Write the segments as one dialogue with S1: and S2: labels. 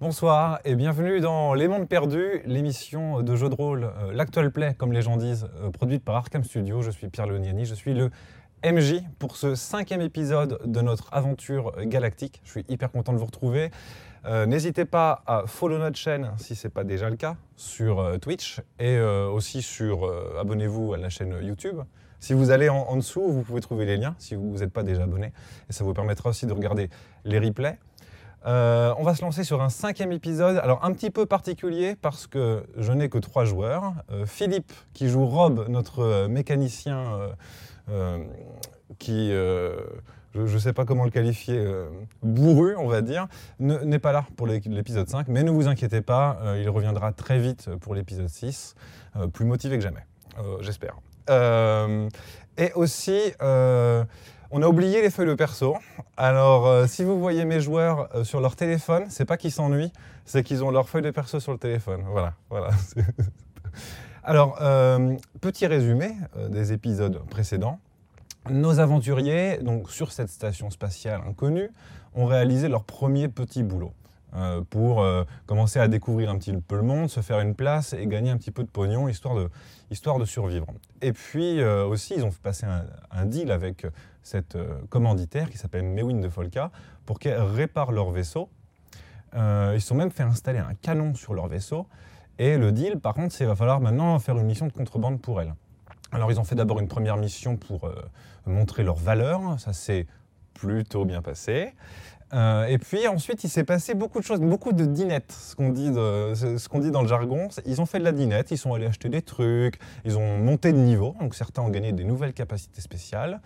S1: Bonsoir et bienvenue dans Les Mondes Perdus, l'émission de jeu de rôle, euh, l'actual play comme les gens disent, euh, produite par Arkham Studio. Je suis Pierre Leoniani, je suis le MJ pour ce cinquième épisode de notre aventure galactique. Je suis hyper content de vous retrouver. Euh, N'hésitez pas à follow notre chaîne si ce n'est pas déjà le cas sur euh, Twitch et euh, aussi sur euh, abonnez-vous à la chaîne YouTube. Si vous allez en, en dessous, vous pouvez trouver les liens si vous n'êtes pas déjà abonné et ça vous permettra aussi de regarder les replays. Euh, on va se lancer sur un cinquième épisode, alors un petit peu particulier parce que je n'ai que trois joueurs. Euh, Philippe qui joue Rob, notre euh, mécanicien euh, euh, qui, euh, je ne sais pas comment le qualifier, euh, bourru on va dire, ne- n'est pas là pour l'é- l'épisode 5, mais ne vous inquiétez pas, euh, il reviendra très vite pour l'épisode 6, euh, plus motivé que jamais, euh, j'espère. Euh, et aussi, euh, on a oublié les feuilles de perso. Alors, euh, si vous voyez mes joueurs euh, sur leur téléphone, c'est pas qu'ils s'ennuient, c'est qu'ils ont leur feuille de perso sur le téléphone. Voilà, voilà. c'est- Alors, euh, petit résumé euh, des épisodes précédents. Nos aventuriers, donc sur cette station spatiale inconnue, ont réalisé leur premier petit boulot euh, pour euh, commencer à découvrir un petit peu le monde, se faire une place et gagner un petit peu de pognon, histoire de, histoire de survivre. Et puis euh, aussi, ils ont passé un, un deal avec cette euh, commanditaire qui s'appelle Mewin de Folka pour qu'elle répare leur vaisseau. Euh, ils se sont même fait installer un canon sur leur vaisseau. Et le deal, par contre, c'est qu'il va falloir maintenant faire une mission de contrebande pour elle. Alors, ils ont fait d'abord une première mission pour euh, montrer leur valeur. Ça s'est plutôt bien passé. Euh, et puis ensuite, il s'est passé beaucoup de choses, beaucoup de dinettes, ce qu'on dit, de- ce ce qu'on dit dans le jargon. Ils ont fait de la dinette, ils sont allés acheter des trucs, ils ont monté de niveau, donc certains ont gagné des nouvelles capacités spéciales.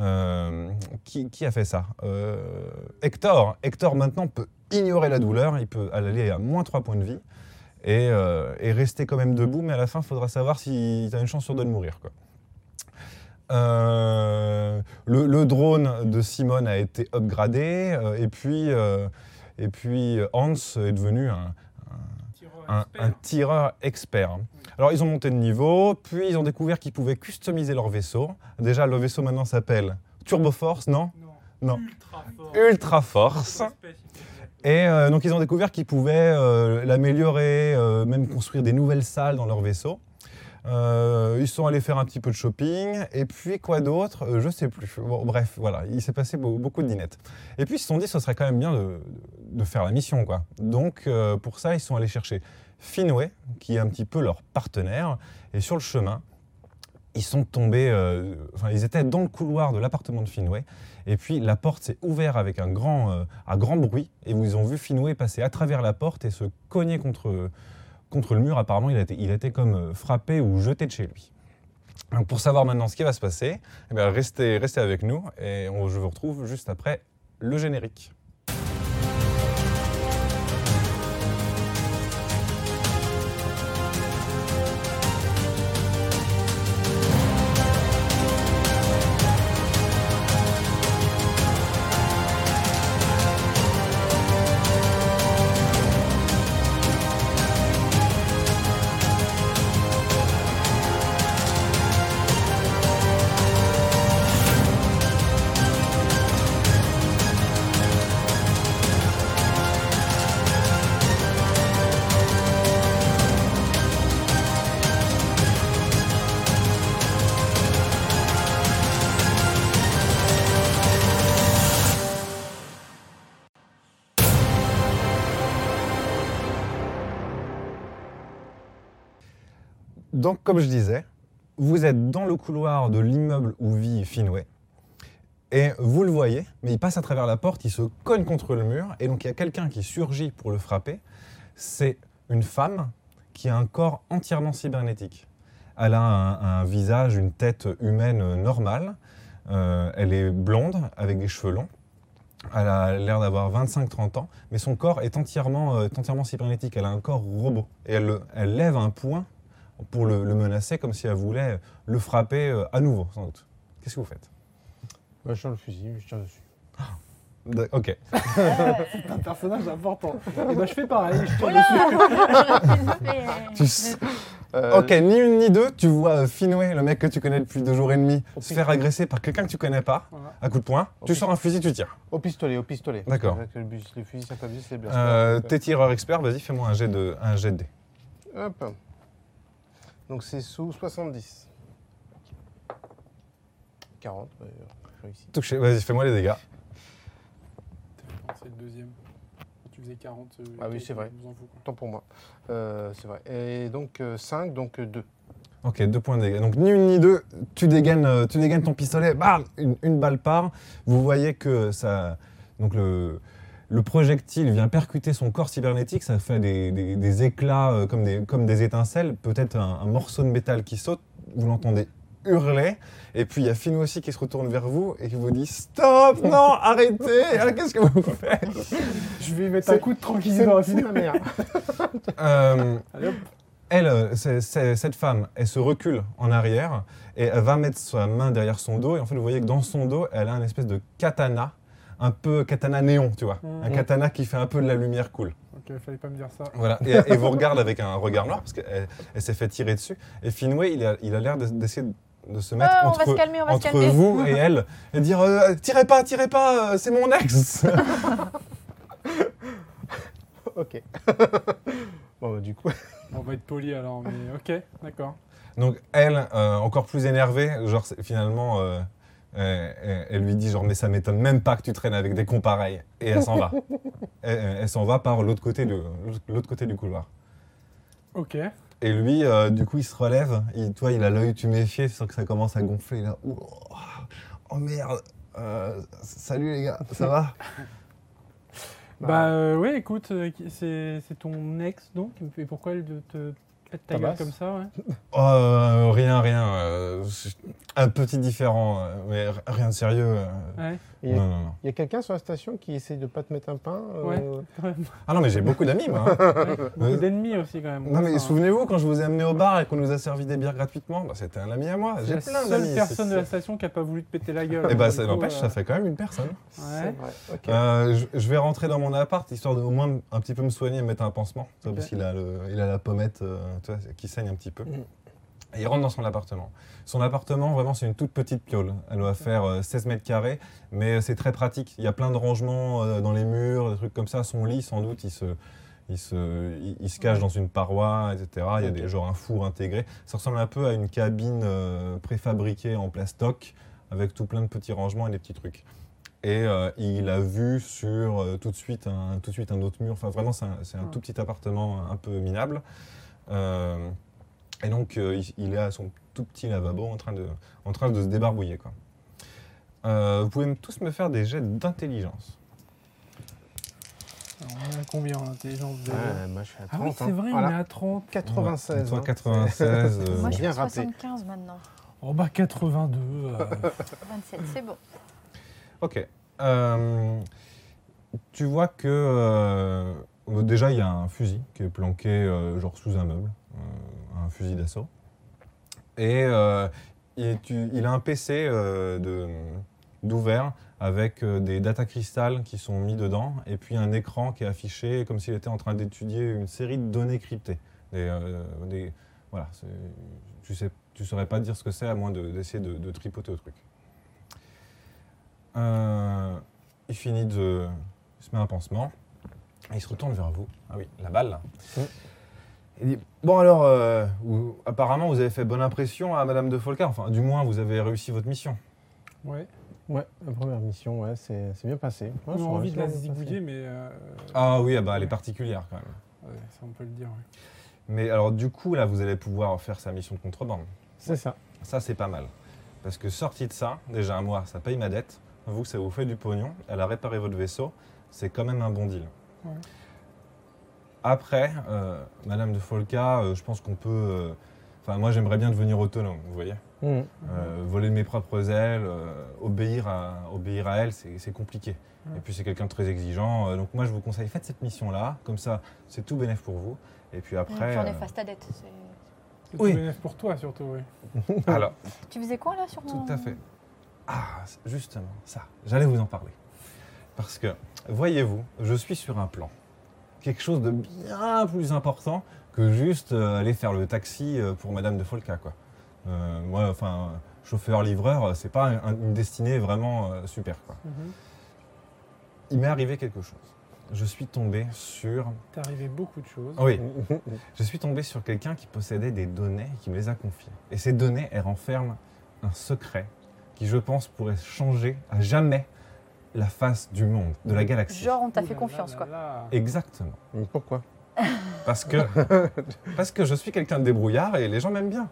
S1: Euh, qui, qui a fait ça Euh, Hector. Hector maintenant peut ignorer la douleur, il peut aller à moins 3 points de vie et, euh, et rester quand même debout, mais à la fin, il faudra savoir si tu as une chance sur deux de mourir. Quoi. Euh, le, le drone de Simone a été upgradé, euh, et puis, euh, et puis euh, Hans est devenu un, un, un tireur expert. hein. Alors ils ont monté de niveau, puis ils ont découvert qu'ils pouvaient customiser leur vaisseau. Déjà le vaisseau maintenant s'appelle Turboforce, non Non.
S2: Ultra fort.
S1: Ultra Force.
S2: Respect, s'il te plaît.
S1: Et euh, donc ils ont découvert qu'ils pouvaient euh, l'améliorer, euh, même construire des nouvelles salles dans leur vaisseau. Euh, ils sont allés faire un petit peu de shopping, et puis quoi d'autre Euh, Je sais plus. Bon, bref, voilà, il s'est passé beau- beaucoup de dinettes. Et puis ils se sont dit, ce serait quand même bien de, de faire la mission, quoi. Donc euh, pour ça, ils sont allés chercher Finway, qui est un petit peu leur partenaire, et sur le chemin, ils sont tombés, euh, enfin ils étaient dans le couloir de l'appartement de Finway, et puis la porte s'est ouverte avec un grand, euh, un grand bruit, et ils ont vu Finway passer à travers la porte et se cogner contre, contre le mur. Apparemment, il a été, il a été comme euh, frappé ou jeté de chez lui. Donc pour savoir maintenant ce qui va se passer, eh bien, restez, restez avec nous, et on- je vous retrouve juste après le générique. Donc, comme je disais, vous êtes dans le couloir de l'immeuble où vit Finway. Et vous le voyez, mais il passe à travers la porte, il se cogne contre le mur, et donc il y a quelqu'un qui surgit pour le frapper. C'est une femme qui a un corps entièrement cybernétique. Elle a un, un visage, une tête humaine euh, normale. Euh, elle est blonde, avec des cheveux longs. Elle a l'air d'avoir 25-30 ans, mais son corps est entièrement, euh, est entièrement cybernétique. Elle a un corps robot. Et elle, le- elle lève un poing pour le, le menacer comme si elle voulait le frapper euh, à nouveau, sans doute. Qu'est-ce que vous faites
S3: Bah, je tiens le fusil, je tiens dessus.
S1: D- Ok.
S3: C'est un Eh ben, personnage important. Et bah, je fais pareil, je tire
S4: Oula
S3: dessus.
S4: Je fais-
S1: Tu s-
S5: Euh,
S1: Ok, ni une ni deux, tu vois Finway, le mec que tu connais depuis deux jours et demi,
S6: Au
S1: se
S6: pic-
S1: faire agresser par quelqu'un que tu connais pas,
S6: Voilà.
S1: à coup de poing,
S6: Au
S1: tu
S6: pic-
S1: sors un fusil, tu tires.
S6: Au pistolet, au pistolet.
S1: D'accord.
S6: Parce que le bus- Les fusils à papier, c'est bien.
S1: Euh,
S6: sûr.
S1: T'es tireur expert, vas-y, fais-moi un jet de, un jet de dés.
S6: euh, Hop. Donc c'est sous 70. 40, bah, je réussis.
S1: Touché, vas-y, fais-moi les dégâts.
S3: C'est le deuxième. Tu faisais 40. euh,
S6: Ah oui, c'est vrai.
S3: on vous en fout, quoi.
S6: Tant pour moi. Euh, c'est vrai. Et donc 5, donc euh, 2.
S1: Ok, deux points de dégâts. Donc ni une ni deux, tu dégaines, euh, tu dégaines ton pistolet, bam, une, une balle part. Vous voyez que ça, donc le, le projectile vient percuter son corps cybernétique, ça fait des, des- des éclats euh, comme, des, comme des étincelles, peut-être un, un morceau de métal qui saute, vous l'entendez hurler, et puis il y a Fino aussi qui se retourne vers vous et qui vous dit « Stop, non, arrêtez, Ah, qu'est-ce que vous faites
S3: Je vais mettre
S6: C'est-
S3: un coup de tranquillisant à Fino.
S6: ma mère.
S1: Euh,
S3: Allez, hop.
S1: Elle, euh, c'est- c'est- cette femme, elle se recule en arrière et elle va mettre sa main derrière son dos. Et en fait, vous voyez que dans son dos, elle a une espèce de katana, un peu katana néon, tu vois.
S3: Mhm.
S1: Un
S4: Mm.
S1: katana qui fait un peu de la lumière cool.
S3: Ok, fallait pas me dire ça.
S1: Voilà. Et, et vous regarde avec un regard noir parce qu'elle elle s'est fait tirer dessus. Et Finway, il a il a l'air de- d'essayer de se mettre
S4: Ah, on va se
S1: entre,
S4: calmer, on va se
S1: entre
S4: calmer.
S1: vous et elle et dire euh, Tirez pas, tirez pas, euh, c'est mon ex
S6: ok. bon, bah, du coup.
S3: On va être poli alors, mais ok, d'accord.
S1: Donc elle, euh, encore plus énervée, genre c'est- finalement, euh, elle, elle- elle lui dit genre mais ça m'étonne même pas que tu traînes avec des cons pareils. Et elle s'en va. elle elle s'en va par l'autre côté, de- l'autre côté du couloir.
S3: Ok.
S1: Et lui, euh, du coup, il se relève. Il, toi, il a l'œil tuméfié, c'est sûr que ça commence à gonfler. Il est là, Ouh, oh, oh merde. euh, salut les gars, ça va
S3: Bah euh, ouais, écoute, euh, qui- c'est c'est ton ex donc, et pourquoi elle te- te pète ta gueule
S6: Tabasse.
S3: comme ça ouais
S1: Oh, euh, rien, rien. euh, un petit différent, euh, mais r- rien de sérieux. euh,
S3: Ouais,
S6: Il y a,
S1: Non, non, non.
S6: il y a quelqu'un sur la station qui essaie de pas te mettre un pain euh,
S3: quand même.
S1: Ah non, mais j'ai beaucoup d'amis, moi. hein.
S3: Ouais, Beaucoup d'ennemis aussi quand même.
S1: Non mais
S3: Enfin, hein.
S1: souvenez-vous quand je vous ai amené au bar et qu'on nous a servi des bières gratuitement, bah, c'était un ami à moi.
S3: c'est
S1: J'ai
S3: la
S1: plein
S3: seule
S1: d'amis. ici.
S3: personne de la station qui a pas voulu te péter la gueule.
S1: Eh ben
S3: Du
S1: ça
S3: coup,
S1: n'empêche,
S3: euh,
S1: ça fait quand même une personne.
S6: C'est
S3: Ouais.
S6: vrai. Ok.
S1: Euh, je, je vais rentrer dans mon appart histoire de au moins un petit peu me soigner et me mettre un pansement, tu vois,
S3: Ok.
S1: parce qu'il a le- il a la pommette euh, tu vois, qui saigne un petit peu.
S6: Mm.
S1: Et il rentre dans son appartement. Son appartement, vraiment, c'est une toute petite piole. Elle doit faire euh, 16 mètres carrés, mais c'est très pratique. Il y a plein de rangements euh, dans les murs, des trucs comme ça. Son lit, sans doute, il se, il se, il, il se cache dans une paroi, etc. Il y a des, genre un four intégré. Ça ressemble un peu à une cabine euh, préfabriquée en plastoc, avec tout plein de petits rangements et des petits trucs. Et euh, il a vu sur euh, tout, de suite un, tout de suite un autre mur. Enfin, vraiment, c'est un, c'est un
S3: Ouais.
S1: tout petit appartement un peu minable. Euh, et donc, euh, il, il est à son tout petit lavabo en train de, en train de se débarbouiller. Quoi. Euh, vous pouvez me- tous me faire des jets d'intelligence.
S3: Alors, on a combien en intelligence déjà
S6: Ouais, moi, je suis à
S3: Ah
S6: 30,
S3: oui,
S6: hein.
S3: c'est vrai,
S6: Voilà.
S3: on est à 30.
S6: 96.
S1: Toi,
S6: hein.
S1: 96. euh,
S4: Moi,
S6: Bien
S4: je suis à
S6: rappelé.
S4: 75 maintenant.
S3: Oh bah 82. euh,
S4: 27, c'est bon.
S1: Ok. Euh, tu vois que euh, euh, déjà il y a un fusil qui est planqué euh, genre sous un meuble, euh, un fusil d'assaut. Et euh, il, tu- il a un PC euh, de- d'ouvert avec euh, des data cristals qui sont mis dedans et puis un écran qui est affiché comme s'il était en train d'étudier une série de données cryptées. Des, euh, des- voilà, c'est- tu sais, tu saurais pas dire ce que c'est à moins de- d'essayer de- de tripoter au truc. Euh, il finit de il se met un pansement. Et il se retourne vers vous. Ah oui, la balle. là.
S6: Mm.
S1: Il dit Bon, alors, euh, vous- apparemment, vous avez fait bonne impression à Madame de Folca. Enfin, du moins, vous avez réussi votre mission.
S3: ouais.
S6: Ouais, la première mission, ouais, c'est c'est bien passé. Ouais,
S3: On
S6: ça
S3: a
S6: aurait
S3: envie de la
S6: bien
S3: zigouiller,
S6: passé.
S3: mais. euh,
S1: Ah oui, ah bah, elle est particulière quand même.
S3: ouais, ça, on peut le dire. ouais.
S1: Mais alors, du coup, là, vous allez pouvoir faire sa mission de contrebande.
S6: C'est ça.
S1: Ça, c'est pas mal. Parce que sorti de ça, déjà, moi, ça paye ma dette. Vous, ça vous fait du pognon. Elle a réparé votre vaisseau. C'est quand même un bon deal.
S3: Ouais.
S1: Après, euh, Madame de Folca, euh, je pense qu'on peut. euh, Enfin, moi, j'aimerais bien devenir autonome, vous voyez.
S6: Mhm.
S1: Euh, voler de mes propres ailes, euh, obéir, à, obéir à elle, c'est c'est compliqué.
S3: Ouais.
S1: Et puis, c'est quelqu'un de très exigeant. Euh, donc, moi, je vous conseille, faites cette mission-là. Comme ça, c'est tout bénéf pour vous. Et puis
S4: Et puis,
S1: après.
S4: on
S1: euh,
S4: efface ta dette. c'est-
S3: C'est
S1: Oui.
S3: tout bénef pour toi surtout, oui.
S1: alors,
S4: Tu faisais quoi là sur mon.
S1: Tout à fait. Ah, c- justement, ça, j'allais vous en parler. Parce que, voyez-vous, je suis sur un plan. quelque chose de bien plus important que juste euh, aller faire le taxi euh, pour Madame de Folca. Quoi. Euh, moi, enfin, chauffeur-livreur, euh, c'est pas un- une destinée vraiment euh, super. Quoi.
S3: Mhm.
S1: Il m'est arrivé quelque chose. Je suis tombé sur.
S3: T'es arrivé beaucoup de choses.
S6: Mm,
S1: Ah oui, je suis tombé sur quelqu'un qui possédait des données et qui me les a confiées. Et ces données, elles renferment un secret qui, je pense, pourrait changer à jamais la face du monde, de la galaxie.
S4: Genre, on t'a
S3: Ouh
S4: fait
S3: là
S4: confiance,
S3: bah, là
S4: quoi.
S3: là.
S1: Exactement.
S6: Mais Pourquoi
S1: Parce que, parce que je suis quelqu'un de débrouillard et les gens m'aiment bien.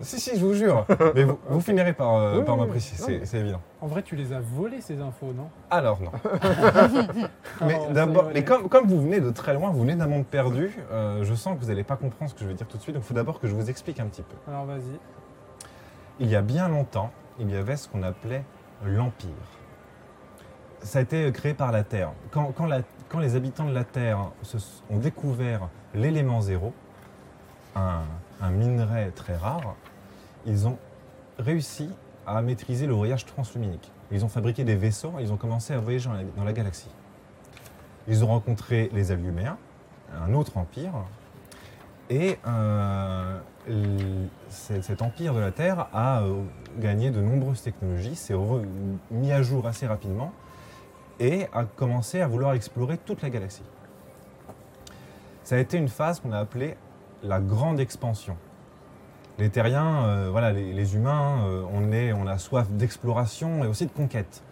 S1: Si, si, je vous jure. Mais vous, vous finirez par, euh,
S6: Oui,
S1: par
S6: oui,
S1: m'apprécier,
S6: oui.
S1: c'est- c'est évident.
S3: En vrai, tu les as volés ces infos, non
S1: Alors non.
S6: Oh,
S1: mais
S3: Alors,
S1: d'abord,
S3: soyons
S1: mais comme, comme vous venez de très loin, vous venez d'un monde perdu, euh, je sens que vous n'allez pas comprendre ce que je vais dire tout de suite, donc il faut d'abord que je vous explique un petit peu.
S3: Alors vas-y.
S1: Il y a bien longtemps, il y avait ce qu'on appelait l'Empire. Ça a été créé par la Terre. Quand, quand la- quand les habitants de la Terre se- ont découvert l'élément zéro, un, un minerai très rare, ils ont réussi à maîtriser le voyage transluminique. Ils ont fabriqué des vaisseaux, ils ont commencé à voyager dans la, dans la galaxie. Ils ont rencontré les Aluméens, un autre empire, et euh, l- cet cet empire de la Terre a euh, gagné de nombreuses technologies, s'est re- mis à jour assez rapidement et a commencé à vouloir explorer toute la galaxie. Ça a été une phase qu'on a appelée la grande expansion. Les terriens, euh, voilà, les, les humains, euh, on, est, on a soif d'exploration et aussi de conquête.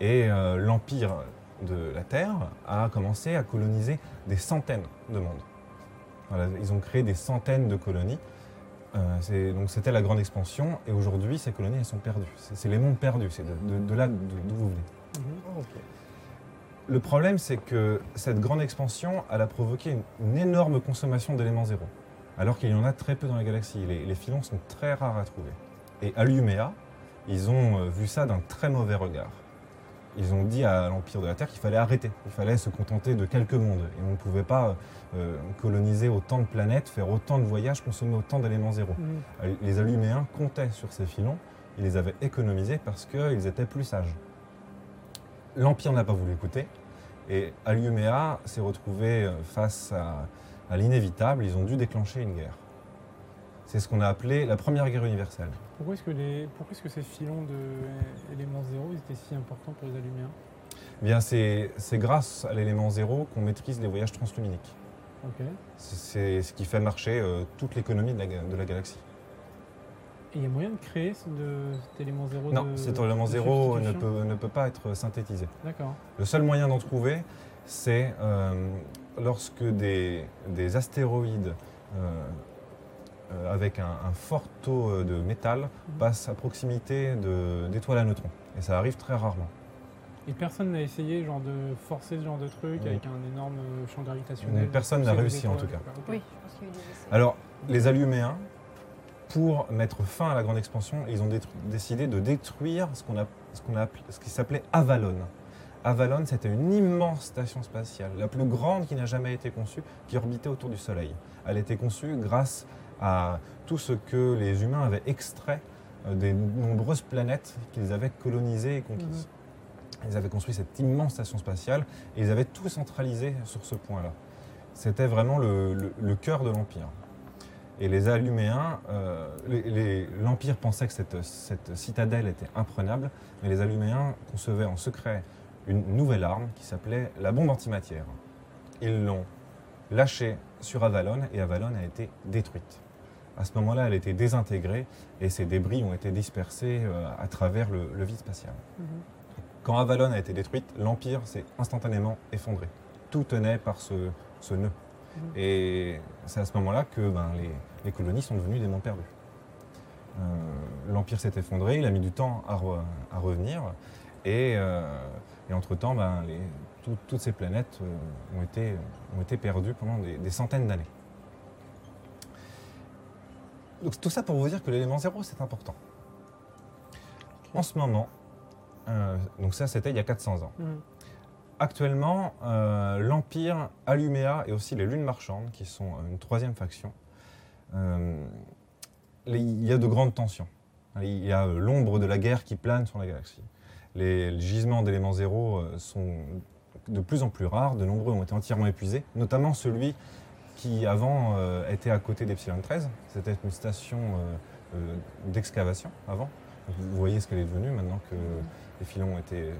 S1: Et euh, l'empire de la Terre a commencé à coloniser des centaines de mondes. Voilà, ils ont créé des centaines de colonies. Euh, c'est- donc c'était la grande expansion et aujourd'hui ces colonies elles sont perdues. C'est c'est les mondes perdus, c'est de, de- de là d'où d'où vous venez.
S3: Mhm.
S6: Ah, ok.
S1: Le problème c'est que cette grande expansion elle a provoqué une, une énorme consommation d'éléments zéro. Alors qu'il y en a très peu dans la galaxie. Les, les filons sont très rares à trouver. Et Alumea, ils ont euh, vu ça d'un très mauvais regard. Ils ont dit à l'Empire de la Terre qu'il fallait arrêter, il fallait se contenter de quelques mondes. Et on ne pouvait pas euh, coloniser autant de planètes, faire autant de voyages, consommer autant d'éléments zéro.
S3: Mhm.
S1: Les Aluméens comptaient sur ces filons, ils les avaient économisés parce qu'ils étaient plus sages. L'Empire n'a pas voulu écouter, et Aluméa s'est retrouvé euh, face à, à l'inévitable, ils ont dû déclencher une guerre. C'est ce qu'on a appelé la Première Guerre universelle.
S3: Pourquoi est-ce que, les... pourquoi est-ce que ces filons de éléments zéro ils étaient si importants pour les Alumiens
S1: Eh Bien, c'est c'est grâce à l'élément zéro qu'on maîtrise les voyages transluminiques.
S3: Ok.
S1: C'est- C'est ce qui fait marcher euh, toute l'économie de, la ga- de la galaxie.
S3: Et il y a moyen de créer ce- de... cet élément zéro
S1: Non,
S3: de-
S1: cet élément
S3: de
S1: zéro ne
S3: substitution
S1: peut- ne peut pas être synthétisé.
S3: D'accord.
S1: Le seul moyen d'en trouver, c'est euh, lorsque des, des astéroïdes euh, euh, avec un, un fort taux euh, de métal
S3: Mhm.
S1: passent à proximité de- d'étoiles à neutrons. Et ça arrive très rarement.
S3: Et personne n'a essayé genre de forcer ce genre de truc
S1: Oui.
S3: avec un énorme euh, champ gravitationnel.
S1: Mais personne n'a
S3: C'est des
S1: réussi, en
S3: étoiles,
S1: tout cas.
S3: d'accord, ok.
S4: Oui, je pense qu'il y a eu des essais.
S1: Alors, les Aluméens, pour mettre fin à la grande expansion, ils ont détru- décidé de détruire ce, qu'on a, ce, qu'on a appelé- ce qui s'appelait Avalon. Avalon, c'était une immense station spatiale, la plus grande qui n'a jamais été conçue, qui orbitait autour du Soleil. Elle était conçue grâce à tout ce que les humains avaient extrait euh, des nombreuses planètes qu'ils avaient colonisées et conquises. Ils avaient construit cette immense station spatiale et ils avaient tout centralisé sur ce point-là. C'était vraiment le- le- le cœur de l'Empire. Et les Aluméens, euh, les- les- l'Empire pensait que cette, cette citadelle était imprenable, mais les Aluméens concevaient en secret une nouvelle arme qui s'appelait la bombe antimatière. Ils l'ont lâchée sur Avalon et Avalon a été détruite. À ce moment-là, elle a été désintégrée et ses débris ont été dispersés euh, à travers le, le vide spatial.
S3: Mhm.
S1: Quand Avalon a été détruite, l'Empire s'est instantanément effondré. Tout tenait par ce, ce nœud.
S3: Mhm.
S1: Et c'est à ce moment-là que ben, les, les colonies sont devenues des mondes perdus. Euh, L'Empire s'est effondré, il a mis du temps à, re- à revenir. Et, euh, et entre-temps, ben, les- tout- toutes ces planètes euh, ont, été, ont été perdues pendant des, des centaines d'années. Donc tout ça pour vous dire que l'élément zéro, c'est important. En ce moment, euh, donc ça c'était il y a 400 ans.
S3: Mhm.
S1: Actuellement, euh, l'Empire, Aluméa et aussi les Lunes Marchandes, qui sont une troisième faction, euh, les- il y a de grandes tensions. Il y a euh, l'ombre de la guerre qui plane sur la galaxie. Les, les gisements d'éléments zéro euh, sont de plus en plus rares, de nombreux ont été entièrement épuisés, notamment celui qui avant euh, était à côté d'Epsilon 13. C'était une station euh, euh, d'excavation avant. Vous voyez ce qu'elle est devenue maintenant que les filons ont été,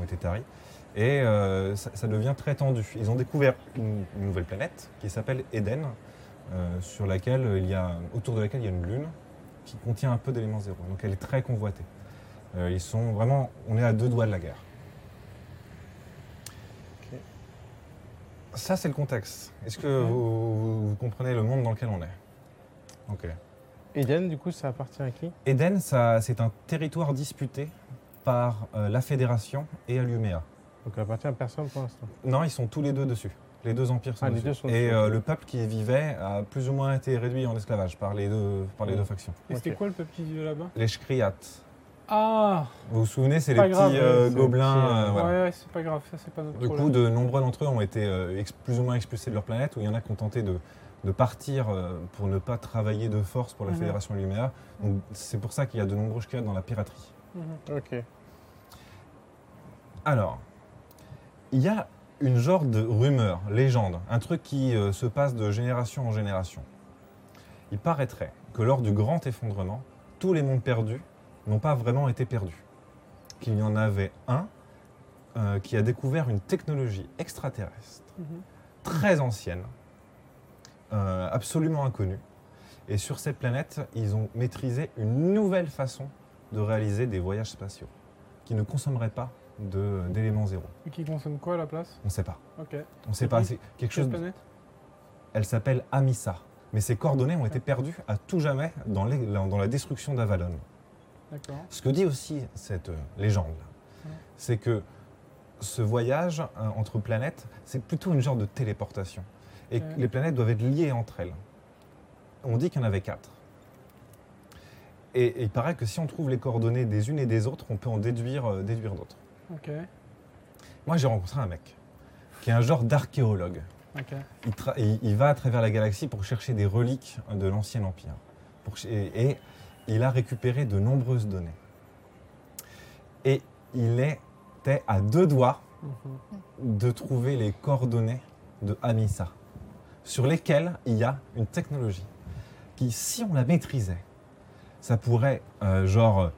S1: ont été taris. Et euh, ça, ça devient très tendu. Ils ont découvert une, une nouvelle planète qui s'appelle Eden, euh, sur laquelle il y a, autour de laquelle il y a une lune qui contient un peu d'éléments zéro. Donc elle est très convoitée. Euh, ils sont vraiment, on est à deux doigts de la guerre.
S6: Ok.
S1: Ça c'est le contexte. Est-ce que vous, vous- vous comprenez le monde dans lequel on est Ok.
S6: Eden, du coup, ça appartient à qui
S1: Eden, ça- c'est un territoire disputé par euh, la Fédération et Alumea.
S6: Donc, elle appartient à personne pour l'instant.
S1: Non, ils sont tous les deux dessus. Les deux empires sont
S6: Ah, les
S1: dessus.
S6: deux sont
S1: et
S6: dessus.
S1: euh, le peuple qui y vivait a plus ou moins été réduit en esclavage par les deux, par les
S6: Ouais.
S1: deux factions.
S3: Et c'était
S6: Ok.
S3: quoi le petit vieux là-bas
S1: Les Shkriates.
S3: Ah
S1: Vous vous souvenez, c'est les
S3: Pas
S1: petits
S3: grave,
S1: euh,
S6: ouais, c'est
S1: gobelins.
S6: les petits, euh,
S1: euh,
S3: Ouais,
S1: voilà.
S3: ouais, c'est pas grave, ça c'est pas notre
S1: Du coup,
S3: problème.
S1: de nombreux d'entre eux ont été euh, ex- plus ou moins expulsés de leur planète, où il y en a qui ont tenté de, de partir euh, pour ne pas travailler de force pour la
S3: Mhm.
S1: Fédération Luméa. Donc, c'est pour ça qu'il y a de nombreux Shkriates dans la piraterie.
S3: Mhm.
S6: Ok.
S1: Alors, il y a une genre de rumeur, légende, un truc qui euh, se passe de génération en génération. Il paraîtrait que lors du grand effondrement, tous les mondes perdus n'ont pas vraiment été perdus. Qu'il y en avait un euh, qui a découvert une technologie extraterrestre
S3: Mhm.
S1: très ancienne, euh, absolument inconnue. Et sur cette planète, ils ont maîtrisé une nouvelle façon de réaliser des voyages spatiaux qui ne consommerait pas de- d'éléments zéro.
S3: Et qui consomme quoi à la place
S1: On ne sait pas.
S3: Ok.
S1: On ne sait
S3: Et
S1: pas.
S3: puis,
S1: C'est quelque
S3: Quelle
S1: chose.
S3: planète
S1: Elle s'appelle Amissa. Mais ses coordonnées ont été perdues à tout jamais dans, les- dans la destruction d'Avalon.
S3: D'accord.
S1: Ce que dit aussi cette euh, légende,
S3: Ouais.
S1: c'est que ce voyage hein, entre planètes, c'est plutôt une genre de téléportation. Et que
S3: Ouais.
S1: les planètes doivent être liées entre elles. On dit qu'il y en avait quatre. Et, et il paraît que si on trouve les coordonnées des unes et des autres, on peut en déduire, euh, déduire d'autres.
S3: Ok.
S1: Moi, j'ai rencontré un mec qui est un genre d'archéologue.
S3: Ok.
S1: Il, tra- il- il va à travers la galaxie pour chercher des reliques de l'ancien empire. Pour ch- et, et il a récupéré de nombreuses données. Et il était à deux doigts
S3: Mhm.
S1: de trouver les coordonnées de Amissa, sur lesquelles il y a une technologie qui, si on la maîtrisait, ça pourrait, euh, genre, euh,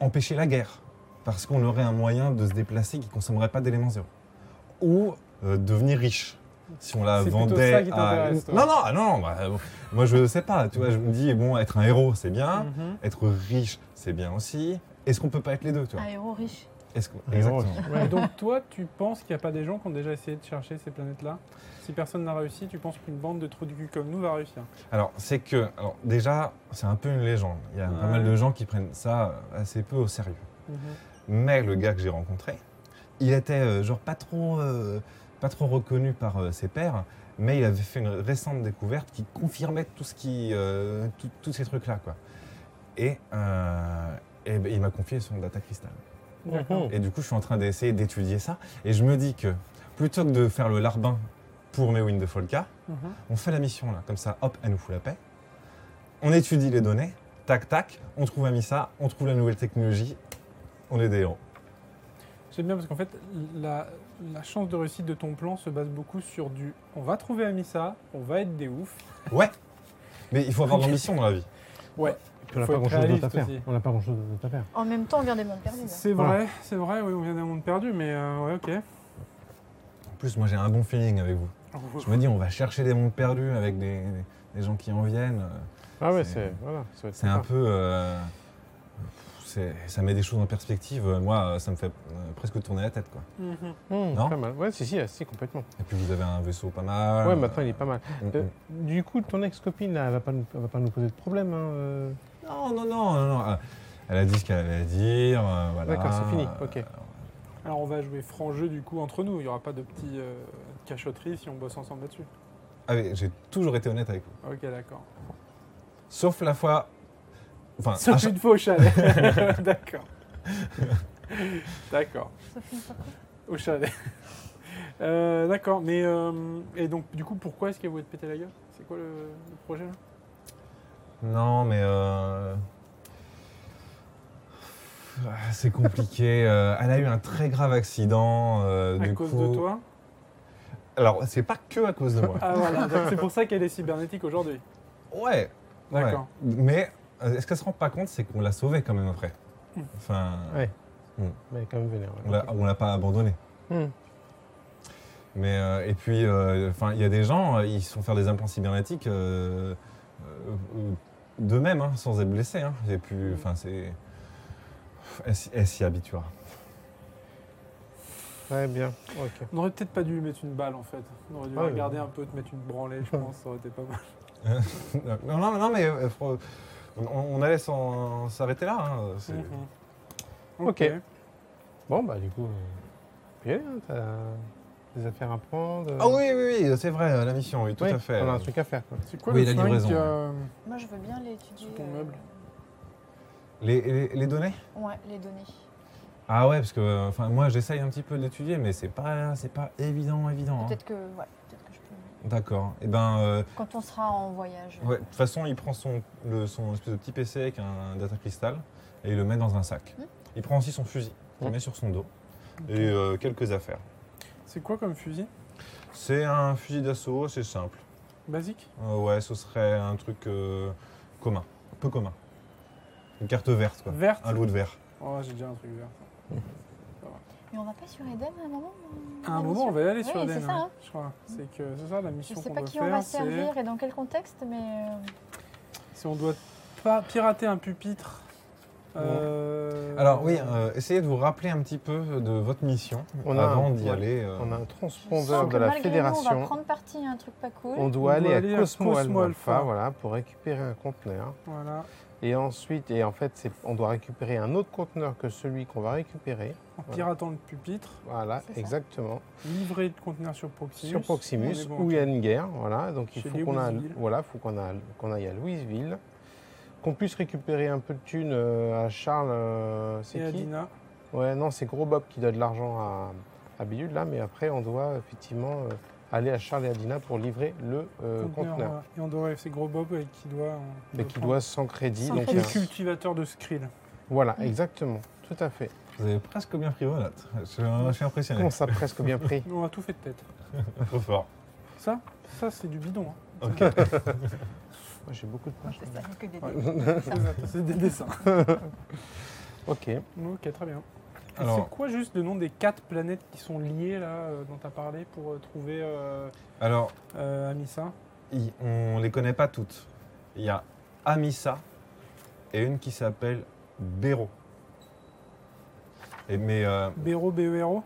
S1: empêcher la guerre, parce qu'on aurait un moyen de se déplacer qui ne consommerait pas d'éléments zéro. Ou euh, devenir riche, si on la
S3: C'est plutôt
S1: vendait
S3: ça qui
S1: à...
S3: t'intéresse, toi.
S1: Non, non, non, bah, euh, moi je sais pas, tu vois, je me dis, bon, être un héros, c'est bien,
S3: Mhm.
S1: être riche, c'est bien aussi. Est-ce qu'on peut pas être les deux, tu vois
S4: Un héros riche.
S1: Est-ce qu'on-
S6: Un héros.
S1: Exactement.
S3: Ouais, donc toi, tu penses qu'il n'y a pas des gens qui ont déjà essayé de chercher ces planètes-là Si personne n'a réussi, tu penses qu'une bande de trous du cul comme nous va réussir
S1: Alors, c'est que, alors déjà, c'est un peu une légende. Il y a pas
S3: Ouais.
S1: mal de gens qui prennent ça assez peu au sérieux.
S3: Mhm.
S1: Mais le gars que j'ai rencontré, il était euh, genre pas trop, euh, pas trop reconnu par euh, ses pairs, mais il avait fait une récente découverte qui confirmait tout ce qui, euh, tout- tous ces trucs-là, quoi. Et, euh, eh ben, il m'a confié son data cristal.
S3: D'accord.
S1: Et du coup, je suis en train d'essayer d'étudier ça. Et je me dis que plutôt que de faire le larbin pour Mewin de Folka,
S3: Mhm.
S1: on fait la mission là, comme ça, hop, elle nous fout la paix. On étudie les données, tac tac, on trouve Amissa, on trouve la nouvelle technologie, on est des héros.
S3: J'aime bien parce qu'en fait, la, la chance de réussite de ton plan se base beaucoup sur du on va trouver Amissa, on va être des oufs.
S1: Ouais Mais il faut avoir de l'ambition dans la vie.
S6: Puis on n'a
S3: Faut
S6: pas
S3: être
S6: grand-chose d'autre à
S3: réaliste
S6: faire.
S3: aussi.
S6: On n'a pas grand-chose d'autre à faire.
S4: En même temps, on vient des mondes perdus. là.
S3: C'est vrai, c'est vrai, oui, on vient d'un monde perdu, mais euh, ouais, ok.
S1: En plus, moi j'ai un bon feeling avec vous. Je me dis, on va chercher des mondes perdus avec des, des gens qui en viennent.
S6: Ah ouais,
S1: C'est-
S6: c'est... Voilà, ça va être
S1: C'est un
S6: sympa.
S1: peu. euh, c'est- ça met des choses en perspective. Moi, ça me fait euh, presque tourner la tête quoi.
S3: Mhm.
S6: Hmm,
S1: Non Euh,
S6: pas mal. Ouais, si, si, ah, si, complètement.
S1: Et puis vous avez un vaisseau pas mal.
S6: ouais, maintenant, il est pas mal.
S1: Mm, mm.
S6: Euh, du coup, ton ex-copine, là, elle va pas nous, elle va pas nous poser de problème. hein, euh.
S1: Non, non, non, non, non. Elle a dit ce qu'elle avait à dire. euh, voilà.
S6: D'accord, c'est fini, ok.
S3: Alors on va jouer franc jeu du coup entre nous, il n'y aura pas de petits euh, cachotteries si on bosse ensemble là-dessus.
S1: Ah oui, j'ai toujours été honnête avec vous.
S3: Ok, d'accord.
S1: Sauf la fois. Enfin, à
S3: Sauf
S1: chaque-
S3: une fois au chalet. D'accord. D'accord.
S4: Sauf une fois quoi.
S3: Au chalet. Euh, D'accord, mais euh, et donc du coup pourquoi est-ce qu'elle voulait te péter la gueule C'est quoi le, le projet là
S1: Non, mais. euh, Ah, C'est compliqué. euh, elle a eu un très grave accident. euh,
S3: à
S1: du
S3: cause
S1: coup-
S3: de toi.
S1: Alors, c'est pas que à cause de moi.
S3: Ah voilà, donc c'est pour ça qu'elle est cybernétique aujourd'hui.
S1: ouais. ouais.
S3: D'accord.
S1: Mais euh, est-ce qu'elle se rend pas compte, c'est qu'on l'a sauvée quand même après.
S3: Mm.
S1: Enfin,
S6: Ouais. Mais quand même vénère. ouais.
S1: on l'a- on l'a pas abandonnée.
S6: Hmm.
S1: Mais euh, et puis, euh, enfin, il y a des gens, euh, ils se font faire des implants cybernétiques euh, euh, euh, d'eux-mêmes, hein, sans être blessés. Hein. J'ai pu, enfin, c'est. Elle, s'y- elle s'y habituera.
S6: Ouais, bien. Ok.
S3: On aurait peut-être pas dû lui mettre une balle en fait. On aurait dû la
S6: Ouais,
S3: regarder
S6: ouais.
S3: un peu, te mettre une branlée, je pense, ça aurait été pas mal.
S1: non, non, non, mais euh, faut- on, on allait s'en- s'arrêter là. hein, c'est-
S3: Mhm.
S6: Ok. Bon, bah, du coup, euh, y aller, hein, t'as des affaires à prendre. euh,
S1: Ah oui, oui, oui, c'est vrai, la mission, oui, tout
S6: ouais,
S1: à fait.
S6: On a un truc à faire, quoi.
S3: C'est quoi
S1: Oui,
S3: le
S1: la
S3: flingue,
S1: livraison,
S3: euh,
S4: hein. Moi, je veux bien les étudier.
S3: Sous ton
S4: euh,
S3: meuble.
S1: Les, les- les données
S4: Ouais, les données.
S1: Ah ouais, parce que euh, enfin, moi j'essaye un petit peu d'étudier, mais c'est pas, c'est pas évident, évident. hein.
S4: Peut-être que, ouais, peut-être que je peux.
S1: D'accord. Et ben, euh,
S4: Quand on sera en voyage.
S1: ouais, de toute façon, il prend son, le, son espèce de petit PC avec un data cristal et il le met dans un sac.
S6: Mmh.
S4: Hmm.
S1: Il prend aussi son fusil, il le
S6: Hmm.
S1: met sur son dos et euh, quelques affaires.
S3: C'est quoi comme fusil
S1: C'est un fusil d'assaut, c'est simple.
S3: Basique
S1: Euh, ouais, ce serait un truc euh, commun, peu commun. Une carte verte, quoi.
S3: Verte
S1: Un lot de verre.
S3: Oh, j'ai déjà un truc vert.
S4: Mais on va pas sur Eden à un moment hein,
S3: À un moment, on va y aller
S4: Oui,
S3: sur Aden,
S4: c'est ça,
S3: ouais,
S4: hein.
S3: je crois. C'est que c'est ça la
S4: Je
S3: mission
S4: sais
S3: qu'on
S4: pas
S3: doit
S4: qui on va
S3: faire. C'est
S4: servir et dans quel contexte, mais. euh,
S3: si on doit pas pirater un pupitre. euh,
S1: Alors oui, euh, essayez de vous rappeler un petit peu de votre mission
S6: On a
S1: avant
S6: un-
S1: d'y
S6: ouais.
S1: aller. euh,
S6: On a un
S4: je sens
S6: transpondeur
S4: que
S6: de la
S4: malgré nous, on va
S6: fédération.
S4: prendre parti à un truc pas cool.
S6: On doit aller à Cosmo,
S3: Cosmo
S6: Alpha,
S3: Alpha.
S6: voilà, pour récupérer un conteneur.
S3: Voilà.
S6: Et ensuite, et en fait, c'est- on doit récupérer un autre conteneur que celui qu'on va récupérer.
S3: En
S6: Voilà.
S3: piratant le pupitre,
S6: Voilà,
S4: C'est ça.
S6: exactement.
S3: livrer le conteneur sur Proximus.
S6: Sur Proximus,
S3: On est bon,
S6: où il y a
S3: ok.
S6: une guerre. Voilà, donc il
S3: Chez
S6: faut
S3: les
S6: qu'on a-
S3: Louisville.
S6: voilà, faut qu'on a- qu'on aille à Louisville, qu'on puisse récupérer un peu de thunes euh, à Charles. euh,
S3: Et à
S6: c'est qui
S3: Dina.
S6: Ouais, non, c'est Gros Bob qui donne de l'argent à, à Bidule, là, mais après, on doit effectivement euh, aller à Charles et à Dina pour livrer le euh,
S3: Conteneur,
S6: conteneur.
S3: voilà. Et on doit c'est gros Bob euh, qui doit. on
S6: Mais qui doit sans crédit.
S4: Sans
S6: donc,
S3: prendre-
S4: crédit.
S3: le
S6: euh,
S3: cultivateur de Skrill.
S6: voilà,
S4: Mm.
S6: exactement, tout à fait.
S1: Vous avez presque bien pris vos notes. Je, je suis impressionné.
S6: On s'est presque bien pris.
S3: On a tout fait de tête.
S1: Trop fort.
S3: Ça, ça c'est du bidon. hein.
S1: Ok.
S6: Moi, J'ai beaucoup de
S4: Moi,
S6: pages.
S4: je sais que des
S3: Ouais.
S4: données.
S3: c'est des dessins.
S6: Ok.
S3: Ok, très bien. Et
S1: Alors-
S3: C'est quoi juste le nom des quatre planètes qui sont liées là, euh, dont tu as parlé pour euh, trouver euh,
S1: Alors,
S3: euh, Amissa
S1: il- on les connaît pas toutes. Il y a Amissa et une qui s'appelle Béro. Et mais euh,
S3: Béro, Béro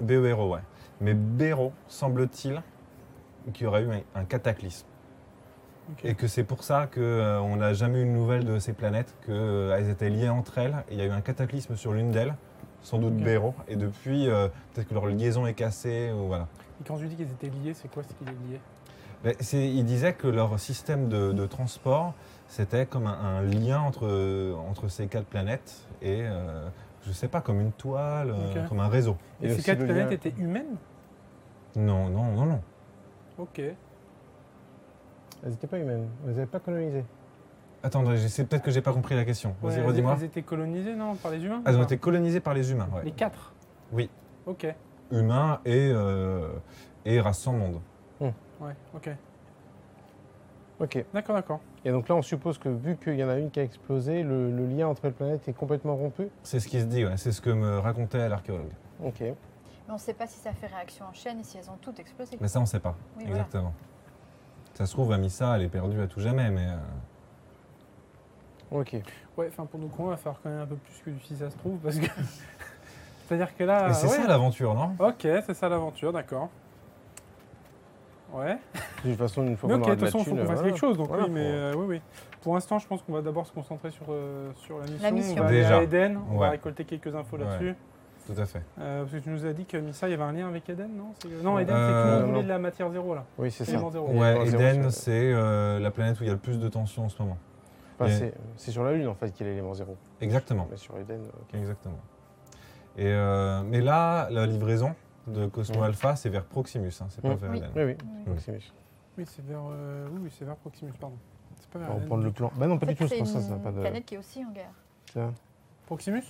S1: Béro, ouais. Mais Béro semble-t-il qu'il y aurait eu un, un cataclysme
S3: Ok.
S1: et que c'est pour ça que euh, on n'a jamais eu de nouvelles de ces planètes, que euh, elles étaient liées entre elles. Il y a eu un cataclysme sur l'une d'elles, sans doute
S3: Ok.
S1: Béro. Et depuis, euh, peut-être que leur liaison est cassée ou voilà.
S3: Et quand je dis qu'ils étaient liés, c'est quoi ce qu'il est lié
S1: Ben, c'est- il disait que leur système de, de transport, c'était comme un, un lien entre, entre ces quatre planètes et, euh, je sais pas, comme une toile, euh,
S3: Ok.
S1: comme un réseau.
S3: Et,
S6: Et
S3: ces
S6: aussi
S3: quatre
S6: le
S3: planètes
S6: lien-
S3: étaient humaines
S1: Non, non, non, non.
S3: Ok.
S6: Elles n'étaient pas humaines. Vous n'avez pas colonisé.
S1: Attendez, j'ai- c'est peut-être que j'ai pas compris la question.
S3: Ouais,
S1: Vas-y,
S3: elles-
S1: redis-moi.
S3: Elles étaient colonisées, non, par les humains
S1: Elles
S3: ou
S1: ont
S3: pas
S1: été colonisées par les humains, ouais.
S3: Les quatre
S1: Oui.
S3: Ok.
S1: Humains et, euh, et race sans monde.
S3: Ouais, ok.
S6: Ok.
S3: D'accord, d'accord.
S6: Et donc là, on suppose que vu qu'il y en a une qui a explosé, le, le lien entre les planètes est complètement rompu.
S1: C'est ce qui se dit, ouais. c'est ce que me racontait l'archéologue.
S6: Ok.
S4: Mais on sait pas si ça fait réaction en chaîne et si elles ont toutes explosé.
S1: Mais ça, on sait pas.
S4: Oui, voilà.
S1: Exactement. Ça se trouve, Amissa, elle est perdue à tout jamais, mais. euh,
S6: Ok.
S3: Ouais, enfin pour nous convaincre, il va falloir quand même un peu plus que du si ça se trouve, parce que. C'est-à-dire que là.
S1: Mais c'est
S3: Ah, ouais.
S1: ça l'aventure, non
S3: Ok, c'est ça l'aventure, d'accord. Ouais.
S6: De toute façon, une fois
S3: Mais
S6: qu'on
S3: ok,
S6: aura
S3: de toute
S6: de la
S3: façon, il faut
S6: thune,
S3: qu'on fasse
S6: voilà.
S3: quelque chose. Donc
S6: Voilà,
S3: oui, mais
S6: faut-
S3: euh, oui, oui. Pour l'instant, je pense qu'on va d'abord se concentrer sur, euh, sur la mission.
S4: mission.
S3: On va aller
S1: Déjà.
S3: à Eden, on va
S1: Ouais.
S3: récolter quelques infos
S1: Ouais.
S3: là-dessus.
S1: Tout à fait.
S3: Euh, parce que tu nous as dit que Missa, il y avait un lien avec Eden, non C'est- Non, Eden,
S1: Euh,
S3: c'est tout le
S6: non,
S3: monde voulait
S6: non.
S3: de la matière zéro, là.
S6: Oui, c'est ça.
S3: Élément zéro.
S6: Et
S1: Ouais,
S6: dans zéro,
S1: Eden,
S6: c'est
S1: c'est euh, la planète où il y a le plus de tension en ce moment.
S6: enfin,
S1: et-
S6: c'est- c'est sur la Lune, en fait, qu'il y a l'élément zéro.
S1: Exactement.
S6: Mais sur Eden, ok.
S1: Exactement. Et, euh, mais là, la livraison de Cosmo
S6: Mm.
S1: Alpha, c'est vers Proximus, hein, c'est pas
S6: Mm.
S1: vers
S4: Oui.
S1: Eden.
S6: Oui, oui.
S4: Oui.
S6: Proximus.
S3: Oui, c'est vers, euh, oui, oui, c'est vers Proximus, pardon. C'est pas vers
S6: On va
S3: Eden.
S6: prendre le plan. Bah non, pas du
S4: Peut-être
S6: tout,
S4: que
S6: c'est
S4: c'est
S6: pour ça, ça n'a
S4: une
S6: pas de.
S4: planète qui est aussi en guerre.
S6: Tiens.
S3: Proximus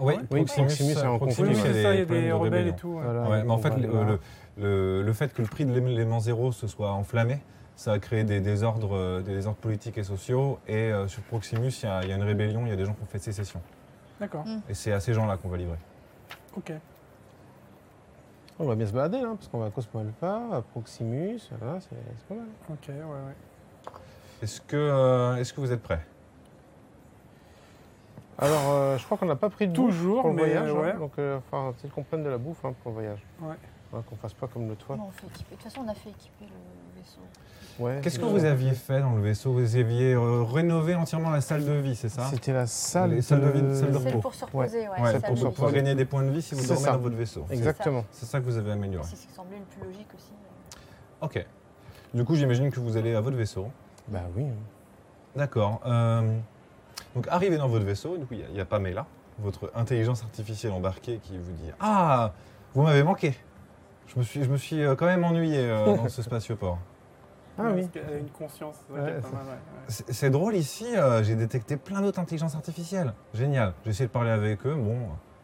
S1: Oui,
S3: Oui,
S1: Proximus,
S6: Proximus, c'est en
S1: Proximus,
S6: conflit, ouais.
S3: Oui,
S1: il y a
S3: c'est
S1: des
S3: ça, il y a
S1: problèmes
S3: des
S1: de
S3: rebelles
S1: rébellion.
S3: et tout. ouais.
S6: Voilà,
S1: Ouais, mais en
S6: donc
S1: fait,
S6: voilà.
S1: le, le- le- le fait que le prix de l'élément zéro se soit enflammé, ça a créé des désordres, euh, des désordres politiques et sociaux. Et euh, sur Proximus, il y, a- il y a une rébellion, il y a des gens qui ont fait sécession.
S3: D'accord,
S1: Et c'est à ces gens-là qu'on va livrer.
S3: ok.
S6: On va bien se balader, là, parce qu'on va à Cosmo Alpha, à Proximus, voilà, c'est c'est pas mal.
S3: Ok, ouais, ouais.
S1: Est-ce que, euh, est-ce que vous êtes prêts
S6: Alors, euh, je crois qu'on n'a pas pris de bouffe
S3: Toujours,
S6: pour le
S3: mais
S6: voyage, hein,
S3: ouais.
S6: donc euh, enfin, c'est qu'on prenne de la bouffe hein, pour le voyage.
S3: Ouais.
S6: Ouais, qu'on fasse pas comme le toit.
S4: Bon, on fait équiper. De toute façon, on a fait équiper le vaisseau.
S6: Ouais,
S1: Qu'est-ce que
S6: c'est
S1: vous
S6: ça.
S1: aviez fait dans le vaisseau Vous aviez euh, rénové entièrement la salle de vie, c'est ça
S6: C'était la salle
S1: Les salles de vide, salles de
S4: Celle
S1: repos.
S4: pour se reposer, ouais.
S1: Ouais,
S4: ça,
S1: pour,
S4: mais-
S1: pour pouvoir gagner des points de vie si vous
S6: C'est
S1: dormez
S6: ça.
S1: dans votre vaisseau. C'est-
S6: Exactement.
S1: C'est ça que vous avez amélioré.
S4: C'est ce qui semblait le plus logique aussi.
S1: Ok. Du coup, j'imagine que vous allez à votre vaisseau.
S6: Bah oui. hein.
S1: D'accord. euh, donc, arrivé dans votre vaisseau, du coup, il y a- il y, a Pamela, votre intelligence artificielle embarquée, qui vous dit Ah, vous m'avez manqué. Je me suis, je me suis euh, quand même ennuyé euh, dans ce spatioport.
S6: Ah
S3: Ouais,
S6: oui.
S3: parce qu'elle a une conscience, c'est vrai
S6: Ouais,
S3: qu'elle est pas
S6: c'est-
S3: mal, ouais, ouais.
S1: C'est c'est drôle ici, euh, j'ai détecté plein d'autres intelligences artificielles. Génial. J'ai essayé de parler avec eux. Bon,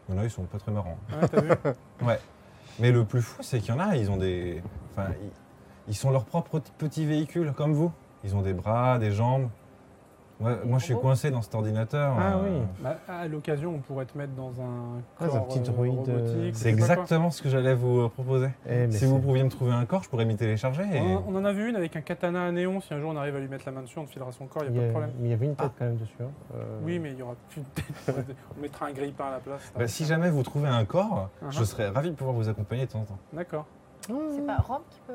S1: il y en a, ils sont pas très marrants.
S3: Ouais, t'as vu
S1: Mais le plus fou, c'est qu'il y en a, ils ont des. Enfin, ils, ils sont leurs propres t- petits véhicules, comme vous. Ils ont des bras, des jambes. Moi, moi, je suis
S4: robots.
S1: coincé dans cet ordinateur. euh,
S6: Ah oui.
S3: Bah, À l'occasion, on pourrait te mettre dans un
S6: Ah,
S3: corps
S6: un petit
S3: euh,
S6: droïde, euh,
S1: C'est
S3: robotique. je sais pas quoi.
S1: exactement ce que j'allais vous euh, proposer.
S6: Eh, mais
S1: si
S6: c'est- Oh,
S1: vous pouviez me trouver un corps, je pourrais m'y télécharger. et-
S3: On, en- on en a vu une avec un katana à néon. Si un jour on arrive à lui mettre la main dessus, on te filera son corps, il
S6: il
S3: n'y
S6: y
S3: a pas
S6: a-
S3: de problème.
S6: mais il y avait une tête quand même dessus. hein. Euh,
S3: Oui, mais il y aura plus de tête. on mettra un grille-pain à la place.
S6: oh.
S1: Bah, si jamais vous trouvez un corps,
S3: Uh-huh.
S1: je serais ravi de pouvoir vous accompagner de temps en temps.
S3: D'accord.
S4: C'est pas Rome qui peut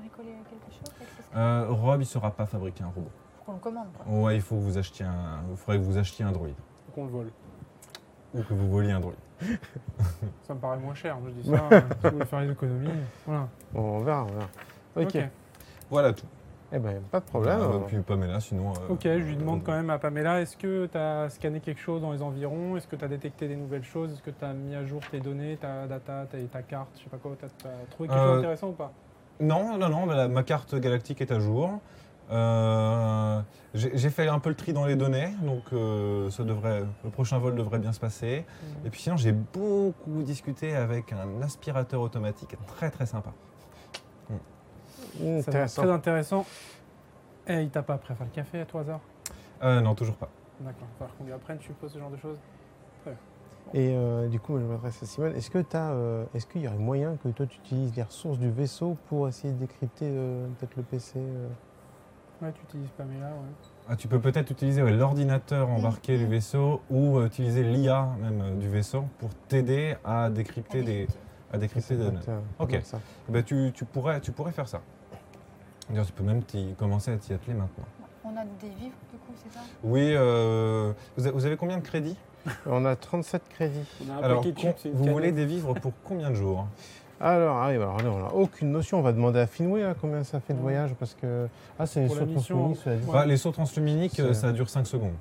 S4: bricoler quelque chose avec ce script
S1: Euh, Rob, il ne saura pas fabriquer un robot.
S4: Faut qu'on le commande, quoi.
S1: Ouais, il faut que vous achetiez un. Il faudrait que vous achetiez un droïde.
S3: Faut qu'on le vole.
S1: Ou que vous voliez un droïde.
S3: Ça me paraît moins cher. Moi, je dis ça. euh, si vous voulez faire les économies. Voilà.
S6: Bon, on verra, on verra. Ok.
S3: Ok.
S1: Voilà tout.
S6: Eh ben, pas de problème.
S1: Euh, puis Pamela, sinon. euh,
S3: Ok, je lui demande
S1: euh,
S3: quand même à Pamela est-ce que tu as scanné quelque chose dans les environs Est-ce que tu as détecté des nouvelles choses Est-ce que tu as mis à jour tes données, ta data, ta, ta carte, je sais pas quoi T'as as trouvé quelque
S1: Euh,
S3: chose d'intéressant ou pas
S1: Non, non, non, bah, la- ma carte galactique est à jour. Euh, J'ai j'ai fait un peu le tri dans les données, donc euh, ça devrait, le prochain vol devrait bien se passer.
S3: Mhm.
S1: Et puis sinon, j'ai beaucoup discuté avec un aspirateur automatique très très sympa.
S3: Ça va être
S6: Intéressant.
S3: Très intéressant. Eh, il t'a pas préféré le café à tout hasard
S1: Euh, non, toujours pas.
S3: D'accord. Il va falloir qu'on lui apprenne, je suppose, ce genre de choses.
S6: Et euh, du coup, je m'adresse à Simone. Est-ce que t'as, euh, est-ce qu'il y aurait moyen que toi tu utilises les ressources du vaisseau pour essayer de décrypter euh, peut-être le PC euh,
S3: Ouais, tu utilises Pamela, ouais.
S1: Ah, tu peux peut-être utiliser ouais, l'ordinateur embarqué du vaisseau ou euh, utiliser l'IA même euh, du vaisseau pour t'aider à décrypter
S3: Ah
S1: des, à décrypter des données.
S6: euh,
S1: Ok.
S6: comme ça
S1: Bah, tu, tu pourrais, tu pourrais faire ça. D'ailleurs, tu peux même t'y- commencer à t'y atteler maintenant.
S4: On a des vivres, du coup, c'est ça
S1: Oui, euh, vous a- vous avez combien de crédits
S6: On a 37 crédits.
S3: On a un
S1: Alors,
S3: paquet de
S1: con-
S3: chips et une
S1: vous
S3: canette.
S1: voulez des vivres pour combien de jours
S6: Alors, ah oui, bah alors là, on n'a aucune notion. On va demander à Finway là, combien ça fait de voyage parce que ah, c'est
S3: Pour la
S6: sur ton
S3: mission,
S6: souvenir, cela dit.
S3: Ouais.
S1: Bah, Les sauts transluminiques, euh,
S6: C'est-
S1: ça dure 5 secondes.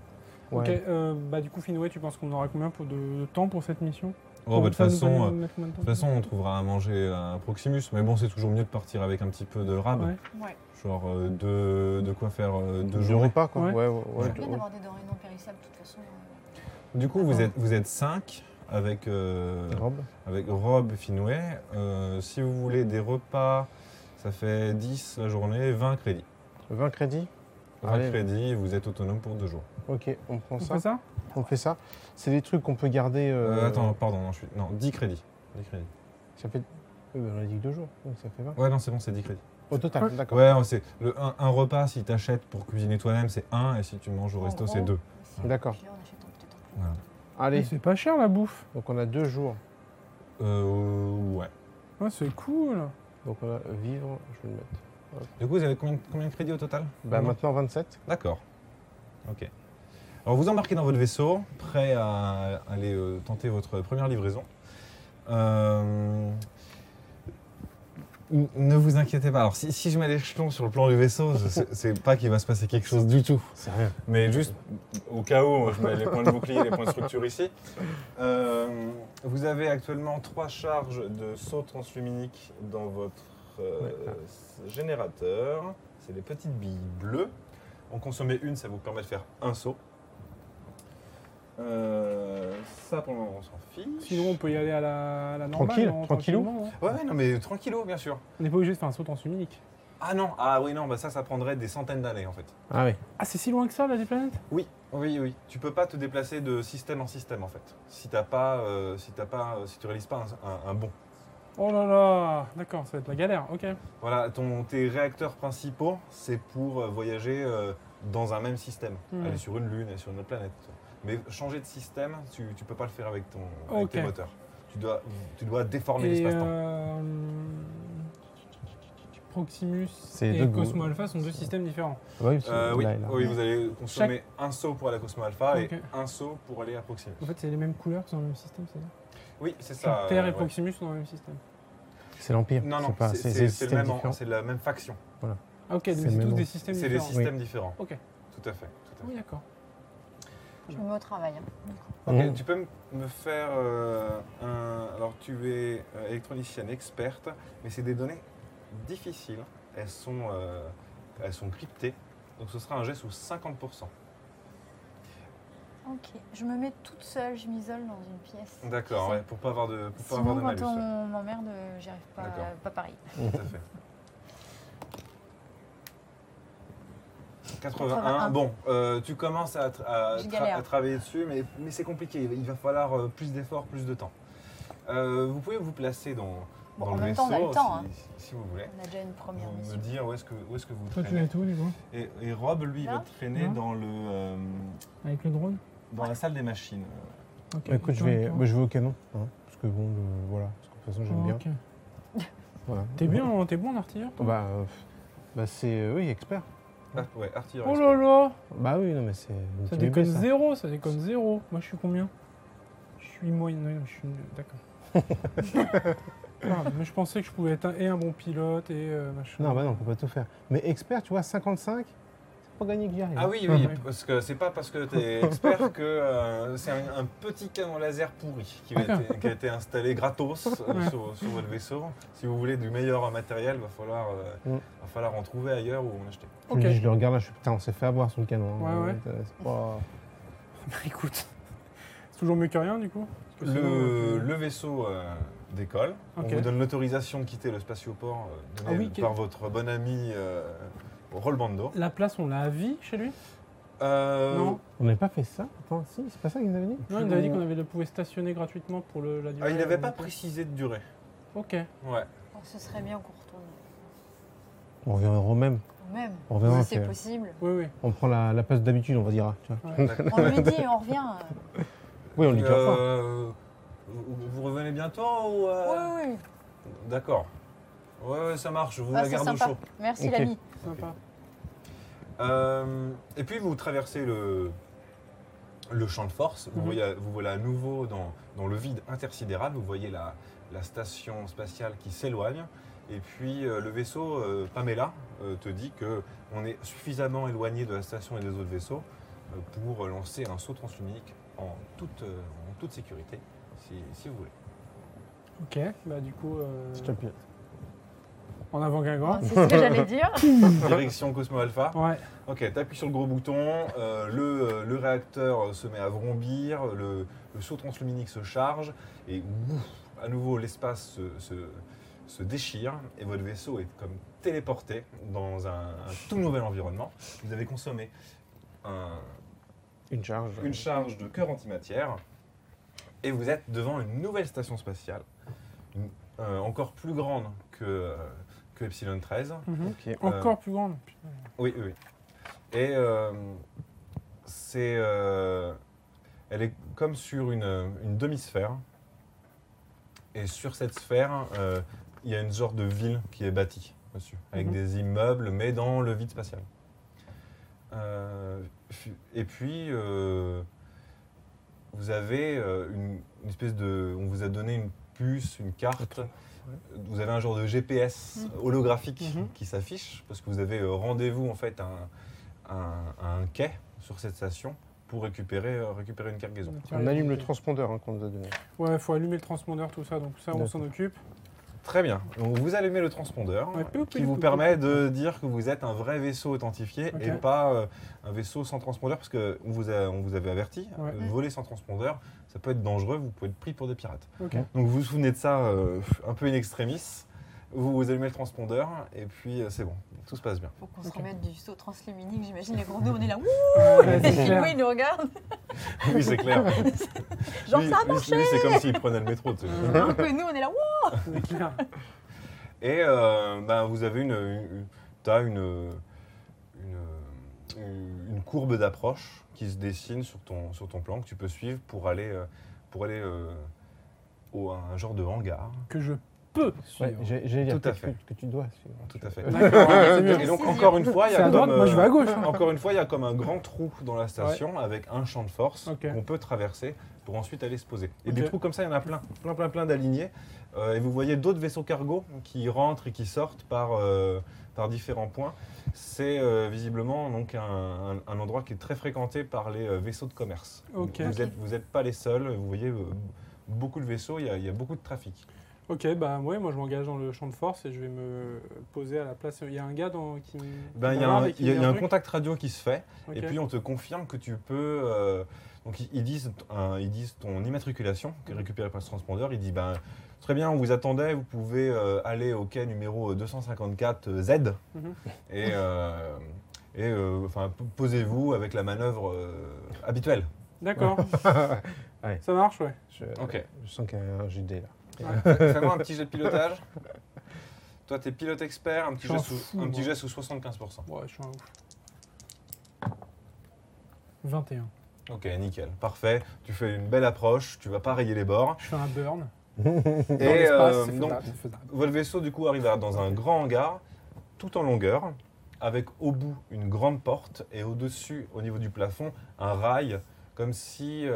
S3: Ok,
S6: Ouais.
S3: euh, bah du coup, Finway, tu penses qu'on aura combien pour de, de temps pour cette mission
S1: Oh, bah, de toute
S3: Ça nous
S1: façon,
S3: permet
S1: euh,
S3: de
S1: de
S3: mettre combien de temps
S1: toute façon, on trouvera à manger à Proximus. Mais bon, c'est toujours mieux de partir avec un petit peu de rab.
S3: Ouais.
S4: Ouais.
S1: Genre euh, de, de quoi faire euh, deux
S6: Deux
S1: jours.
S6: repas, quoi.
S3: Ouais.
S6: Ouais, ouais, ouais,
S1: Ouais.
S4: C'est bien
S6: ouais.
S4: d'avoir des denrées non périssables, de toute façon. euh,
S1: Du coup, vous êtes, vous êtes 5 avec, euh,
S6: Rob.
S1: avec Rob Finouet. Euh, si vous voulez des repas, ça fait 10 la journée, 20 crédits.
S6: 20 crédits
S1: 20
S6: Allez.
S1: crédits, vous êtes autonome pour deux jours.
S6: Ok, on prend
S3: On
S6: ça.
S3: fait ça
S6: On fait ça. C'est des trucs qu'on peut garder. euh,
S1: Euh, attends, pardon, non, je suis... non 10 crédits. 10 crédits.
S6: Ça fait. Oui, bah, on a dit que deux jours, donc ça fait 20.
S1: Ouais, non, c'est bon, c'est 10 crédits.
S6: Au total,
S3: Ouais.
S6: d'accord.
S1: Ouais, c'est le un, un repas si t'achètes pour cuisiner toi-même, c'est un, et si tu manges au
S4: En
S1: resto,
S4: gros,
S1: c'est deux.
S6: D'accord.
S4: on achète peut-être un peu.
S1: Voilà.
S3: Mais
S6: Allez,
S3: Ah, C'est pas cher la bouffe.
S6: donc on a deux jours.
S1: Euh, ouais.
S3: Ouais, Ah, c'est cool.
S6: Donc on a vivre, je vais le mettre.
S1: Du coup, vous avez combien, combien de crédits au total
S6: Bah
S1: Vraiment
S6: maintenant 27.
S1: D'accord. Ok. Alors vous embarquez dans votre vaisseau, prêt à aller euh, tenter votre première livraison. Euh, n- Ne vous inquiétez pas. Alors si, si je mets les jetons sur le plan du vaisseau, je- c'est c'est pas qu'il va se passer quelque chose du tout.
S6: C'est rien.
S1: Mais juste au cas où, moi, je mets les points de bouclier, les points de structure ici. Euh, vous avez actuellement trois charges de saut transluminique dans votre euh,
S6: Ouais, là.
S1: s- générateur. C'est des petites billes bleues. En consommer une, ça vous permet de faire un saut. Euh, ça, pour le moment, on s'en fiche.
S3: Sinon, on peut y aller à la, à la normale.
S6: Tranquille,
S3: non,
S6: tranquillou.
S3: tranquillement, hein.
S1: Ouais, ouais, non, mais tranquillo, bien sûr.
S3: On n'est pas obligé de faire un saut en sub unique.
S1: Ah non, ah oui, non, bah ça, ça prendrait des centaines d'années en fait.
S6: Ah oui.
S3: Ah, c'est si loin que ça, la des planètes
S1: Oui, oui, oui. Tu peux pas te déplacer de système en système en fait. Si t'as pas, euh, si t'as pas, euh, si tu réalises pas un, un- un bond.
S3: Oh là là D'accord, ça va être la galère, ok.
S1: Voilà, ton, tes réacteurs principaux, c'est pour euh, voyager euh, dans un même système.
S3: Hmm.
S1: Aller sur une lune, aller sur une autre planète. tu vois. Mais changer de système, tu, tu peux pas le faire avec ton, avec
S3: Ok.
S1: tes moteurs. Tu dois, tu dois déformer
S3: Et
S1: l'espace-temps.
S3: euh, Proximus
S6: C'est
S3: et
S6: deux gros-
S3: Cosmo Alpha sont deux systèmes différents.
S6: Ouais, bah parce que
S1: Euh, oui,
S6: là, là.
S1: oui, vous allez consommer un seau pour aller à Cosmo Alpha
S3: Ok.
S1: et un seau pour aller à Proximus.
S3: En fait, c'est les mêmes couleurs qui sont dans le même système, c'est ça
S1: Oui, c'est ça.
S3: Terre
S1: euh,
S3: et
S1: ouais.
S3: Proximus sont dans le même système.
S6: C'est l'Empire.
S1: Non, non,
S6: c'est pas-
S1: c'est-
S6: c'est
S1: c'est
S6: des
S1: c'est le
S6: systèmes
S1: même,
S6: différents.
S1: c'est la même faction.
S3: Ah, ok, donc
S6: C'est
S3: c'est
S6: même
S3: tous
S6: nom.
S3: des systèmes
S1: C'est des
S3: différents.
S1: systèmes différents.
S3: Ok.
S1: Tout à fait. tout à fait.
S3: Oui, d'accord.
S4: Je me mets au travail. hein.
S1: Ok,
S6: Mmh.
S1: Tu peux m- me faire euh, un. Alors, tu es euh, électronicienne experte, mais c'est des données difficiles. Elles sont, euh, elles sont cryptées. Donc, ce sera un geste sous 50%.
S4: Ok. Je me mets toute seule, je m'isole dans une pièce.
S1: D'accord, ouais, pour pas avoir de, pour pas
S4: Sinon,
S1: avoir de
S4: quand
S1: malus. ouais.
S4: on m'emmerde, euh, j'y arrive pas,
S1: D'accord.
S4: pas pareil.
S1: Tout à fait. 81.
S4: 81.
S1: Bon, euh, tu commences à, tra- à
S4: Je
S1: tra-
S4: galère.
S1: à travailler dessus, mais, mais c'est compliqué. Il va- Il va falloir euh, plus d'efforts, plus de temps. Euh, vous pouvez vous placer dans,
S4: Bon,
S1: dans
S4: en
S1: le
S4: même
S1: vaisseau
S4: temps, on a le temps, hein.
S1: si, si vous voulez.
S4: On a déjà une première
S1: Vous me
S4: mission.
S1: dire où est-ce que, où est-ce que vous
S3: Toi, tu
S1: traînez.
S3: l'as tout, du coup
S1: Et, et Rob, lui, il va
S4: Là
S1: traîner
S3: Non.
S1: dans, le, euh,
S3: Avec le drone
S1: dans la salle des machines.
S3: Ok.
S6: Bah, écoute, je vais,
S3: Ok.
S6: bah, je vais au canon. hein, parce que bon, le- voilà. Parce que de toute façon, j'aime bien.
S3: Ah, Ok.
S6: Voilà.
S3: T'es bien, hein. en- t'es bon en artilleur toi
S6: Bah, euh, bah c'est. euh, oui, expert.
S1: Ah, ouais, artillerie.
S3: Oh là là
S6: Bah oui, non, mais c'est. une
S3: Ça
S6: petite
S3: déconne
S6: bébé, ça.
S3: zéro, ça déconne zéro. Moi, je suis combien Je suis moyenne, ouais, je suis nul, d'accord. Ah, mais je pensais que je pouvais être un, et un bon pilote et euh, machin.
S6: Non, bah non, on peut pas tout faire. Mais expert, tu vois, 55, c'est pas gagné que j'y arrive.
S1: Ah oui, oui,
S3: Ouais.
S1: parce que c'est pas parce que tu es expert que euh, c'est un, un petit canon laser pourri qui, va
S3: D'accord.
S1: être- qui a été installé gratos euh,
S3: Ouais.
S1: sur, sur votre vaisseau. Si vous voulez du meilleur matériel, va falloir, euh,
S6: Mm.
S1: va falloir en trouver ailleurs ou en acheter.
S6: Je, le
S3: Ok.
S6: dis, je le regarde là, je suis putain, on s'est fait avoir sur le canon. hein.
S3: Ouais, ouais.
S6: Euh, c'est pas-
S3: Bah, écoute, c'est toujours mieux que rien du coup. Parce que sinon,
S1: Le,
S3: euh,
S1: le vaisseau euh, décolle.
S3: Ok.
S1: On vous donne l'autorisation de quitter le spatioport euh, donné
S3: Ah oui,
S1: par votre bon ami euh, Rolbando.
S3: La place, on l'a à vie chez lui
S1: Euh,
S3: Non.
S6: On n'avait pas fait ça Attends, si, c'est pas ça qu'ils nous avaient dit
S3: Non, il nous avait dit qu'on avait, pouvait stationner gratuitement pour le, la durée.
S1: ah, il n'avait
S3: euh,
S1: pas précisé de durée.
S3: Ok.
S1: Ouais.
S4: Oh, ce serait bien qu'on retourne
S6: On reviendra au même.
S4: au même,
S6: On reviendra,
S4: si c'est
S6: puis-
S4: possible.
S3: Oui, oui.
S6: On prend la, la place d'habitude, on va dire. tu vois.
S4: On lui dit et on revient.
S6: Oui, on lui dit au revoir.
S1: Euh, vous, vous revenez bientôt ou, euh,
S4: Oui, oui.
S1: D'accord. Ouais, ouais, ça marche, je vous
S4: Ah,
S1: la
S4: c'est
S1: garde au
S4: sympa.
S1: chaud.
S4: Merci
S6: Ok.
S4: l'ami.
S3: Sympa.
S1: Euh, et puis vous traversez le, le champ de force, vous,
S3: Mhm.
S1: voyez, vous voilà à nouveau dans, dans le vide intersidéral, vous voyez la, la station spatiale qui s'éloigne, et puis euh, le vaisseau euh, Pamela euh, te dit que on est suffisamment éloigné de la station et des autres vaisseaux euh, pour lancer un saut transunique en toute, euh, en toute sécurité, si, si vous voulez.
S3: Ok. Bah, du coup, euh,
S6: Je Ah, te pilote.
S3: en avant Guingamp.
S4: C'est ce que j'allais dire.
S1: Direction Cosmo Alpha.
S3: Ouais.
S1: Ok, t'appuies sur le gros bouton, euh, le, euh, le réacteur se met à vrombir, le, le saut transluminique se charge, et ouf, à nouveau l'espace se, se- se déchire, et votre vaisseau est comme téléporté dans un, un tout nouvel environnement. Vous avez consommé un-
S6: Une charge.
S1: une charge de cœur antimatière, et vous êtes devant une nouvelle station spatiale, une- euh, encore plus grande que, euh, que Epsilon 13,
S3: Mhm.
S6: Ok.
S3: Encore plus grande.
S1: oui, oui. oui. Et euh, c'est. euh, elle est comme sur une, une demi-sphère. Et sur cette sphère, euh, il y a une sorte de ville qui est bâtie dessus, avec
S3: Mhm.
S1: des immeubles, mais dans le vide spatial. Euh, fi- et puis, euh, vous avez euh, une, une espèce de. On vous a donné une puce, une carte. Vous avez un genre de GPS holographique
S3: Mhm.
S1: qui s'affiche parce que vous avez euh, rendez-vous en fait à un, à un- à un quai sur cette station pour récupérer, euh, récupérer une cargaison.
S6: On allume le transpondeur hein, qu'on nous a donné.
S3: Ouais, faut allumer le transpondeur, tout ça, donc ça, on
S6: D'accord.
S3: s'en occupe.
S1: Très bien. Donc vous allumez le transpondeur
S3: Ouais, pou,
S1: qui
S3: pou,
S1: vous
S3: pou,
S1: permet de dire que vous êtes un vrai vaisseau authentifié
S3: Ok.
S1: et pas euh, un vaisseau sans transpondeur parce qu'on vous, a- on vous avait averti,
S3: Ouais.
S1: euh, voler sans transpondeur, ça peut être dangereux, vous pouvez être pris pour des pirates.
S3: Ok.
S1: Donc vous vous souvenez de ça euh, un peu in extremis, vous, vous allumez le transpondeur et puis euh, c'est bon, tout se passe bien.
S4: Faut qu'on
S3: Ok.
S4: se remette du saut transluminique, j'imagine les gros nous, on est là, ouh,
S3: Ouais,
S4: les
S3: c'est clair.
S4: Chinois, ils nous regardent,
S1: Oui, c'est clair.
S4: genre
S1: Lui-
S4: ça a
S1: lui-
S4: marché
S1: lui, c'est comme s'il prenait le métro. tu sais.
S3: Ah.
S4: Alors que nous, on est là, ouh
S3: C'est clair.
S1: Et euh, ben, vous avez une, une- t'as une, une, une courbe d'approche qui se dessine sur ton, sur ton plan que tu peux suivre pour aller, euh, pour aller euh, au, à un genre de hangar.
S3: Que je peux
S6: Ouais,
S3: suivre.
S6: j'ai- j'allais dire
S1: Tout à
S6: que
S1: fait.
S6: tu- que tu dois suivre. Euh,
S1: Tout à fait.
S3: D'accord, ouais, c'est mieux.
S1: Et donc encore une fois, il y
S3: C'est
S1: a
S3: à droite,
S1: comme,
S3: moi je vais à
S1: euh,
S3: gauche. hein.
S1: encore une fois, il y a comme un grand trou dans la station avec un champ de force
S3: Ok.
S1: qu'on peut traverser pour ensuite aller se poser. Et
S3: Ok.
S1: des trous comme ça, il y en a plein, plein, plein, plein d'alignés. Euh, et vous voyez d'autres vaisseaux cargo qui rentrent et qui sortent par, euh, par différents points. C'est euh, visiblement donc un, un- un endroit qui est très fréquenté par les euh, vaisseaux de commerce.
S3: Ok.
S1: Vous n'êtes vous êtes pas les seuls. Vous voyez euh, beaucoup de vaisseaux. Il y a- il y a beaucoup de trafic.
S3: Ok, bah ouais, moi je m'engage dans le champ de force et je vais me poser à la place. Il y a un gars dans, qui.
S1: Ben,
S3: qui
S1: il y a
S3: parle
S1: un,
S3: et qui
S1: il y a-
S3: dit
S1: il y a un
S3: truc.
S1: contact radio qui se fait, et
S3: Ok.
S1: puis on te confirme que tu peux. euh, donc ils- ils disent, un- ils disent ton immatriculation, qui est récupérée par le transpondeur. Ils disent ben, très bien, on vous attendait, vous pouvez euh, aller au quai numéro 254Z.
S3: Mhm.
S1: Et. euh, et euh, enfin, p- posez-vous avec la manœuvre euh, habituelle.
S3: D'accord.
S6: Ouais.
S3: Ça marche, ouais.
S6: Je,
S1: Ok.
S6: je sens qu'il y a un GD là.
S1: Fais-moi un petit jet de pilotage. Toi, t'es pilote expert, un petit,
S3: Je
S1: jet
S3: m'en
S1: sous,
S3: fous,
S1: un petit
S3: moi.
S1: jet sous 75%.
S3: Ouais, je suis un ouf. 21.
S1: Ok, nickel, parfait. Tu fais une belle approche, tu vas pas rayer les bords.
S3: Je fais un burn. Dans
S1: Et
S3: l'espace,
S1: euh,
S3: c'est
S1: donc,
S3: faisable, c'est faisable.
S1: votre vaisseau, du coup, arrive à- dans un grand hangar, tout en longueur, avec au bout une grande porte et au-dessus, au niveau du plafond, un rail, comme si euh,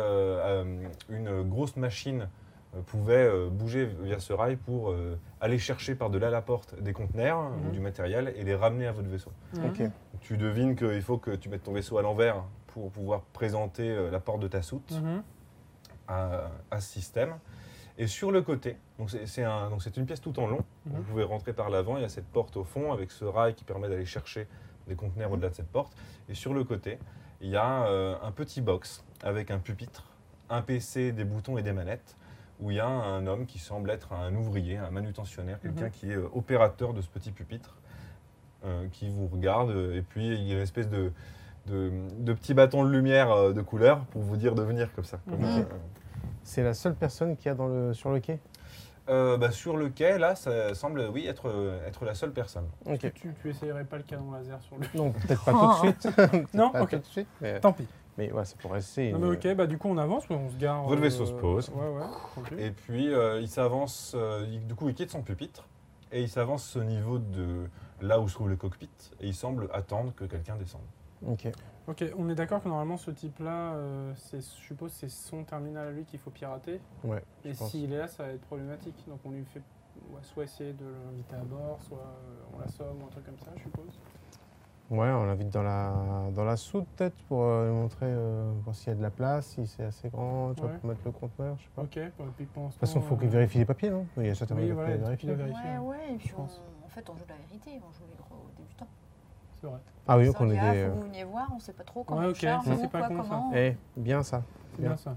S1: euh, une grosse machine euh, pouvait euh, bouger via ce rail pour euh, aller chercher par-delà la porte des conteneurs ou
S3: Mhm.
S1: du matériel et les ramener à votre vaisseau.
S6: Ok.
S1: Tu devines qu'il faut que tu mettes ton vaisseau à l'envers pour pouvoir présenter euh, la porte de ta soute
S3: Mhm.
S1: à, à ce système. Et sur le côté, donc c'est c'est un- donc c'est une pièce tout en long.
S3: Mhm.
S1: Vous pouvez rentrer par l'avant. Il y a cette porte au fond avec ce rail qui permet d'aller chercher des conteneurs au-delà de cette porte. Et sur le côté, il y a euh, un petit box avec un pupitre, un PC, des boutons et des manettes. Où il y a un homme qui semble être un ouvrier, un manutentionnaire, quelqu'un
S3: Mhm.
S1: qui est euh, opérateur de ce petit pupitre, euh, qui vous regarde. euh, Et puis il y a une espèce de, de, de petit bâton de lumière euh, de couleur pour vous dire de venir comme ça. comme,
S3: Mhm.
S1: euh,
S6: C'est la seule personne qu'il y a dans le, sur le quai
S1: Euh, bah, sur le quai, là, ça semble, oui, être, euh, être la seule personne.
S6: Ok.
S3: Tu, tu essayerais pas le canon laser sur le.
S6: Non, peut-être pas tout de suite. Peut-être
S3: Non,
S6: pas
S3: ok.
S6: tout de suite. Mais,
S3: Tant pis.
S6: mais ouais, ça pourrait essayer.
S3: Non, mais ok, bah du coup on avance ou on se gare euh,
S1: Votre vaisseau se pose.
S3: Ouais, ouais. tranquille.
S1: Et puis, euh, il s'avance, euh, il- du coup, il quitte son pupitre et il s'avance au niveau de là où se trouve le cockpit et il semble attendre que quelqu'un descende.
S6: Ok.
S3: Ok, on est d'accord que normalement ce type-là, euh, c'est- je suppose c'est son terminal à lui qu'il faut pirater.
S6: Ouais,
S3: Et
S6: je pense.
S3: s'il est là, ça va être problématique. Donc on lui fait ouais, soit essayer de l'inviter à bord, soit euh, on l'assomme ou un truc comme ça, je suppose.
S6: Ouais, on l'invite dans la, dans la soute peut-être pour euh, lui montrer euh, voir s'il y a de la place, si c'est assez grand, tu vois,
S3: Ouais.
S6: pour mettre le conteneur, je sais pas. De
S3: Ok, bon, et puis pour euh,
S6: toute façon, il faut qu'il vérifie les papiers, non Il y a certainement
S3: Oui,
S6: des
S3: voilà,
S6: papiers à
S3: les trucs qu'il
S6: vérifier.
S3: a vérifié,
S4: Ouais,
S3: hein.
S4: ouais, et puis
S3: je
S4: on-
S3: pense.
S4: en fait, on joue la vérité, on joue les gros débutants.
S3: C'est vrai.
S6: Ah oui,
S4: Ça,
S6: qu'on
S4: on
S6: est
S4: dit, ah,
S6: des.
S4: faut que vous veniez voir, on sait pas trop comment
S3: euh, Ouais,
S4: on
S3: ok,
S4: charge,
S3: ça,
S4: où,
S3: c'est pas
S4: quoi,
S3: con, ça.
S4: comment.
S6: Eh, bien ça,
S3: C'est
S6: Bien.
S3: bien ça.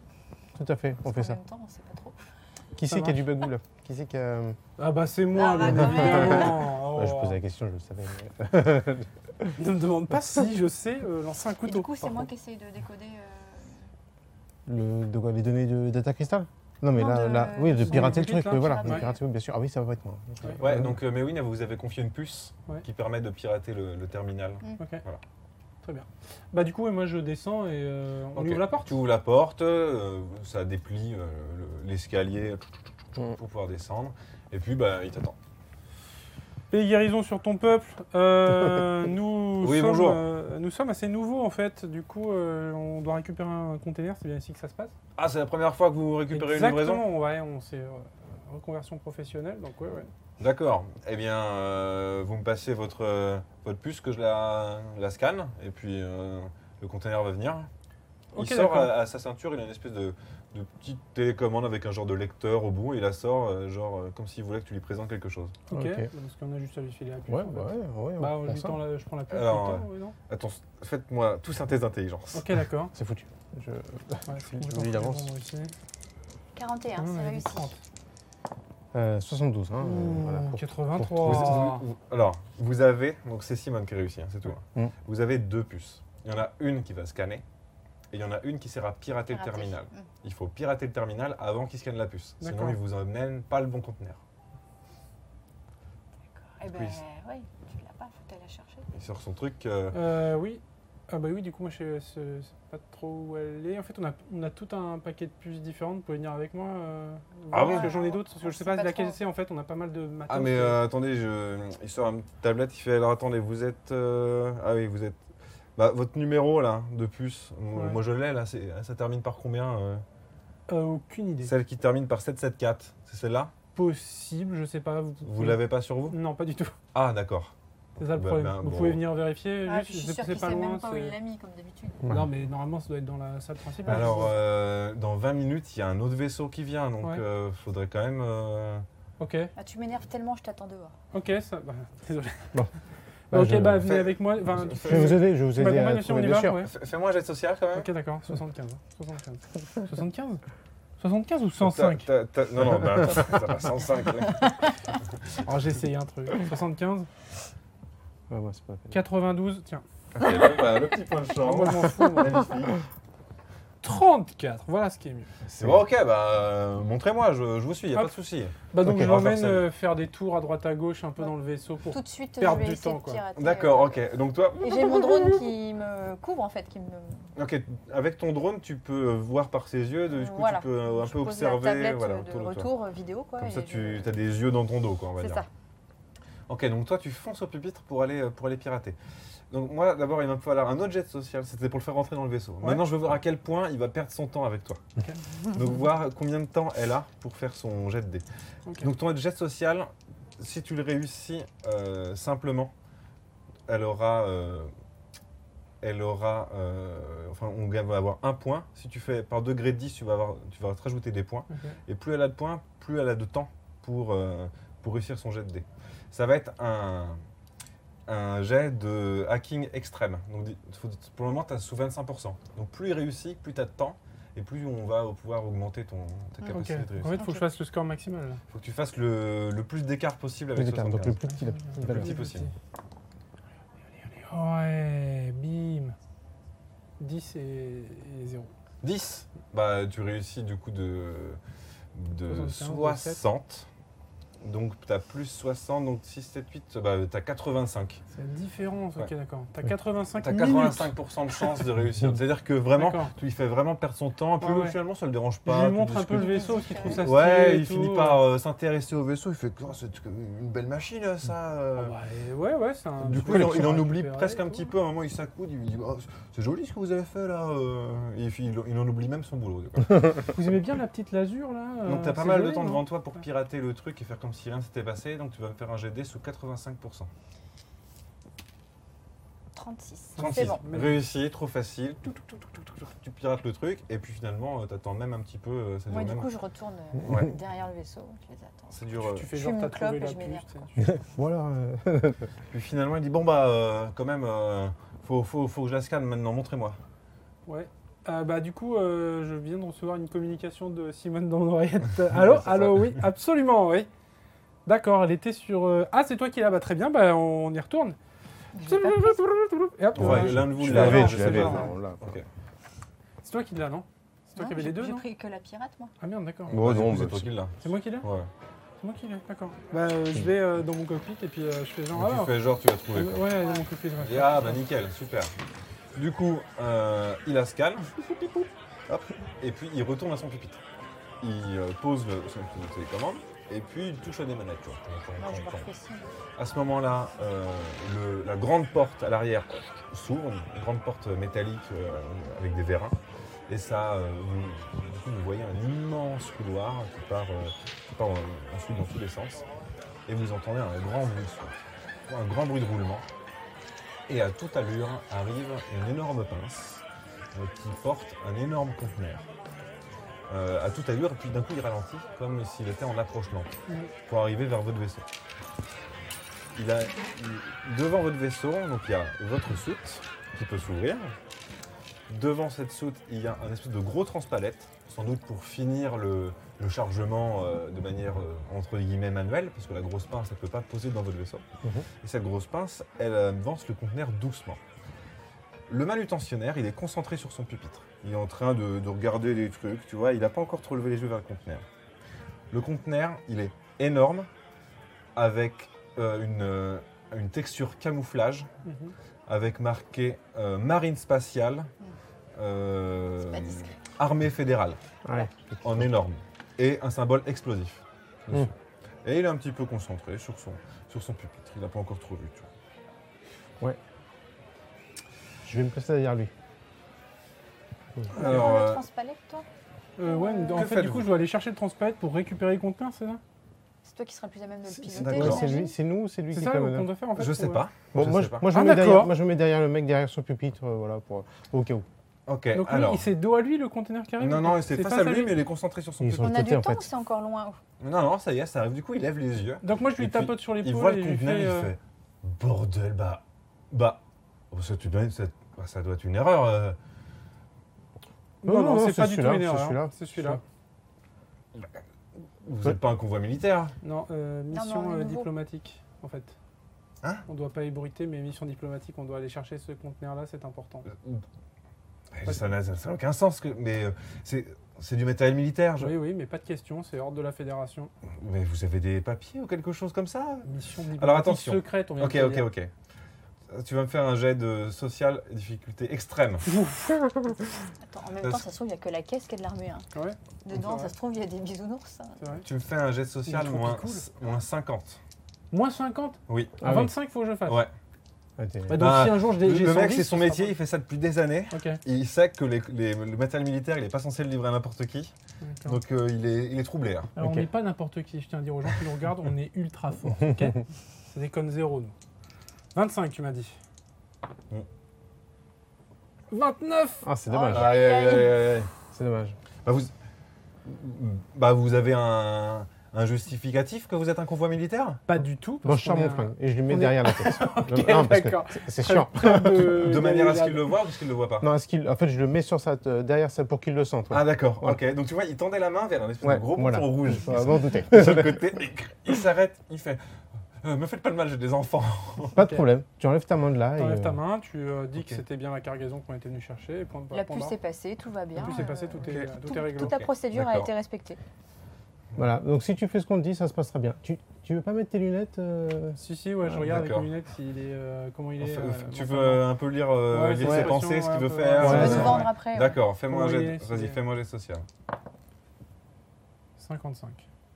S6: tout à fait, on
S4: parce
S6: fait
S4: qu'en
S6: ça.
S4: même temps, on sait pas trop.
S6: Qui
S3: Ça
S6: c'est qui a du bagou là Qui c'est qui a. euh,
S3: Ah bah c'est moi,
S4: Ah bah,
S3: bien
S4: quand même.
S3: évidemment.
S6: Ouais, je
S3: Oh.
S6: posais la question, je le savais. mais- euh,
S3: Ne me demande pas si je sais euh, lancer un
S4: Et
S3: couteau.
S4: du coup, c'est
S3: par
S4: moi
S3: contre.
S4: qui essaye de décoder. euh,
S6: Le, de quoi Les données de Data Crystal Non, mais
S4: Non,
S6: là,
S4: de-
S6: là, oui, de
S4: sur
S6: pirater
S3: le
S6: le truc,
S3: truc, là,
S6: oui, voilà,
S4: pirater.
S6: de pirater, oui, bien sûr. Ah oui, ça va être moi.
S3: Ouais.
S1: Ouais, donc, euh, mais oui, vous avez confié une puce
S3: Ouais.
S1: qui permet de pirater le, le terminal.
S3: Ok.
S1: Voilà.
S3: Très bien. Bah du coup, et moi je descends et euh, on
S1: Ok.
S3: ouvre la porte.
S1: Tu ouvres la porte, euh, ça déplie euh, le- l'escalier
S6: Mm.
S1: pour pouvoir descendre. Et puis, bah, il t'attend.
S3: Pays guérison sur ton peuple. Euh, nous,
S1: Oui,
S3: sommes,
S1: bonjour.
S3: euh, nous sommes assez nouveaux en fait. Du coup, euh, on doit récupérer un container. C'est bien ici que ça se passe.
S1: Ah, c'est la première fois que vous récupérez une livraison
S3: Exactement. Ouais, on s'est euh, reconversion professionnelle. Donc ouais, ouais.
S1: D'accord. Eh bien, euh, vous me passez votre, euh, votre puce que je la, la scanne et puis euh, le conteneur va venir.
S3: Ok,
S1: il sort
S3: d'accord.
S1: à, à sa ceinture, il a une espèce de de petite télécommande avec un genre de lecteur au bout et il la sort, euh, genre euh, comme s'il voulait que tu lui présentes quelque chose.
S3: Ok,
S6: Ok.
S3: parce qu'on a juste à lui filer la puce.
S6: Ouais,
S3: en fait.
S6: bah ouais, ouais.
S3: Bah,
S6: on
S3: je,
S6: prend
S3: lui
S6: ça.
S3: tends la- je prends la puce.
S1: Alors, euh,
S3: plutôt, oui, non
S1: Attends, faites-moi tout synthèse d'intelligence.
S3: ok, d'accord.
S6: C'est foutu. Je-
S3: Ouais,
S6: Tu- tu
S3: je pense
S6: me dis
S3: que
S6: d'avance.
S3: j'ai vraiment réussi.
S4: 41,
S3: Ah,
S4: c'est
S3: elle a dit
S4: réussi.
S3: 30.
S6: euh, 72, hein. euh,
S3: Ouh,
S6: voilà, pour-
S3: Oh.
S1: Vous-
S3: 83.
S1: vous- vous- alors, vous avez, donc c'est Simone qui réussit, hein, c'est tout. hein.
S6: Mm.
S1: Vous avez deux puces. Il y en a une qui va scanner et il y en a une qui sert à pirater le
S4: Raté.
S1: terminal.
S4: Mm.
S1: Il faut pirater le terminal avant qu'il scanne la puce. Sinon,
S3: D'accord.
S1: il vous emmène pas le bon conteneur.
S4: Eh ben,
S1: Quiz.
S4: oui, tu l'as pas, faut aller la chercher.
S1: Il sort son truc. euh,
S3: Euh, oui. Ah bah oui, du coup, moi, je sais- je sais pas trop où elle est. En fait, on a, on a tout un paquet de puces différentes. Vous pouvez venir avec moi euh, voir,
S1: Ah bon
S3: Parce que j'en ai d'autres, parce que
S4: On
S3: je sais
S4: sait
S3: pas,
S4: pas
S3: laquelle
S4: trop.
S3: c'est. En fait, on a pas mal de matos.
S1: Ah mais euh, attendez, je... il sort une tablette, il fait alors attendez, vous êtes euh, ah oui vous êtes bah, votre numéro là de puce, moi-
S3: Ouais.
S1: moi je l'ai là, c'est- ça termine par combien euh
S3: Euh, aucune idée.
S1: Celle qui termine par 774, c'est celle-là
S3: Possible, je sais pas. Vous,
S1: Vous l'avez pas sur vous
S3: Non, pas du tout.
S1: Ah d'accord.
S3: C'est ça le
S1: Bah,
S3: problème.
S1: ben,
S3: vous
S1: bon.
S3: pouvez venir vérifier.
S4: Ah,
S3: juste,
S4: puis je
S3: je
S4: suis
S3: sais
S4: sûre
S3: que c'est
S4: qu'il
S3: pas
S4: sait
S3: loin.
S4: même pas où
S3: c'est-
S4: il l'a mis, comme d'habitude.
S6: Ouais.
S3: Non, mais normalement, ça doit être dans la salle principale.
S1: Alors euh, dans 20 minutes, il y a un autre vaisseau qui vient donc
S3: Ouais.
S1: euh, faudrait quand même euh,
S3: Ok,
S4: Ah, tu m'énerves tellement, je t'attends dehors.
S3: ok, ça. Bah, désolé.
S6: Bon.
S3: Bah, ok,
S6: je-
S3: bah venez
S1: Fais-
S3: avec moi. Enfin,
S1: fais-
S6: Je vais vous aider, je vais vous
S3: tu Bah,
S6: aider à
S3: m'accompagnes aussi, on
S6: trouver
S3: y
S6: bien
S3: va
S6: sûr.
S3: ouais.
S1: Fais- Fais-moi un jet social quand même.
S3: Ok, d'accord, 75. hein. 75. 75 75 ou 105
S1: T'as- t'as- t'as- Non non, bah, attends, ça va, 105.
S3: Alors j'ai essayé un truc. 75,
S6: Ouais, ouais, c'est pas la peine.
S3: 92, tiens.
S1: Ok, donc, bah, le petit point de
S3: Ah,
S1: chance.
S3: moi je m'en fous. moi. 34, voilà ce qui est mieux.
S1: C'est bon, ok, bah euh, montrez-moi, je, je vous suis, y a
S3: Hop.
S1: pas de souci.
S3: Bah donc
S1: Ok, on
S3: je
S1: va faire
S3: l'emmène
S1: ça.
S3: euh, faire des tours à droite à gauche un peu dans le vaisseau pour.
S4: Tout de suite, je
S3: Perdre
S4: vais
S3: du
S4: essayer
S3: temps,
S4: de
S3: quoi.
S4: pirater. euh,
S1: D'accord, ok. Donc toi,
S4: Et j'ai mon drone qui me couvre, en fait, qui me...
S1: ok, avec ton drone, tu peux voir par ses yeux, du coup,
S4: Voilà.
S1: tu peux euh, un
S4: je
S1: peu
S4: pose la
S1: observer.
S4: tablette
S1: voilà,
S4: de
S1: autour de toi.
S4: retour euh, vidéo, quoi.
S1: Comme ça,
S4: et
S1: tu
S4: je-
S1: as des yeux dans ton dos, quoi, on va
S4: C'est
S1: dire.
S4: ça.
S1: Ok, donc toi, tu fonces au pupitre pour aller, euh, pour aller pirater. Donc moi, d'abord, il va me falloir un autre jet social, c'était pour le faire rentrer dans le vaisseau.
S3: Ouais.
S1: Maintenant, je veux voir à quel point il va perdre son temps avec toi. donc voir combien de temps elle a pour faire son jet de dés.
S3: Ok.
S1: Donc ton jet social, si tu le réussis euh, simplement, elle aura, euh, elle aura, euh, enfin on va avoir un point. Si tu fais par degré 10, tu vas avoir, tu vas te rajouter des points.
S3: Ok.
S1: Et plus elle a de points, plus elle a de temps pour euh, pour réussir son jet de dés. Ça va être un un jet de hacking extrême. Donc di- faut- pour le moment, tu as sous 25%. Donc plus il réussit, plus tu as de temps et plus on va pouvoir augmenter ton, ta
S6: Ah,
S4: Mm.
S3: Ok.
S1: capacité de réussite
S3: En fait, faut que je fasse le score maximal. là.
S1: faut que tu fasses le, le plus d'écart possible
S6: Plus
S1: avec
S6: d'écart,
S1: 75.
S6: donc le plus petit, la petite valeur.
S1: petit possible.
S3: Ouais, bim. 10 et, 0.
S1: 10 Bah, tu réussis du coup de, de
S3: 75,
S1: 60. Donc, tu as plus 60, donc 6, 7, 8, bah, tu as 85.
S3: C'est la différence, ok,
S1: Ouais.
S3: d'accord. T'as
S6: Oui.
S3: 85
S1: Tu as
S3: minutes.
S1: 85% de chance de réussir. C'est-à-dire que vraiment,
S3: D'accord.
S1: tu lui fais vraiment perdre son temps. Puis
S3: Ouais,
S1: lui,
S3: ouais.
S1: finalement, ça le dérange
S3: Je
S1: pas.
S3: lui
S1: tu
S3: montre un peu le
S1: discutes.
S3: vaisseau, parce qu'il trouve ça stylé.
S1: Ouais,
S3: et
S1: il
S3: tout.
S1: finit par euh, s'intéresser au vaisseau. Il fait Oh, c'est une belle machine, ça.
S3: Ah
S1: euh.
S3: bah, et ouais, ouais, c'est un.
S1: Du
S3: c'est
S1: coup,
S3: une
S1: il en, il
S3: collection
S1: en
S3: à
S1: oublie
S3: récupérer
S1: presque
S3: et
S1: un
S3: tout.
S1: petit peu. À un moment, il s'accoude, il lui dit Oh, C'est joli ce que vous avez fait là. euh. Et puis, il, il en oublie même son boulot. quoi.
S3: Vous aimez bien la petite lasure, là euh,
S1: Donc, t'as pas
S3: c'est
S1: mal de
S3: joli,
S1: temps
S3: non
S1: devant toi pour pirater le truc et faire comme si rien s'était passé. Donc, tu vas me faire un GD sous 85%.
S4: 36. C'est
S1: 36.
S4: bon.
S1: Réussi, trop facile. Tout, tout, tout, tout, tout, tout, tout. Tu pirates le truc et puis finalement, euh, t'attends même un petit peu. euh, Ça dure,
S4: Moi, du
S1: même-
S4: coup, je retourne euh,
S1: Ouais.
S4: derrière le vaisseau, je les attends.
S1: ça dure, euh,
S3: Tu fais
S4: Je
S3: genre,
S4: fume
S3: t'as
S4: une clope
S3: trouvé
S4: et
S3: la
S4: je m'énerve,
S3: puce,
S4: quoi.
S3: tu sais.
S6: Voilà. euh,
S1: Puis finalement, il dit Bon, bah, euh, quand même, euh, faut, faut, faut que je la scanne maintenant, montrez-moi.
S3: Ouais. Euh, bah, du coup, euh, je viens de recevoir une communication de Simone dans l'oreillette. Allô
S1: c'est
S3: Allô, oui, absolument, oui. D'accord, elle était sur. euh, Ah, c'est toi qui l'as Bah, très bien, bah, on y retourne.
S4: Je
S3: Et
S4: l'ai pas pris.
S3: hop,
S1: On
S3: euh,
S1: va- L'un de vous
S6: Je
S1: l'a-
S6: l'avais,
S1: non,
S6: je
S1: sais
S6: l'avais.
S1: pas.
S6: non, on l'a.
S1: Ok.
S3: C'est toi qui l'as, non C'est toi
S4: Non,
S3: qui avais
S4: j'ai-
S3: les deux,
S4: J'ai
S3: non
S4: pris que la pirate, moi.
S3: Ah merde, d'accord.
S6: Bon,
S1: Bah, du
S6: non,
S1: coup, c'est
S6: bah,
S1: toi qui l'as.
S3: C'est moi qui l'ai
S1: Ouais.
S3: C'est moi qui l'ai, d'accord. Bah, euh, je vais euh, dans mon cockpit et puis euh, je fais genre.
S1: Donc,
S3: Ah,
S1: Tu fais genre, tu l'as trouvé. quoi.
S3: ouais, ouais, dans mon cockpit, ouais.
S1: Et ah bah nickel, super. Du coup, euh, il a scan, hop, et puis il retourne à son pupitre. Il euh, pose le, son son télécommande, et puis il touche à des manettes. tu vois.
S4: Moi, je pars ici.
S1: À ce moment-là, euh, le- la grande porte à l'arrière s'ouvre, une grande porte métallique euh, avec des vérins, et ça, euh, vous, du coup, vous voyez un immense couloir qui part, euh, qui part en, en dessous- dans tous les sens, et vous entendez un grand bruit de souffle, un grand bruit de roulement. Et à toute allure arrive une énorme pince euh, qui porte un énorme conteneur. euh, à toute allure, et puis d'un coup il ralentit, comme s'il était en approche lente, pour arriver vers votre vaisseau. Il a, il- devant votre vaisseau, donc il y a votre soute qui peut s'ouvrir. Devant cette soute, il y a un espèce de gros transpalette, sans doute pour finir le, le chargement euh, de manière euh, entre guillemets manuelle, parce que la grosse pince, elle ne peut pas poser dans votre vaisseau.
S6: Mhm.
S1: Et cette grosse pince, elle euh, avance le conteneur doucement. Le manutentionnaire, il est concentré sur son pupitre. Il est en train de, de regarder des trucs, tu vois, il n'a pas encore trop levé les yeux vers le conteneur. Le conteneur, il est énorme, avec euh, une, euh, une texture camouflage,
S3: Mhm.
S1: avec marqué euh, marine spatiale, euh,
S4: C'est pas discret.
S1: armée fédérale,
S6: Ouais.
S1: en énorme, et un symbole explosif. dessus.
S6: Mm.
S1: Et il est un petit peu concentré sur son, sur son pupitre, il n'a pas encore trop vu. tu vois.
S6: Je vais me placer derrière lui.
S1: Alors,
S4: le
S1: euh,
S4: transpalette, toi
S3: Euh, ouais, mais en
S1: Que
S3: fait, du
S1: faites-vous
S3: coup, je dois aller chercher le transpalette pour récupérer le conteneur, c'est ça
S4: C'est toi qui seras le plus à même de le
S1: C'est-
S4: piloter.
S1: d'accord.
S6: Ouais, c'est
S4: j'imagine.
S6: lui, c'est nous, ou c'est lui
S3: C'est
S6: qui
S3: ça
S6: est comme
S3: qu'on doit faire en fait euh,
S1: je sais
S3: ou-
S1: pas.
S6: Bon,
S1: je
S6: moi,
S1: sais
S6: je-
S1: pas.
S6: moi, je
S3: Ah,
S6: me mets derrière,
S3: d'accord.
S6: moi je me mets derrière le mec derrière son pupitre, euh, voilà, pour, au cas où.
S1: Ok,
S3: Donc lui,
S1: alors.
S3: il- c'est dos à lui le conteneur qui arrive
S1: Non,
S3: ou
S1: non,
S3: pas
S1: c'est face à lui, mais il est concentré sur son
S6: Ils
S1: pupitre.
S6: sont-
S4: On a
S6: Côté,
S4: du
S6: en
S4: temps
S6: fait.
S4: ou c'est encore loin
S1: Non, non, ça y est, ça arrive. Du coup, il lève les yeux.
S3: Donc moi, je
S1: Et
S3: lui
S1: puis,
S3: tapote sur
S1: Il
S3: l'épaule
S1: voit
S3: et
S1: le
S3: je lui
S1: conteneur,
S3: fais,
S1: il
S3: euh,
S1: fait Bordel, bah. Bah. oh, Ça, tu dois- ça- bah, ça doit être une erreur. euh.
S3: Non, non, c'est pas du tout
S6: celui-là,
S3: une
S6: c'est
S3: erreur, hein.
S6: celui-là,
S3: C'est celui-là.
S1: Vous n'êtes pas un convoi militaire.
S3: Non, euh,
S4: mais
S3: mission
S4: on est
S3: euh,
S4: nouveau.
S3: diplomatique, en fait.
S1: Hein
S3: On doit pas ébruiter, mais mission diplomatique, on doit aller chercher ce conteneur-là, c'est important.
S1: Eh, Ça n'a ça- ça n'a aucun sens. Que, mais euh, c'est c'est du matériel militaire. je-
S3: Oui, oui, mais pas de question, c'est hors de la fédération.
S1: Mais vous avez des papiers ou quelque chose comme ça
S3: Mission diplomatique
S1: attention.
S3: secrète, on vient
S1: Ok,
S3: de te
S1: ok,
S3: dire.
S1: ok. Tu vas me faire un jet de social difficulté extrême.
S4: où Attends, en même
S1: Parce-
S4: temps, ça se trouve, il n'y a que la caisse qui a de l'armure. hein.
S3: Ouais.
S4: Dedans,
S3: Ouais.
S4: ça se trouve, il y a des bisounours. hein.
S3: C'est vrai.
S1: Tu me fais un jet
S3: Il
S1: social
S3: est
S1: moins,
S3: tropicool.
S1: moins 50.
S3: Moins 50
S1: Oui.
S6: Ah
S3: À
S6: oui.
S3: 25, faut que je fasse.
S1: Ouais.
S6: Ah, t'es-
S3: Bah, donc
S1: Bah,
S3: si un jour je
S1: Le,
S3: dé- j'ai
S1: le mec,
S3: 110,
S1: c'est son
S3: ce sera
S1: métier, il fait ça depuis des années.
S3: pas- Ok.
S1: Il sait que les- les- le matériel militaire, il n'est pas censé le livrer à n'importe qui.
S3: d'accord.
S1: Donc euh, il, est, il est troublé. hein.
S3: Alors,
S6: Ok.
S3: On n'est pas n'importe qui, je tiens à dire aux gens qui nous regardent, on est ultra fort. ok Ça déconne zéro, nous. 25, tu m'as dit.
S1: Bon.
S3: 29
S6: Ah, c'est dommage,
S4: Ah,
S1: Aïe, aïe, aïe, aïe, aïe.
S6: c'est dommage.
S1: Bah, vous, bah, vous avez un, un justificatif que vous êtes un convoi militaire
S3: Pas du tout.
S6: Bon,
S3: parce
S6: je sors
S3: qu'on est
S6: mon
S3: un-
S6: flingue et je lui mets
S3: on est-
S6: derrière la tête.
S3: Ok,
S6: Non, parce que
S3: d'accord.
S6: c'est- C'est chiant. Euh,
S1: De manière à ce qu'il le voit ou parce qu'il ne le voit pas
S6: Non, est-ce qu'il- en fait, je le mets sur sa, euh, derrière ça pour qu'il le sente. ouais.
S1: Ah d'accord,
S6: Voilà.
S1: ok. Donc tu vois, il tendait la main vers un espèce
S6: Ouais,
S1: de gros bouton
S6: voilà.
S1: rouge.
S6: Ça va m'en douter.
S1: De l'autre côté, il s'arrête, il fait Euh, Me faites pas de mal, j'ai des enfants.
S6: Pas de problème. Tu enlèves ta main de là. et,
S3: T'enlèves ta
S6: euh,
S3: main, tu euh, dis que
S1: ok.
S3: c'était bien la cargaison qu'on était venu chercher. Et point, barre,
S4: La
S3: point
S4: puce
S3: barre.
S4: est passée, tout va
S3: La
S4: bien.
S3: puce est passée, tout
S4: euh,
S3: est,
S1: ok.
S3: tout est réglé.
S4: Toute la
S1: Ok,
S4: procédure a
S1: d'accord.
S4: été respectée.
S6: Voilà. Donc si tu fais ce qu'on te dit, ça se passera bien. Tu, tu veux pas mettre tes lunettes euh,
S3: Si, si, ouais, je
S6: Ah,
S3: regarde avec mes
S1: d'accord.
S3: lunettes s'il est, euh, comment il est.
S1: Enfin,
S3: euh,
S1: tu
S3: mentalement.
S1: veux un peu lire, euh,
S3: Ouais,
S1: lire
S6: ouais.
S1: ses pensées, ce qu'il veut
S3: Ouais,
S1: faire euh,
S4: Tu
S6: Ouais,
S4: peux
S6: ouais.
S4: nous vendre après. ouais.
S1: D'accord, fais-moi un
S3: Comment il
S1: jet.
S3: est,
S1: Vas-y,
S3: c'est-
S1: fais-moi un jet social.
S3: 55.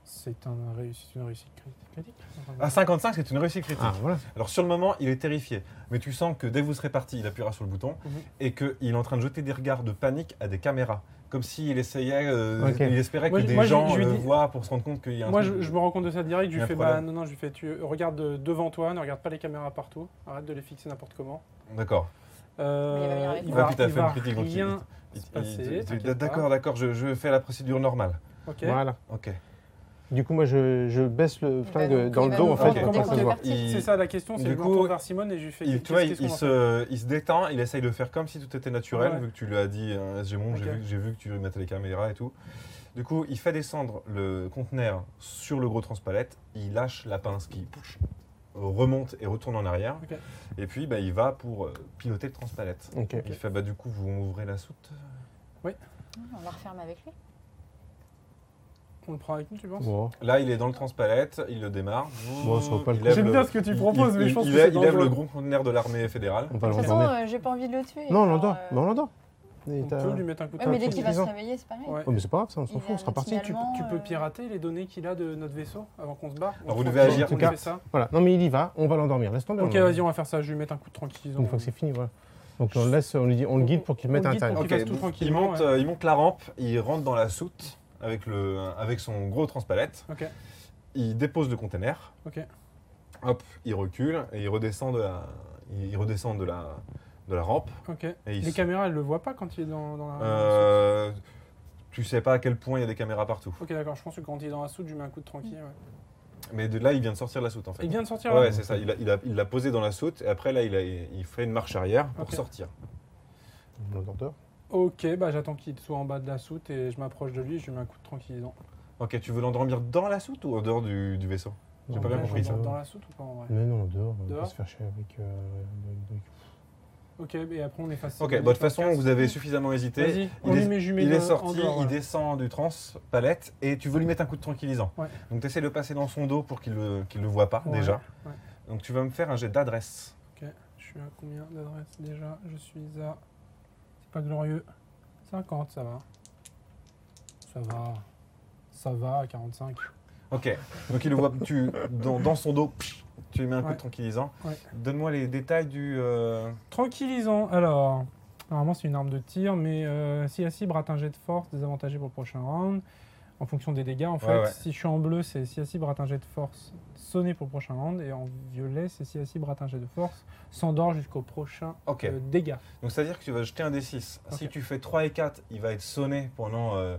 S3: C'est un réussite, une réussite criti- critique.
S1: À 55, Ah, c'est une réussite critique.
S6: Ah voilà.
S1: Alors sur le moment, il est terrifié, mais tu sens que dès que vous serez parti, il appuiera sur le bouton
S3: Mhm.
S1: et qu'il est en train de jeter des regards de panique à des caméras, comme s'il essayait, euh,
S6: Ok.
S1: il espérait
S3: Moi,
S1: que
S3: je-
S1: des
S3: moi, je-
S1: gens
S3: je lui
S1: le
S3: dis-
S1: voient pour se rendre compte qu'il y a un.
S3: Moi,
S1: truc.
S3: je, je me rends compte de ça
S1: Il
S3: direct. Je
S1: y a
S3: lui
S1: un
S3: fais bah,
S1: problème.
S3: non, non, je lui fais tu regarde euh, devant toi, ne regarde pas les caméras partout, arrête de les fixer n'importe comment.
S1: D'accord.
S3: Euh,
S4: Mais il va venir avec
S3: il
S4: nous.
S3: va,
S1: Ouais, tout à
S3: il
S1: fait,
S3: va
S1: une critique, donc il-
S3: rien.
S1: Il-
S3: se passer,
S1: il- il-
S3: t'inquiète
S1: D'accord,
S3: pas.
S1: d'accord. Je, je fais la procédure normale.
S3: Ok.
S6: Voilà.
S1: Ok.
S6: Du coup, moi, je, je baisse le
S4: va
S6: flingue
S4: nous-
S6: dans
S4: Bah,
S6: le
S4: il va
S6: dos
S4: nous
S6: en fait
S1: prendre
S6: pour
S1: des
S6: pas que ça se voit.
S1: Il-
S3: C'est ça la question, c'est
S1: Du
S3: le
S1: coup,
S3: coup vers Simone et je lui fais.
S1: Il,
S3: qu'est-ce
S1: tu vois, il,
S3: qu'est-ce qu'on
S1: il
S3: va
S1: se, il se détend, il essaye de faire comme si tout était naturel,
S3: Ouais.
S1: vu que tu lui as dit euh, j'ai bon, j'ai
S3: Ok.
S1: vu, j'ai vu que tu mettais les caméras et tout. Du coup, il fait descendre le conteneur sur le gros transpalette, il lâche la pince qui pouch, remonte et retourne en arrière,
S3: Ok.
S1: et puis bah, il va pour euh, piloter le transpalette.
S6: Ok.
S1: Il fait bah du coup vous ouvrez la soute.
S4: On la referme avec lui.
S3: On le prend avec nous, tu penses
S6: Bon.
S1: Là il est dans le transpalette, il le démarre.
S6: Bon, ça va pas le
S1: Il
S6: coup.
S1: lève
S3: J'aime
S1: le-
S3: bien ce que tu
S1: il-
S3: proposes,
S1: il-
S3: mais je pense
S1: il
S3: que
S1: lève-
S3: c'est
S1: Il lève
S3: dangereux.
S1: le gros conteneur de l'armée fédérale.
S6: On va le
S4: De toute façon,
S6: retourner.
S4: euh, j'ai pas envie de le tuer.
S6: Non, on
S4: alors,
S6: l'endort.
S4: euh,
S6: Mais on l'endort. Et
S3: On
S6: t'as-
S3: peut lui mettre un coup de
S4: ouais, mais dès
S3: tampon.
S4: qu'il va se
S6: Disons.
S4: réveiller, c'est pareil.
S3: Ouais.
S6: Oh, mais c'est pas grave, ça, on s'en
S4: Il
S6: fout, on
S4: a
S6: sera
S4: un
S6: parti.
S4: petit
S3: Tu,
S4: Finalement,
S3: tu peux
S4: euh,
S3: pirater les données qu'il a de notre vaisseau avant qu'on se barre
S1: Alors, vous
S3: On
S1: devez
S3: fait-
S1: agir. Euh,
S3: on
S1: En tout
S3: fait
S6: cas-
S3: ça.
S6: Voilà, non mais il y va, on va l'endormir, laisse tomber.
S3: Ok,
S6: on-
S3: vas-y, on va faire ça. Je lui mets un coup de tranquillisant.
S6: Une fois que c'est fini, voilà. Donc on le laisse, on, lui dit, on le guide pour qu'il le mette
S3: On
S6: à
S3: le guide
S6: l'intérieur.
S3: pour
S1: Ok,
S3: qu'il fasse tout
S1: donc il
S3: tranquillement,
S1: monte,
S3: ouais.
S1: euh, il monte la rampe, il rentre dans la soute avec, le, avec son gros transpalette.
S3: Ok.
S1: Il dépose le container.
S3: Ok.
S1: Hop, il recule et il redescend de la, il redescend de la, de la rampe.
S3: Ok.
S1: Et il
S3: Les
S1: se-
S3: caméras, elles le voient pas quand il est dans, dans la.
S1: Euh, tu sais pas à quel point il y a des caméras partout.
S3: Ok, d'accord, je pense que quand il est dans la soute, je lui mets un coup de tranquille. ouais.
S1: Mais de là, il vient de sortir la soute en fait.
S3: Il vient de sortir là
S1: Ouais, c'est ça. Il l'a il a- il l'a posé dans la soute et après, là, il, a- il fait une marche arrière pour
S3: Ok.
S1: sortir.
S6: Mon ordinateur.
S3: Ok, bah j'attends qu'il soit en bas de la soute et je m'approche de lui, je lui mets un coup de tranquillisant.
S1: Ok, tu veux l'endormir dans la soute ou en dehors du, du vaisseau J'ai pas bien
S3: Ouais,
S1: compris
S3: je
S1: ça. Mm.
S3: rentre Dans la soute ou pas en vrai
S6: Mais non, dehors, on va
S3: Dehors
S6: se faire chier avec. euh, avec- avec-
S3: Ok, et après on est face
S1: Ok, bah, de toute façon, vous avez suffisamment hésité.
S3: Vas-y, on
S1: il
S3: lui
S1: est-
S3: met jumé
S1: Il est
S3: de- en
S1: sorti,
S3: dehors,
S1: il
S3: voilà.
S1: descend du trans palette et tu veux lui mettre un coup de tranquillisant.
S3: Ouais.
S1: Donc tu essaies de passer dans son dos pour qu'il le, qu'il le voit pas
S3: Ouais,
S1: déjà.
S3: ouais.
S1: Donc tu vas me faire un jet d'adresse.
S3: Je suis à combien d'adresses déjà Je suis à. C'est pas glorieux. 50, ça va. Ça va. Ça va, à 45.
S1: Ok, donc il le voit tu, dans, dans son dos, tu lui mets un coup
S3: Ouais.
S1: de tranquillisant.
S3: Ouais.
S1: Donne-moi les détails du. euh,
S3: Tranquillisant, alors. Normalement, c'est une arme de tir, mais euh, si la cible rate un jet de force, désavantagé pour le prochain round. En fonction des dégâts, en fait,
S1: ouais.
S3: si je suis en bleu, c'est si la cible rate un jet de force, sonné pour le prochain round. Et en violet, c'est si la cible rate un jet de force, s'endort jusqu'au prochain
S1: Ok,
S3: euh, dégât.
S1: donc ça veut dire que tu vas jeter un D6. Si
S3: Ok.
S1: tu fais 3 et 4, il va être sonné pendant euh,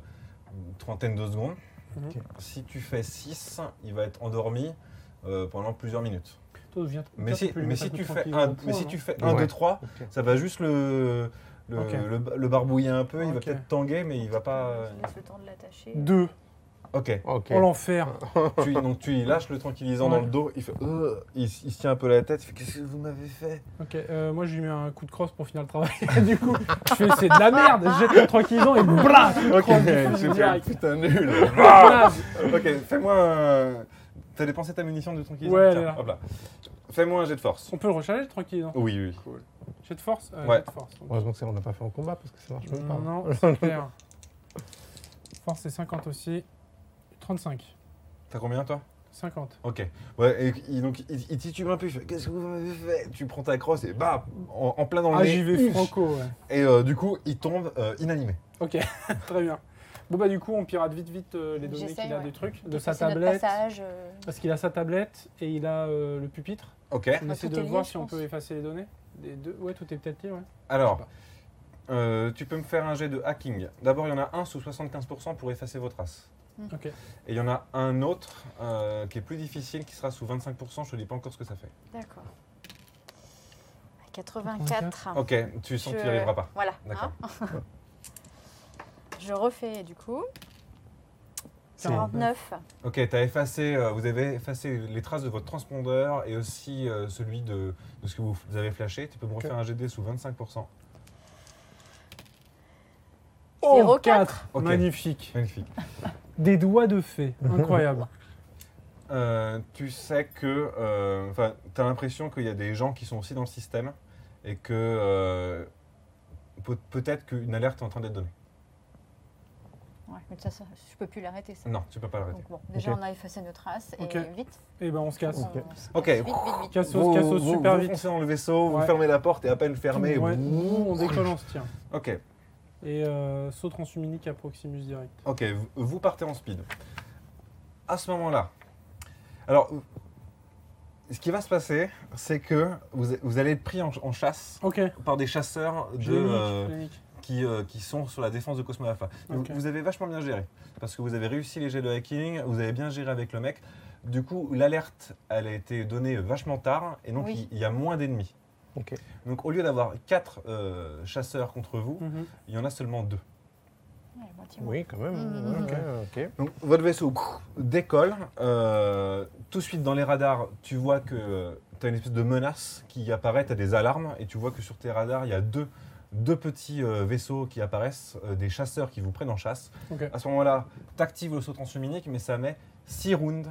S1: une trentaine de secondes.
S3: Mhm.
S6: Ok.
S1: Si tu fais 6, il va être endormi euh, pendant plusieurs minutes.
S3: Toi, viens-
S1: Mais
S3: toi,
S1: si,
S3: peux lui
S1: mais
S3: mettre un
S1: si,
S3: coup de
S1: tu fais
S3: tranquillisant
S1: un,
S3: au
S1: mais
S3: point,
S1: si
S3: non
S1: tu fais 1,
S6: Ouais.
S1: 2, 3,
S6: au pire.
S1: ça va juste le, le,
S3: hein. Ok.
S1: le, le barbouiller un peu. Il va
S3: Ok.
S1: peut-être tanguer, mais il va pas.
S4: Je laisse le temps de l'attacher.
S3: Deux.
S1: Ok,
S6: Ok.
S3: Oh l'enfer.
S1: tu, donc tu lâches le tranquillisant
S3: Ouais.
S1: dans le dos. Il, fait, euh, il, s- il se tient un peu la tête. Il fait Qu'est-ce que vous m'avez fait
S3: Ok, euh, moi je lui mets un coup de crosse pour finir le travail. du coup, je fais c'est de la merde, je jette le tranquillisant et blast
S1: Ok,
S3: j'ai fait un
S1: putain nul.
S3: Ah
S1: ok, fais-moi un. T'as dépensé ta munition du tranquillisant
S3: Ouais, elle
S1: Tiens,
S3: est là.
S1: hop là. Fais-moi un jet de force.
S3: On peut le recharger le tranquillisant
S1: Oui, oui.
S3: J'ai de force Euh,
S1: Ouais.
S3: jet de force. donc.
S6: Heureusement que ça, on n'a pas fait en combat parce que ça marche même pas.
S3: Non, c'est clair. Force c'est 50 aussi. 35.
S1: T'as combien toi
S3: 50.
S1: Ok. Ouais, et il- donc il, il titube un peu. Il fait Qu'est-ce que vous m'avez fait Tu prends ta crosse et bam En, en plein dans le
S3: Ah,
S1: nez.
S3: j'y vais franco, ouais.
S1: Et euh, du coup, il tombe euh, inanimé.
S3: Ok, très bien. Bon, bah, du coup, on pirate vite, vite euh, les données
S4: J'essaye,
S3: qu'il a
S4: ouais.
S3: du truc, de
S4: Donc,
S3: sa
S4: c'est notre
S3: tablette.
S4: Passage, euh,
S3: Parce qu'il a sa tablette et il a euh, le pupitre.
S1: Ok.
S3: On
S4: Ah,
S3: essaie
S4: tout
S3: de
S4: est lié,
S3: voir
S4: je
S3: si on
S4: pense.
S3: peut effacer les données. Des deux. Ouais, tout est peut-être lié, ouais.
S1: Alors,
S3: Je sais
S1: euh, tu peux me faire un jet de hacking. D'abord, il y en a un sous 75% pour effacer vos traces.
S3: Ok.
S1: Et il y en a un autre euh, qui est plus difficile, qui sera sous 25%. Je te dis pas encore ce que ça fait.
S4: D'accord. À 84.
S1: Ok, tu sens
S4: Ah. Je-
S1: que tu n'y arriveras pas.
S4: Voilà.
S1: D'accord.
S4: hein. je refais du coup.
S6: C'est-
S4: 49.
S1: Ok, t'as effacé, euh, vous avez effacé les traces de votre transpondeur et aussi euh, celui de, de ce que vous, vous avez flashé. Tu peux me refaire un GD sous 25%.
S3: Oh,
S4: 04.
S3: quatre.
S1: Ok.
S3: Magnifique.
S1: Magnifique.
S3: Des doigts de fée. Incroyable.
S1: Euh, tu sais que, euh, enfin, t'as l'impression qu'il y a des gens qui sont aussi dans le système et que euh, peut- peut-être qu'une alerte est en train d'être donnée.
S4: Ouais, mais ça, ça, je peux plus l'arrêter ça.
S1: Non, tu peux pas l'arrêter.
S4: Donc bon, déjà
S6: Ok.
S4: on a effacé nos traces et
S3: Ok.
S4: vite.
S3: Et ben on se casse.
S4: on-
S6: Ok.
S4: on se
S1: Ok.
S4: casse Vite, vite, vite.
S3: Cassos, cassos,
S1: vous,
S3: super
S1: vous
S3: vite.
S1: foncez dans le vaisseau, vous
S3: Ouais.
S1: fermez la porte et à peine fermée.
S3: Ouais,
S1: vous-
S3: nous, on décolle, on se tient.
S1: Ok,
S3: Et euh, saut transuminique à Proximus direct.
S1: ok, vous, vous partez en speed. À ce moment-là, alors, ce qui va se passer, c'est que vous, vous allez être pris en, en chasse
S3: Ok,
S1: par des chasseurs
S3: je
S1: de,
S3: l'ai nique,
S1: euh,
S3: je l'ai nique.
S1: qui, euh, qui sont sur la défense de Cosmo Alpha. Et vous-
S3: Ok.
S1: Vous avez vachement bien géré, parce que vous avez réussi les jets de hacking, vous avez bien géré avec le mec. Du coup, l'alerte, elle a été donnée vachement tard, et donc
S4: Oui.
S1: il il y a moins d'ennemis.
S6: Ok.
S1: Donc au lieu d'avoir 4 chasseurs contre vous,
S3: Mhm.
S1: il y en a seulement 2.
S4: Ouais, moitié, moitié.
S6: Oui, quand même.
S4: Mhm.
S6: ouais, ouais,
S1: Donc votre vaisseau décolle, euh, tout de suite dans les radars, tu vois que tu as une espèce de menace qui apparaît, tu as des alarmes, et tu vois que sur tes radars, il y a deux, deux petits euh, vaisseaux qui apparaissent, euh, des chasseurs qui vous prennent en chasse.
S3: Ok.
S1: À ce moment-là, tu actives le saut transhuminique, mais ça met 6 rounds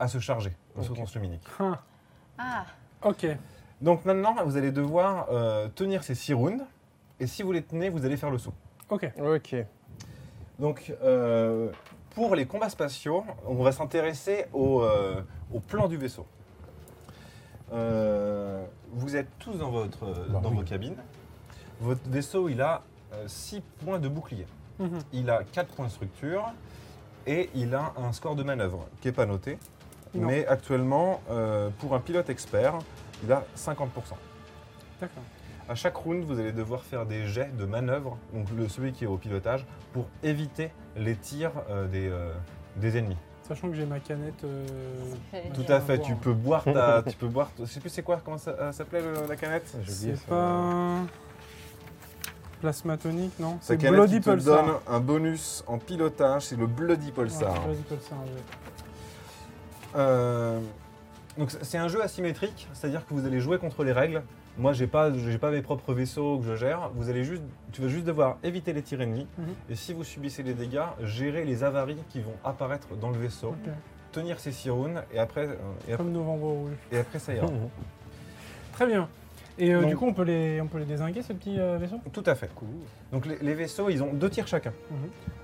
S1: à se charger, le saut
S6: Ok.
S1: transhuminique.
S3: Ah,
S4: Ah,
S3: ok,
S1: Donc maintenant, vous allez devoir euh, tenir ces 6 rounds, et si vous les tenez, vous allez faire le saut.
S3: ok.
S6: Ok. Ok.
S1: Donc, euh, pour les combats spatiaux, on va s'intéresser au, euh, au plan du vaisseau. Euh, vous êtes tous dans, votre, euh,
S6: Bah
S1: dans
S6: oui.
S1: vos cabines. Votre vaisseau, il a 6 points de bouclier.
S3: Mhm.
S1: Il a 4 points de structure. Et il a un score de manœuvre qui n'est pas noté.
S3: Non.
S1: Mais actuellement, euh, pour un pilote expert, il a 50%.
S3: D'accord.
S1: À chaque round, vous allez devoir faire des jets de manœuvre, donc le, celui qui est au pilotage, pour éviter les tirs euh, des, euh, des ennemis.
S3: Sachant que j'ai ma canette. euh,
S4: J'allais
S3: ma
S1: Tout
S4: dire.
S1: à
S3: canette
S1: fait,
S3: boire.
S1: tu peux boire ta. tu peux boire. Je sais plus c'est quoi, comment ça euh, s'appelait le- la canette
S6: J'ai oublié
S3: C'est
S6: ça.
S3: pas. Plasmatonique, non
S1: Sa
S3: C'est
S1: canette
S3: Bloody
S1: qui te
S3: Pulsar.
S1: donne un bonus en pilotage, c'est le Bloody Pulsar.
S3: Ouais, Bloody Pulsar, ouais.
S1: Euh, donc c'est- c'est un jeu asymétrique, c'est-à-dire que vous allez jouer contre les règles. Moi, j'ai pas, j'ai pas mes propres vaisseaux que je gère. Vous allez juste, tu vas juste devoir éviter les tirs ennemis.
S3: Mhm.
S1: Et si vous subissez des dégâts, gérer les avaries qui vont apparaître dans le vaisseau,
S3: Ok.
S1: tenir ces six rounds, et après, euh, et, ap-
S3: Comme Novembre Rouge.
S1: et après ça
S3: Mhm.
S1: ira.
S6: Mmh.
S3: Très bien. Et euh,
S1: Donc-
S3: du coup, on peut les, on peut les désinguer, ces petits euh, vaisseaux
S1: Tout à fait. Donc les, les vaisseaux, ils ont deux tirs chacun.
S3: Mhm.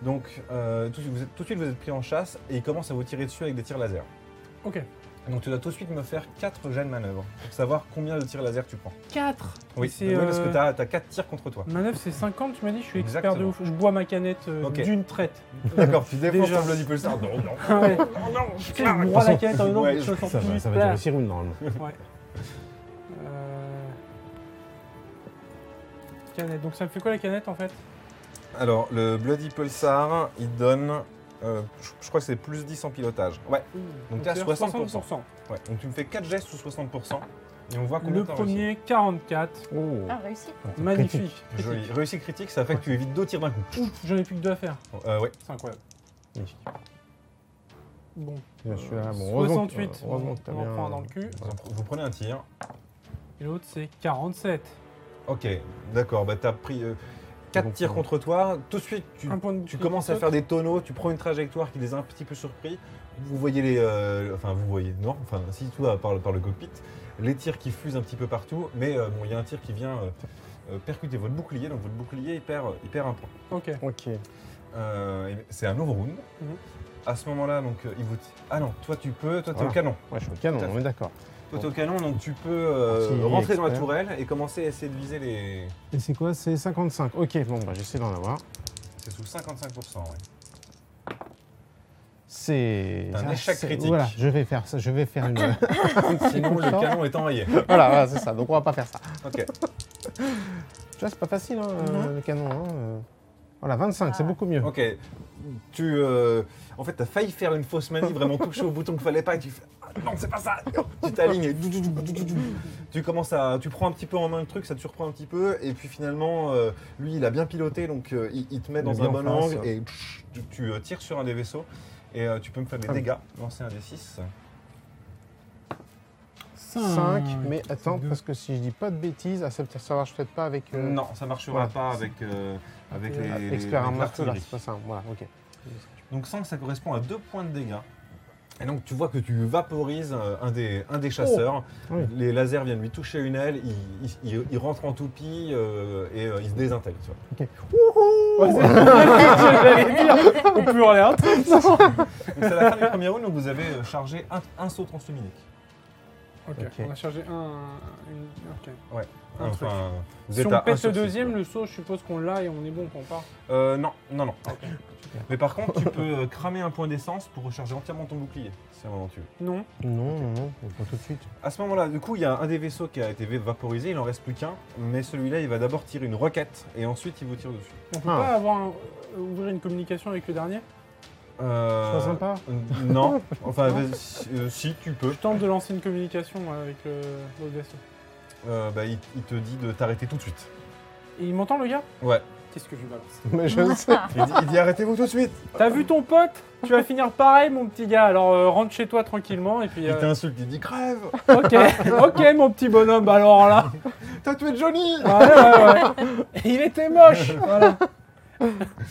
S1: Donc euh, tout, de suite, vous êtes- tout de suite, vous êtes pris en chasse et ils commencent à vous tirer dessus avec des tirs laser.
S3: Ok.
S1: Donc tu dois tout de suite me faire quatre jets de manœuvre pour savoir combien de tirs laser tu prends.
S3: 4
S1: Oui, Bah
S3: c'est,
S1: oui, parce
S3: euh,
S1: que t'as as 4 tirs contre toi.
S3: Manœuvre, c'est 50, tu m'as dit, je suis expert de
S1: Exactement.
S3: ouf. Je bois ma canette euh,
S1: Ok.
S3: d'une traite.
S1: D'accord, tu défonces
S3: Déjà.
S1: ton Bloody Pulsar. Non, non.
S3: Ah ouais.
S1: Oh non,
S3: Tu sais, je broie la
S6: façon-
S3: canette en disant
S1: Ouais,
S3: que je sens
S6: Ça va,
S3: plus
S6: ça va
S3: plat.
S6: durer six rounds normalement.
S3: Euh, Canette. Donc ça me fait quoi la canette en fait
S1: Alors, le Bloody Pulsar, il donne. euh, je- je crois que c'est plus 10 en pilotage. Ouais, Donc, t'es à
S3: c'est
S1: 60%. ouais. Donc tu me fais 4 gestes sous 60%. Et on voit Ah, combien
S3: Le
S1: t'as
S3: premier 44.
S6: Oh.
S4: Ah, réussi.
S3: Magnifique.
S1: réussi. Oh. Joli. Réussi critique, ça fait que tu évites deux tirs d'un coup.
S3: Ouf, j'en ai plus que deux à faire.
S1: Euh, ouais.
S3: C'est incroyable.
S6: Magnifique.
S3: Bon.
S6: Bien sûr, là, bon, heureusement que-
S1: euh,
S3: 68.
S6: Heureusement que t'as
S3: on en
S6: bien.
S3: prend un dans le cul.
S1: Vous en pre- Vous prenez un tir.
S3: Et l'autre c'est 47.
S1: Ok, d'accord. Bah, t'as pris 4
S6: Donc,
S1: tirs
S6: euh,
S1: contre toi. Tout de suite, tu,
S3: Un point de
S1: Tu commences à faire des tonneaux, tu prends une trajectoire qui les a un petit peu surpris. Vous voyez les. euh, enfin, vous voyez, non, enfin, si tout va par, le- par le cockpit, les tirs qui fusent un petit peu partout, mais euh, bon, il y a un tir qui vient euh, euh, percuter votre bouclier, donc votre bouclier, il perd, il perd un point.
S3: Ok.
S6: Ok.
S1: Euh, et c'est un nouveau round.
S3: Mhm.
S1: À ce moment-là, donc, euh, il vous. Ah non, toi, tu peux, toi, t'es
S6: Voilà.
S1: au canon.
S6: Ouais, je suis au canon,
S1: Tout à
S6: on est d'accord.
S1: Toi, t'es au canon, donc tu peux euh,
S6: Artillerie
S1: rentrer dans la
S6: expert.
S1: tourelle et commencer à essayer de viser les.
S6: Et c'est quoi C'est 55. Ok, bon, bah j'essaie d'en avoir.
S1: C'est sous 55%, ouais.
S6: C'est.
S1: Un
S6: ah,
S1: échec
S6: c'est-
S1: critique.
S6: Voilà, je vais faire ça. Je vais faire une.
S1: Sinon, le
S6: Genre.
S1: canon est enrayé.
S6: voilà, voilà, c'est ça. Donc on va pas faire ça.
S1: Ok.
S6: Tu vois, c'est pas facile, hein, euh, le canon. hein, euh. Voilà, 25, c'est
S4: Ah.
S6: beaucoup mieux.
S1: Ok. Tu. euh, en fait, t'as failli faire une fausse manip, vraiment toucher au bouton qu'il fallait pas, et tu fais. Ah, non, c'est pas ça Tu t'alignes et. dou, dou, dou, dou, dou, dou. Tu commences à. Tu prends un petit peu en main le truc, ça te surprend un petit peu, et puis finalement, euh, lui, il a bien piloté, donc euh, il, il te met
S6: Il est
S1: dans un
S6: bien
S1: bon
S6: en face.
S1: angle, et psh, tu, tu, euh, tires sur un des vaisseaux, et euh, tu peux me faire des
S6: Ah oui.
S1: dégâts. Lancer un des 6.
S6: 5, mais attends,
S3: deux.
S6: parce que si je dis pas de bêtises, ah, ça ne marche peut-être pas avec. euh,
S1: Non, ça marchera
S6: voilà.
S1: pas avec. euh, avec
S3: Ok.
S1: les.
S6: ah,
S1: les-
S6: Expert en
S1: avec
S6: marteau, là,
S1: l'artillerie.
S6: c'est pas ça. Voilà, ok.
S1: Donc 5, ça correspond à 2 points de dégâts. Et donc tu vois que tu vaporises euh, un des, un des chasseurs.
S3: Oh.
S6: Oui.
S1: Les lasers viennent lui toucher une aile, il, il- il- il rentre en toupie euh, et euh, il se désintègre. tu vois.
S3: Ouais, c'est ce que j'allais dire. On peut hurler hein. un truc.
S1: Donc c'est la fin du premier round où vous avez euh, chargé un, un saut transluministe.
S3: Ok,
S6: Ok.
S3: on a chargé un. une- ok. Un truc.
S1: Enfin, vous
S3: Si
S1: êtes
S3: on
S1: à un
S3: pète
S1: saut
S3: le
S1: de
S3: deuxième,
S1: suite.
S3: le saut, je suppose qu'on l'a et on est bon qu'on part.
S1: Euh, Non, non, non.
S3: Ok.
S1: Mais par contre, tu peux euh, cramer un point d'essence pour recharger entièrement ton bouclier, si à un moment tu veux.
S3: Non.
S6: Non, non, non, on prend tout de suite.
S1: À ce moment-là, du coup, il y a un des vaisseaux qui a été vaporisé, il en reste plus qu'un, mais celui-là, il va d'abord tirer une roquette et ensuite il vous tire dessus.
S3: On peut
S6: Ah.
S3: pas avoir un- euh, ouvrir une communication avec le dernier
S1: Euh,
S6: C'est sympa.
S1: Euh, Non, enfin,
S3: Non.
S1: vas-y, si, euh, si, tu peux.
S3: Je tente de lancer une communication ouais, avec le l'autre vaisseau.
S1: Euh, bah, il, il te dit de t'arrêter tout de suite.
S3: Et il m'entend le gars
S1: Ouais.
S3: Qu'est-ce que je balance
S6: Mais je le sais.
S1: Il dit, il dit arrêtez-vous tout de suite.
S3: T'as vu ton pote Tu vas finir pareil mon petit gars, alors euh, rentre chez toi tranquillement et puis...
S1: Il
S3: euh,
S1: t'insulte, il dit crève.
S3: ok, ok mon petit bonhomme, bah alors là...
S1: T'as tué Johnny.
S3: Ouais, ouais, ouais. Il était moche Voilà.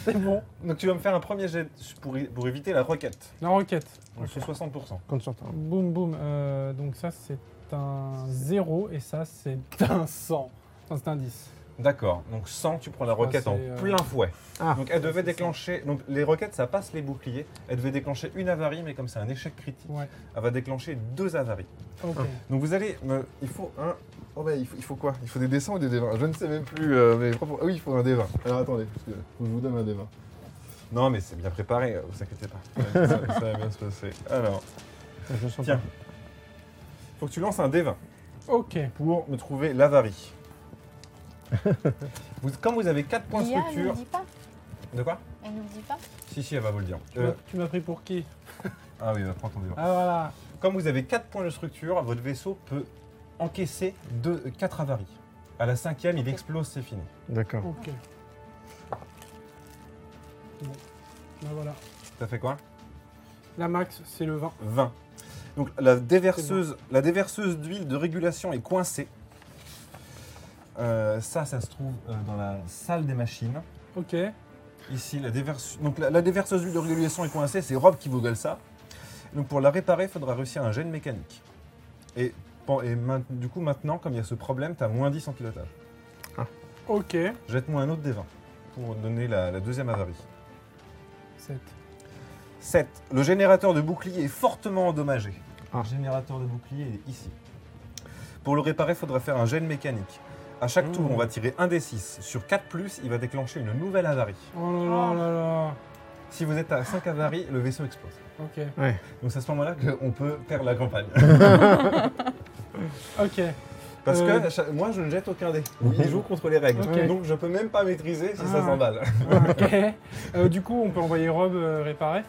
S3: C'est bon.
S1: Donc tu vas me faire un premier jet pour, é- pour éviter la roquette.
S3: La roquette.
S1: Donc, Sur 60%.
S6: Compte sur toi.
S3: Boum boum. Euh, donc ça c'est un 0 et ça c'est un 100. Enfin, c'est un 10.
S1: D'accord. Donc 100, tu prends la
S3: crois
S1: roquette
S3: que
S1: en
S3: c'est, euh,
S1: plein fouet.
S6: Ah.
S1: donc elle devait
S3: c'est ça.
S1: déclencher. Donc les roquettes, ça passe les boucliers. Elle devait déclencher une avarie, mais comme c'est un échec critique,
S3: Ouais.
S1: elle va déclencher deux avaries.
S3: Ok.
S1: Donc vous allez. me- il faut un. Oh bah il faut, il faut quoi Il faut des dessins ou des dévins Je ne sais même plus. euh, mes propres- Ah oui, il faut un dévin. Alors attendez, parce que je vous donne un dévin. Non mais c'est bien préparé, euh, vous inquiétez pas. ça, ça va bien se passer. Alors,
S6: Je le sens
S1: Tiens.
S6: pas.
S1: faut que tu lances un dévin
S3: Ok.
S1: pour me trouver l'avarie. Vous- comme vous avez 4 points de
S4: L'IA, elle nous
S1: structure.
S4: le dit pas.
S1: De quoi
S4: Elle nous le dit pas.
S1: Si, si, elle va vous le dire.
S3: Tu
S1: Euh,
S3: m'as- Tu m'as pris pour qui
S1: ah oui, bah, prends ton débat.
S3: Ah voilà.
S1: Comme vous avez 4 points de structure, votre vaisseau peut encaisser 4 avaries. À la cinquième, il explose, c'est fini.
S6: D'accord.
S3: Ok. Bon. Ben voilà.
S1: Ça fait quoi
S3: La max, c'est le 20.
S1: 20. Donc la déverseuse, la déverseuse d'huile de régulation est coincée. Euh, ça, ça se trouve euh, dans la salle des machines.
S3: Ok.
S1: Ici, la, déverse- donc, la, la déverseuse d'huile de régulation est coincée, c'est Rob qui vous gueule ça. Donc pour la réparer, il faudra réussir un jet de mécanique. Et, pen- et main- du coup, maintenant, comme il y a ce problème, tu as moins 10 en pilotage.
S3: Ok.
S1: Jette-moi un autre des 20 pour donner la, la deuxième avarie.
S3: 7.
S1: 7. Le générateur de bouclier est fortement endommagé.
S6: Ah.
S1: Le générateur de bouclier est ici. Pour le réparer, il faudra faire un gel mécanique. À chaque
S3: Mmh.
S1: tour, on va tirer un des 6. Sur 4, il va déclencher une nouvelle avarie.
S3: Oh là là là là.
S1: Si vous êtes à 5 avaries, le vaisseau explose.
S3: Ok.
S1: Donc c'est à ce moment-là qu'on peut perdre la campagne.
S3: Ok.
S1: Parce
S3: Euh.
S1: que à chaque- moi, je ne jette aucun dé. Il joue contre les règles.
S3: Ok.
S1: Donc je peux même pas maîtriser si
S3: Ah.
S1: ça s'emballe.
S3: Ok. Euh, du coup, on peut envoyer Rob euh, réparer.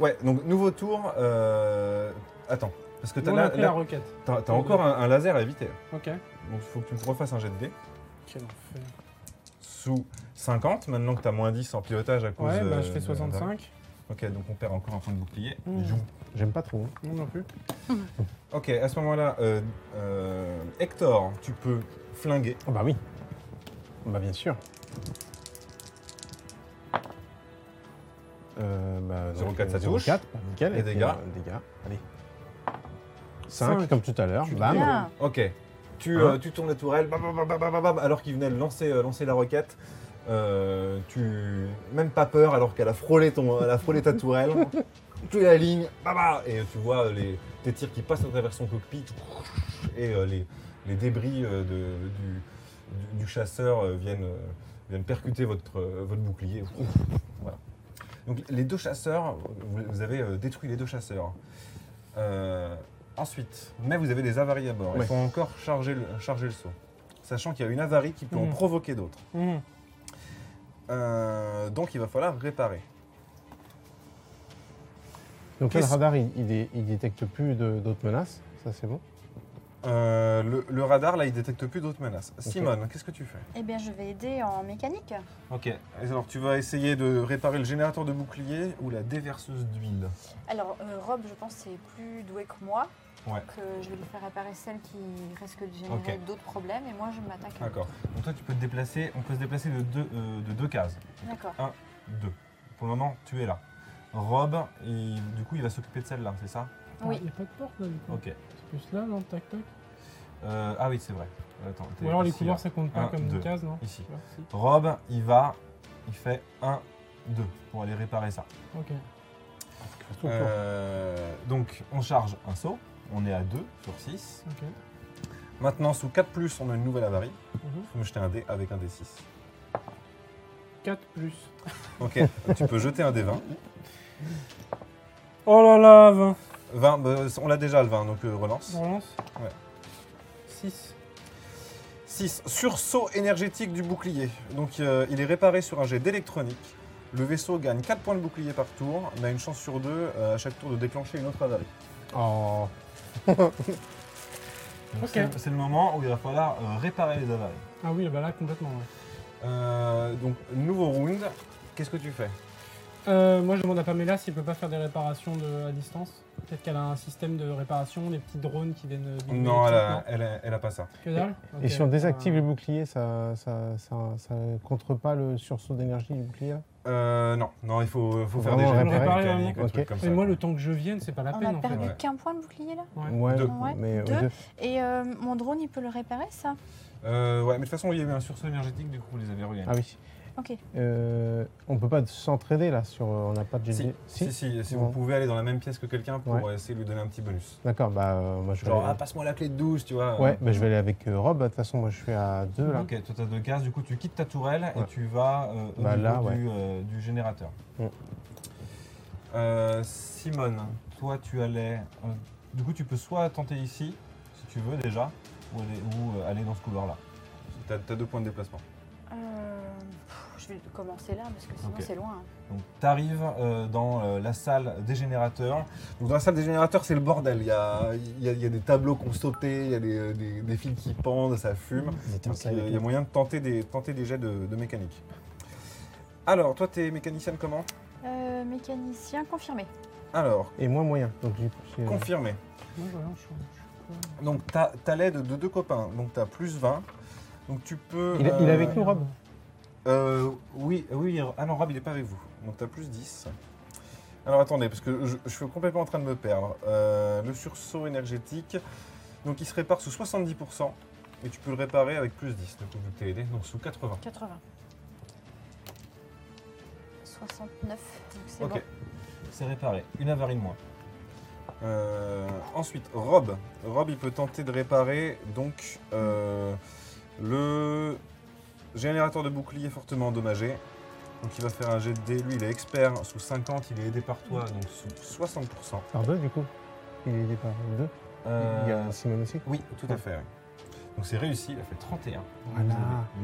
S1: Ouais, donc nouveau tour. euh, Attends. Parce que
S3: Nous,
S1: t'as
S3: on
S1: la-
S3: a pris
S1: la-
S3: la requête.
S1: t'as- t'as encore un, un laser à éviter.
S3: Ok.
S1: Donc il faut que tu me refasses un jet de dé.
S3: Quel enfer.
S1: sous 50, maintenant que tu as moins 10 en pilotage à cause
S3: Ouais, bah
S1: euh,
S3: je fais
S1: de-
S3: 65.
S1: Ok, donc on perd encore un point de bouclier.
S3: Mmh.
S1: Jou.
S6: J'aime pas trop. hein.
S3: Non, non plus.
S1: Ok, à ce moment-là, euh, euh, Hector, tu peux flinguer.
S6: Ah bah oui. Bah bien sûr. Euh, bah, donc,
S1: 04, ça touche.
S6: 04, bah, nickel.
S1: Les
S6: puis,
S1: dégâts.
S6: euh, dégâts, allez. 5,
S3: Cinq.
S6: comme tout à l'heure.
S1: Tu
S6: Bam.
S4: Bien.
S1: Ok, tu,
S6: Hein
S1: euh, tu tournes la tourelle, bam, bam, bam, bam, bam, bam, alors qu'il venait de lancer, euh, lancer la roquette. Euh, tu même pas peur alors qu'elle a frôlé ton elle a frôlé ta tourelle tu la ligne bam, bam, et tu vois euh, les tes tirs qui passent à travers son cockpit et euh, les, les débris euh, de- du, du- du chasseur euh, viennent, euh, viennent percuter votre, euh, votre bouclier. Voilà. Donc les deux chasseurs, vous, vous avez euh, détruit les deux chasseurs. Euh, ensuite, mais vous avez des avaries à bord. Il
S6: Ouais.
S1: faut encore charger le, charger le saut. Sachant qu'il y a une avarie qui peut en
S3: Mhm.
S1: provoquer d'autres.
S3: Mmh.
S1: Euh, donc il va falloir réparer.
S6: Donc là, le
S1: Qu'est-ce-
S6: radar, il, il dé- il détecte plus de- d'autres menaces. Ça, c'est bon.
S1: Euh, le, le radar, là, il détecte plus d'autres menaces. Simone, qu'est-ce que tu fais
S4: Eh bien, je vais aider en mécanique.
S1: Ok, alors tu vas essayer de réparer le générateur de bouclier ou la déverseuse d'huile.
S4: Alors, euh, Rob, je pense, c'est plus doué que moi.
S1: Ouais.
S4: Donc, euh, je vais lui faire apparaître celle qui risque de générer
S1: Ok.
S4: d'autres problèmes et moi, je m'attaque à
S1: D'accord. Donc toi, tu peux te déplacer. On peut se déplacer de deux, euh, de deux cases.
S4: l'autre. D'accord.
S1: Deux. Pour le moment, tu es là. Rob, il- du coup, il va s'occuper de celle-là, c'est ça
S4: Oui.
S3: Ah, Il n'y a pas de porte là du coup.
S1: Ok.
S3: C'est plus là, non Tac tac.
S1: Euh, ah oui, c'est vrai. Attends. t'es
S3: Ou alors les
S1: ici,
S3: couloirs
S1: là.
S3: ça compte pas
S1: Un,
S3: comme
S1: deux.
S3: une case, non
S1: Ici.
S3: Ouais, si.
S1: Rob, il va, il fait 1, 2 pour aller réparer ça.
S3: Ok.
S6: Tout court.
S1: Euh, donc, on charge un saut. On est à 2 sur 6.
S3: Ok.
S1: Maintenant, sous 4, on a une nouvelle avarie.
S3: Mhm.
S1: Faut me jeter un dé avec un dé 6.
S3: 4 plus.
S1: Ok, tu peux jeter un dé 20.
S3: Oh là là, 20.
S1: 20, bah, on l'a déjà le 20, donc euh, relance.
S3: On relance
S1: Ouais.
S3: 6.
S1: 6. Sursaut énergétique du bouclier. Donc euh, il est réparé sur un jet d'électronique. Le vaisseau gagne 4 points de bouclier par tour, mais a une chance sur 2 à chaque tour de déclencher une autre avarie.
S6: Oh.
S1: Donc,
S3: Ok.
S1: C'est c'est le moment où il va falloir euh, réparer les avaries.
S3: Ah oui, bah là complètement. Ouais.
S1: Euh, donc nouveau round, qu'est-ce que tu fais
S3: Euh, moi je demande à Pamela s'il peut pas faire des réparations de- à distance. Peut-être qu'elle a un système de réparation, des petits drones qui viennent. euh, bidouiller
S1: Non,
S3: le
S1: elle
S3: truc,
S1: a, elle a- elle a pas ça.
S3: Que dalle
S6: Et
S3: Ok.
S6: si on désactive
S3: Euh,
S6: le bouclier, ça, ça, ça, ça contre pas le sursaut d'énergie du bouclier là
S1: Euh, non, non, il faut, faut faire des
S6: Vraiment
S1: jets de
S3: réparer,
S1: mécanique,
S6: vraiment.
S1: un truc
S6: Ok.
S1: comme ça.
S3: Mais moi le temps que je vienne, c'est pas la
S4: On
S3: peine
S4: a
S3: en fait.
S4: perdu
S1: ouais.
S4: qu'un point de bouclier là
S3: Ouais.
S1: Deux.
S4: Ouais,
S6: mais euh,
S4: deux.
S6: deux.
S4: Et euh, mon drone, il peut le réparer ça
S1: Euh, ouais, mais de toute façon, il y avait un sursaut énergétique, du coup, vous les avez regagnés.
S6: Ah oui.
S4: Ok.
S6: Euh, on peut pas s'entraider là sur. On n'a pas de
S1: Si,
S6: GD.
S1: si, si, si vous
S6: Bon.
S1: pouvez aller dans la même pièce que quelqu'un pour
S6: Ouais.
S1: essayer de lui donner un petit bonus.
S6: D'accord, bah euh, moi je vais.
S1: Genre, ah, passe-moi la clé de douche, tu vois.
S6: ouais, bah, je vais aller avec euh, Rob. De toute façon, moi je suis à deux là.
S1: Ok, toi t'as deux cases, du coup tu quittes ta tourelle et
S6: Ouais.
S1: tu vas euh, au
S6: Bah,
S1: niveau
S6: là,
S1: du, euh, du générateur.
S6: Mm.
S1: Euh, Simone, toi tu allais. euh, du coup tu peux soit tenter ici, si tu veux déjà, ou aller, ou, euh, aller dans ce couloir là. T'as t'as deux points de déplacement.
S4: Euh, pff, je vais commencer là parce que sinon
S2: Ok.
S4: c'est loin. hein.
S1: Donc tu arrives dans euh, la salle des générateurs. Donc dans la salle des générateurs, c'est le bordel. Il y a, il y a- il y a des tableaux qui ont sauté, il y a des, euh, des- des fils qui pendent, ça fume. Hum. Donc, il y a- il y a moyen de tenter des, tenter des jets de, de mécanique. Alors, toi, t'es mécanicienne comment
S4: Euh, mécanicien confirmé.
S1: Alors,
S6: Et moi, moyen. Donc, j'ai- j'ai-
S1: confirmé.
S3: Moi, voilà, je suis- je suis pas-
S1: Donc t'as as, l'aide de deux copains, donc t'as plus 20. Donc tu peux...
S6: Il, est- il est avec nous, Rob
S1: Euh, oui, oui, ah non, Rob, il n'est pas avec vous. Donc t'as plus 10. Alors attendez, parce que je, je suis complètement en train de me perdre. Euh, le sursaut énergétique, donc il se répare sous 70%, et tu peux le réparer avec plus 10, du coup, vu que t'es aidé, donc sous 80.
S4: 80. 69. Donc c'est
S1: Ok,
S4: bon.
S1: c'est réparé, une avarie de moins. Euh, ensuite, Rob. Rob, il peut tenter de réparer donc euh, le générateur de bouclier fortement endommagé. Donc il va faire un jet de dés. Lui, il est expert sous 50, il est aidé par toi, donc sous 60%.
S6: Par deux, du coup. Il est aidé par deux. Il y
S1: Euh,
S6: a Simone aussi.
S1: oui, tout à fait. oui. Donc c'est réussi, il a fait 31. Il
S6: Voilà.
S1: y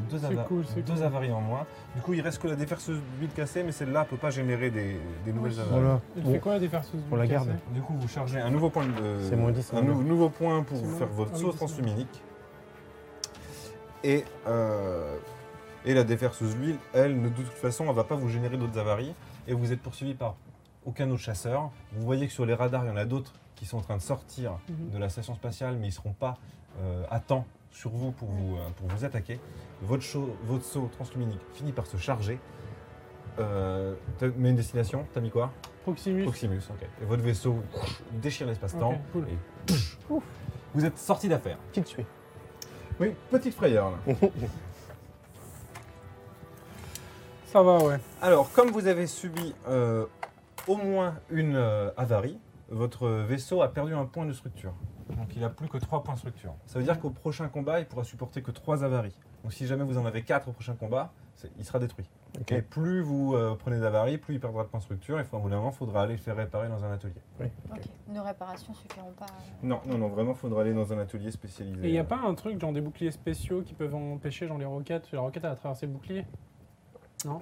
S1: a deux,
S3: C'est
S1: ava-
S3: cool, c'est
S1: deux
S3: cool.
S1: avaries en moins. Du coup, il reste que la déferseuse d'huile cassée, mais celle-là ne peut pas générer des, des nouvelles
S3: Oui.
S1: avaries.
S6: Voilà.
S3: Elle
S6: Bon.
S3: fait quoi la déferseuse
S6: On la
S3: Lucas,
S6: garde.
S3: elle
S1: Du coup, vous chargez un nouveau point de.
S6: C'est moins 10,
S1: Un
S6: c'est moins
S1: nou- nouveau point pour
S3: C'est
S1: vous
S3: moins
S1: faire
S3: 10.
S1: votre
S3: Ah oui,
S1: sauce
S3: c'est ça.
S1: transhuminique. Et, euh, et la déferseuse huile, elle, ne- de toute façon, elle ne va pas vous générer d'autres avaries. Et vous êtes poursuivi par aucun autre chasseur. Vous voyez que sur les radars, il y en a d'autres qui sont en train de sortir
S3: Mhm.
S1: de la station spatiale, mais ils ne seront pas euh, à temps sur vous pour vous, euh, pour vous attaquer. Votre, show- votre saut transluminique finit par se charger. Euh, t'as- mais une destination, t'as mis quoi
S3: Proximus.
S1: Proximus, ok. Et votre vaisseau déchire l'espace-temps.
S3: Ok, cool.
S1: Et vous êtes sorti d'affaire.
S6: Qui te suit
S1: Oui, petite frayeur là.
S3: Ça va, ouais.
S1: Alors, comme vous avez subi euh, au moins une euh, avarie, votre vaisseau a perdu un point de structure. Donc il a plus que 3 points de structure. Ça veut dire qu'au prochain combat, il pourra supporter que 3 avaries. Donc si jamais vous en avez 4 au prochain combat, c'est- il sera détruit.
S6: Ok.
S1: Et plus vous euh, prenez d'avaries, plus il perdra de points de structure. Et au bout d'un moment, il faudra aller le faire réparer dans un atelier.
S4: Ok. Nos réparations suffiront pas.
S1: Non, non, non, vraiment, il faudra aller dans un atelier spécialisé. euh,
S3: Et il n'y a pas un truc, genre des boucliers spéciaux qui peuvent empêcher, genre les roquettes La roquette, elle a traversé le bouclier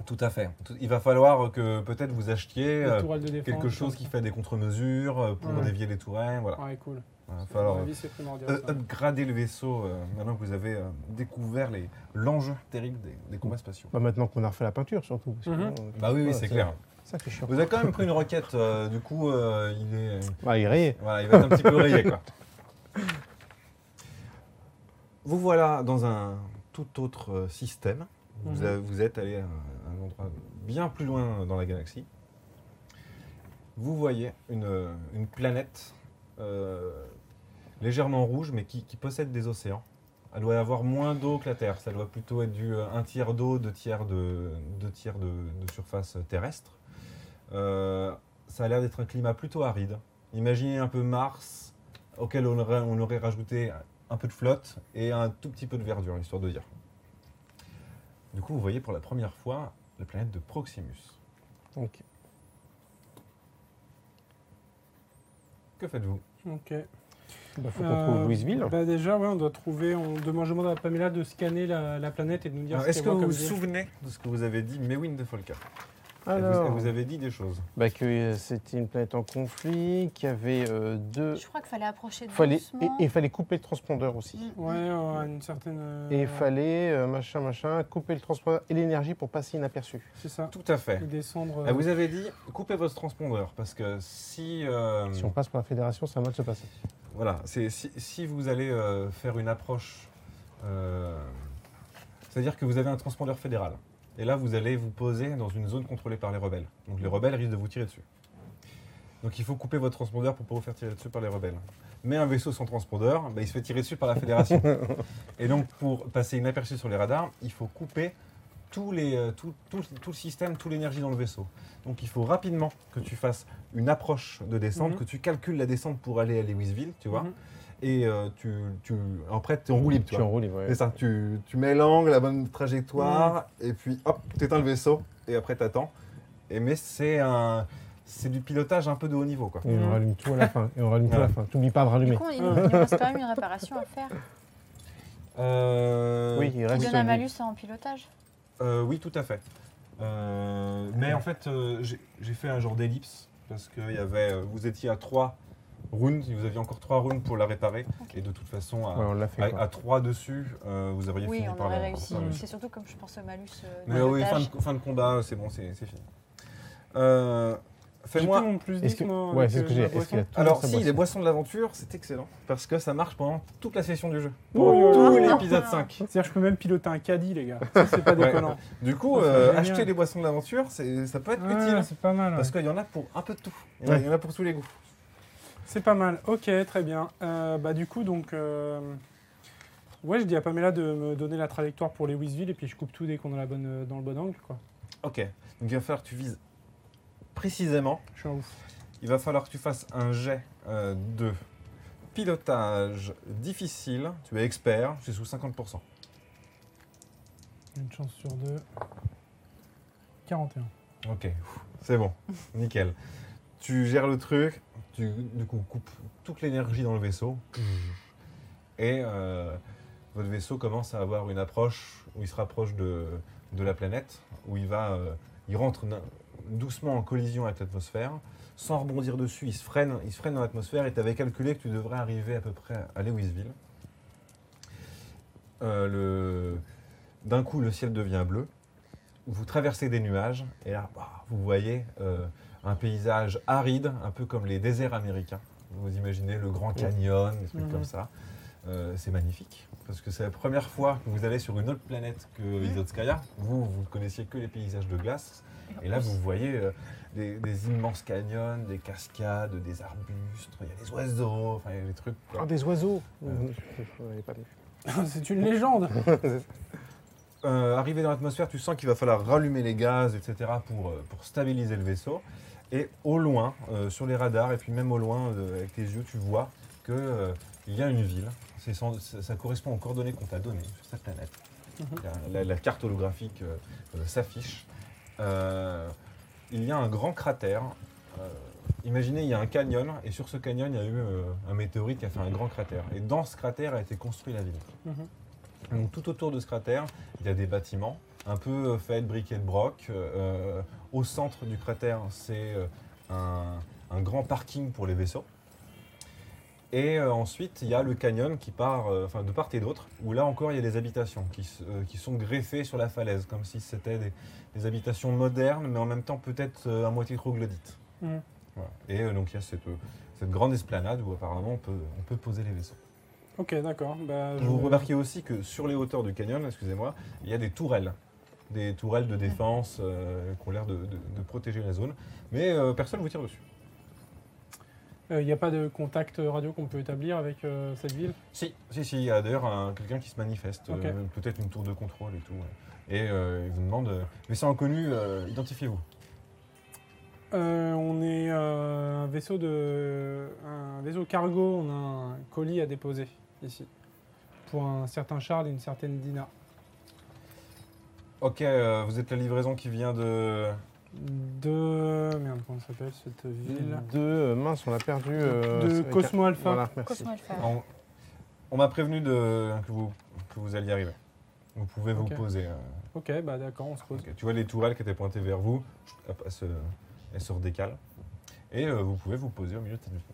S1: Tout à fait. Tout- Il va falloir que peut-être vous achetiez
S3: La
S1: euh,
S3: tourelle de défense
S1: quelque chose qui
S3: comme
S1: fait des contre-mesures euh, pour
S3: Ouais.
S1: dévier les tourelles. Voilà.
S3: ça. Ouais, cool.
S1: Il va
S3: À
S1: falloir
S3: mon
S1: euh,
S3: avis, c'est primordial.
S1: euh,
S3: ça.
S1: upgrader le vaisseau euh, maintenant que vous avez euh, découvert les- l'enjeu terrible des, des combats spatiaux.
S6: Bah, Maintenant qu'on a refait la peinture, surtout. parce que, euh,
S3: Mhm.
S1: Bah oui, oui,
S6: voilà,
S1: c'est clair.
S6: Ça, c'est chiant.
S1: Vous avez quand même pris une requête, euh, du coup, euh, il est.
S6: Bah, il est rayé.
S1: Voilà, il va être un petit peu rayé, quoi. Vous voilà dans un tout autre euh, système. Vous,
S3: Mhm.
S1: avez- vous êtes allé à un, un endroit bien plus loin dans la galaxie. Vous voyez une, euh, une planète euh, légèrement rouge, mais qui, qui possède des océans. Elle doit avoir moins d'eau que la Terre. Ça doit plutôt être du euh, un tiers d'eau, deux tiers de, deux tiers de, de surface terrestre. Euh, ça a l'air d'être un climat plutôt aride. Imaginez un peu Mars, auquel on aurait, on aurait rajouté un peu de flotte et un tout petit peu de verdure, histoire de dire. Du coup, vous voyez pour la première fois la planète de Proximus.
S6: Ok.
S1: Que faites-vous
S3: Ok.
S6: Bah, faut qu'on
S3: Euh,
S6: trouve Louisville.
S3: Bah déjà, ouais, on doit trouver. On demande, je demande à Pamela de scanner la, la planète et de nous dire ce
S1: Est-ce
S3: qu'elle
S1: que
S3: voit
S1: vous
S3: comme
S1: vous
S3: vie.
S1: souvenez de ce que vous avez dit Mewin de Folka Elle vous,
S6: Alors,
S1: elle vous avez dit des choses.
S6: bah, que euh, c'était une planète en conflit, qu'il y avait euh, deux.
S4: Je crois qu'il fallait approcher
S6: Fallait, et-
S4: doucement.
S6: et il fallait couper le transpondeur aussi.
S4: Mm, mm.
S3: Ouais, euh, une certaine.
S1: Mm.
S3: euh,
S6: Et il fallait, euh, machin, machin, couper le transpondeur et l'énergie pour passer inaperçu.
S3: C'est ça.
S1: Tout à fait.
S3: Et descendre.
S6: Ah,
S3: euh,
S1: Elle vous avait dit coupez votre transpondeur parce que si euh,
S6: Si on passe pour la fédération, ça va mal se passer.
S1: Voilà, c'est si, si vous allez euh, faire une approche, euh, c'est-à-dire que vous avez un transpondeur fédéral, et là vous allez vous poser dans une zone contrôlée par les rebelles. Donc les rebelles risquent de vous tirer dessus. Donc il faut couper votre transpondeur pour pas vous faire tirer dessus par les rebelles. Mais un vaisseau sans transpondeur, bah, il se fait tirer dessus par la fédération. et donc pour passer inaperçu sur les radars, il faut couper tous les, euh, tout, tout- tout le système, toute l'énergie dans le vaisseau. Donc il faut rapidement que tu fasses une approche de descente,
S3: Mhm.
S1: que tu calcules la descente pour aller à Lewisville, tu vois.
S3: mhm.
S1: Et euh, tu, tu, après, tu enroules, tu
S6: Tu
S1: vois.
S6: enroules, ouais. Mm.
S1: C'est ça, tu, tu mets l'angle, la bonne trajectoire, et puis hop, t'éteins le vaisseau, et après t'attends. Et mais c'est un, c'est du pilotage un peu de haut niveau, quoi.
S6: Et on rallume tout à la fin. Et on rallume tout à la fin. T'oublies pas de
S4: Du
S6: rallumer.
S4: coup, il, il nous reste quand même une réparation à faire.
S1: Euh,
S6: Oui, il
S4: Qui
S6: reste.
S4: donne un
S6: lui.
S4: malus en pilotage.
S1: euh, oui, tout à fait. Euh, mais en fait, euh, j'ai j'ai fait un genre d'ellipse parce que il y avait, euh, vous étiez à 3 rounds, vous aviez encore 3 rounds pour la réparer.
S4: Ok.
S1: Et de toute façon,
S6: Ouais,
S1: à,
S6: on l'a fait. quoi.
S1: à, 3 dessus, euh, vous auriez
S4: Oui,
S1: fini
S4: on
S1: par
S4: aurait
S1: la-
S4: réussi.
S1: par la-
S4: C'est surtout comme je pense au malus. euh,
S1: Mais
S4: de
S1: oui, fin
S4: pilotage.
S1: de, fin de combat, c'est bon, c'est c'est fini. Euh, Fais-moi.
S3: J'ai plus mon plus
S6: Est-ce
S3: 10,
S6: que-
S3: moi,
S6: ouais,
S3: avec,
S6: c'est ce que
S3: euh,
S6: j'ai.
S3: la
S6: Est-ce qu'il a
S3: boisson.
S6: tout
S1: Alors,
S6: dans sa
S1: si, les
S6: boisson
S1: boissons de l'aventure, c'est excellent. Parce que ça marche pendant toute la session du jeu.
S3: Oh,
S1: Tout
S3: oh, oh.
S1: l'épisode 5.
S3: C'est-à-dire que je peux même piloter un caddie, les gars. Ça, c'est pas
S1: Ouais.
S3: déconnant.
S1: Du coup,
S3: Ça, Oh, c'est
S1: euh,
S3: génial.
S1: acheter des boissons de l'aventure, c'est- ça peut être
S3: Ouais,
S1: utile.
S3: c'est pas mal. ouais.
S1: Parce qu'il y en a pour un peu de tout. Il y en a, il y en a pour tous les goûts.
S3: C'est pas mal. Ok, très bien. Euh, bah, du coup, donc. euh, Ouais, je dis à Pamela de me donner la trajectoire pour les Whisville et puis je coupe tout dès qu'on est la bonne, euh, dans le bon angle. Quoi.
S1: Ok. Donc il va falloir que tu vises précisément.
S3: Je suis un ouf.
S1: Il va falloir que tu fasses un jet euh, de pilotage difficile. Tu es expert, c'est sous 50%.
S3: Une chance sur deux. 41.
S1: Ok, Ouh, c'est bon, nickel. Tu gères le truc, tu du coup coupes toute l'énergie dans le vaisseau, et euh, votre vaisseau commence à avoir une approche où il se rapproche de, de la planète, où il va, euh, il rentre na- doucement en collision avec l'atmosphère, sans rebondir dessus, il se freine, il se freine dans l'atmosphère, et tu avais calculé que tu devrais arriver à peu près à Lewisville. Euh, le- D'un coup, le ciel devient bleu vous traversez des nuages et là, bah, vous voyez euh, un paysage aride, un peu comme les déserts américains. Vous imaginez le Grand Canyon, des trucs
S3: Mhm.
S1: comme ça. Euh, c'est magnifique parce que c'est la première fois que vous allez sur une autre planète que Izotskaya. Vous, vous ne connaissiez que les paysages de glace. Et là, vous voyez euh, des, des immenses canyons, des cascades, des arbustes, il y a des oiseaux, enfin, il y a des trucs. quoi.
S6: Ah, des oiseaux
S1: Ouais.
S6: On l'avait pas vu.
S3: c'est une légende.
S1: Mhm. Euh, arrivé dans l'atmosphère, tu sens qu'il va falloir rallumer les gaz, etc., pour, euh, pour stabiliser le vaisseau. Et au loin, euh, sur les radars, et puis même au loin, euh, avec tes yeux, tu vois qu'il y a une ville. C'est sans- ça, ça correspond aux coordonnées qu'on t'a données sur cette planète.
S3: Mhm.
S1: La, la- la carte holographique euh, euh, s'affiche. Euh, il y a un grand cratère. Euh, imaginez, il y a un canyon, et sur ce canyon, il y a eu euh, un météorite qui a fait un grand cratère. Et dans ce cratère a été construite la ville.
S3: Mhm.
S1: Donc tout autour de ce cratère, il y a des bâtiments, un peu euh, faits de briques et de broc. Euh, au centre du cratère, c'est euh, un, un grand parking pour les vaisseaux. Et euh, ensuite, il y a le canyon qui part, euh, enfin de part et d'autre, où là encore, il y a des habitations qui, s- euh, qui sont greffées sur la falaise, comme si c'était des, des habitations modernes, mais en même temps peut-être euh, à moitié troglodytes.
S3: Mhm.
S1: Voilà. Et euh, donc il y a cette, euh, cette grande esplanade où apparemment on peut- on peut poser les vaisseaux.
S3: Ok, d'accord. Bah, je-
S1: Vous remarquez aussi que sur les hauteurs du canyon, excusez-moi, il y a des tourelles. Des tourelles de défense euh, qui ont l'air de, de- de protéger la zone. Mais euh, personne ne vous tire dessus.
S3: Il n'y Euh, a pas de contact radio qu'on peut établir avec euh, cette ville
S1: Si, si, si. Il y a d'ailleurs un- quelqu'un qui se manifeste.
S3: Ok.
S1: euh, Peut-être une tour de contrôle et tout. ouais. Et euh, il vous demande euh, Mais c'est inconnu, euh, identifiez-vous.
S3: Euh, On est euh, un vaisseau de un vaisseau cargo. On a un colis à déposer ici pour un certain Charles et une certaine Dina
S1: Ok, euh, vous êtes la livraison qui vient de.
S3: de merde comment ça s'appelle cette ville
S6: De euh, mince, on l'a perdu. euh,
S3: de
S6: c'est-
S3: Cosmo Alpha.
S6: Voilà, merci.
S4: Cosmo Alpha.
S1: On, on m'a prévenu de, que, vous, que vous alliez arriver. Vous pouvez vous
S3: Ok.
S1: poser. euh,
S3: Ok, bah d'accord, on se pose.
S1: Ok, Tu vois les tourelles qui étaient pointées vers vous, hop, elles se, elles se redécalent. Et euh, vous pouvez vous poser au milieu de cette maison.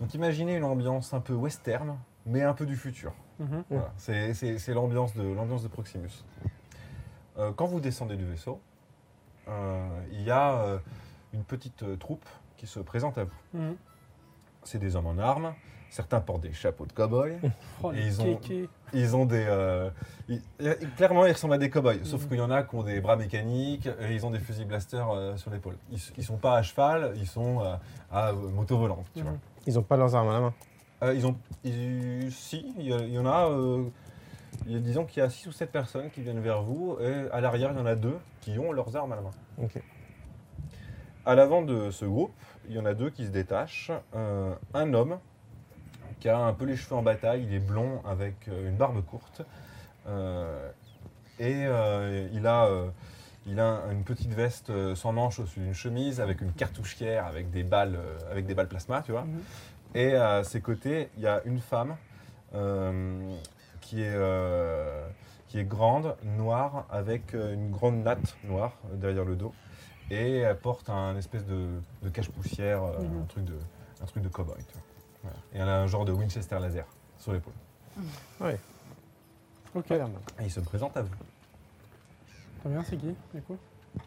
S1: Donc imaginez une ambiance un peu western, mais un peu du futur.
S3: Mhm.
S1: Voilà, c'est- C'est c'est l'ambiance de, l'ambiance de Proximus. Euh, quand vous descendez du vaisseau, euh, il y a euh, une petite euh, troupe qui se présente à vous.
S3: Mhm.
S1: C'est des hommes en armes, certains portent des chapeaux de cow-boy.
S3: Oh,
S1: Et
S3: les
S1: ils ont-
S3: kékés.
S1: Ils ont des. euh, ils- ils- clairement, ils ressemblent à des cow-boys, sauf
S3: Mhm.
S1: qu'il y en a qui ont des bras mécaniques et ils ont des fusils blaster euh, sur l'épaule. Ils, s- ils sont pas à cheval, ils sont euh, à euh, moto volante. Tu vois.
S3: Mhm.
S6: Ils n'ont pas leurs armes à la main.
S1: Euh, ils ont. ils- si, il y, a- il y en a. euh, il y a- disons qu'il y a 6 ou 7 personnes qui viennent vers vous et à l'arrière, il y en a deux qui ont leurs armes à la main.
S6: Ok.
S1: À l'avant de ce groupe, il y en a deux qui se détachent. Euh, un homme qui a un peu les cheveux en bataille, il est blond avec euh, une barbe courte. Euh, et euh, il a, euh, il a une petite veste euh, sans manches au-dessus d'une chemise avec une cartouchière avec des balles, euh, avec des balles plasma, tu vois.
S3: Mhm.
S1: Et à ses côtés, il y a une femme euh, qui est, euh, qui est grande, noire, avec euh, une grande natte noire euh, derrière le dos. Et elle porte un espèce de, de cache-poussière, euh,
S3: Mhm.
S1: un truc de, un truc de cow-boy. tu vois. Voilà. Et elle a un genre de Winchester laser sur l'épaule.
S3: Ok,
S6: Pas
S3: très
S6: l'air mal.
S1: Et il se présente à vous.
S3: bien, c'est qui du coup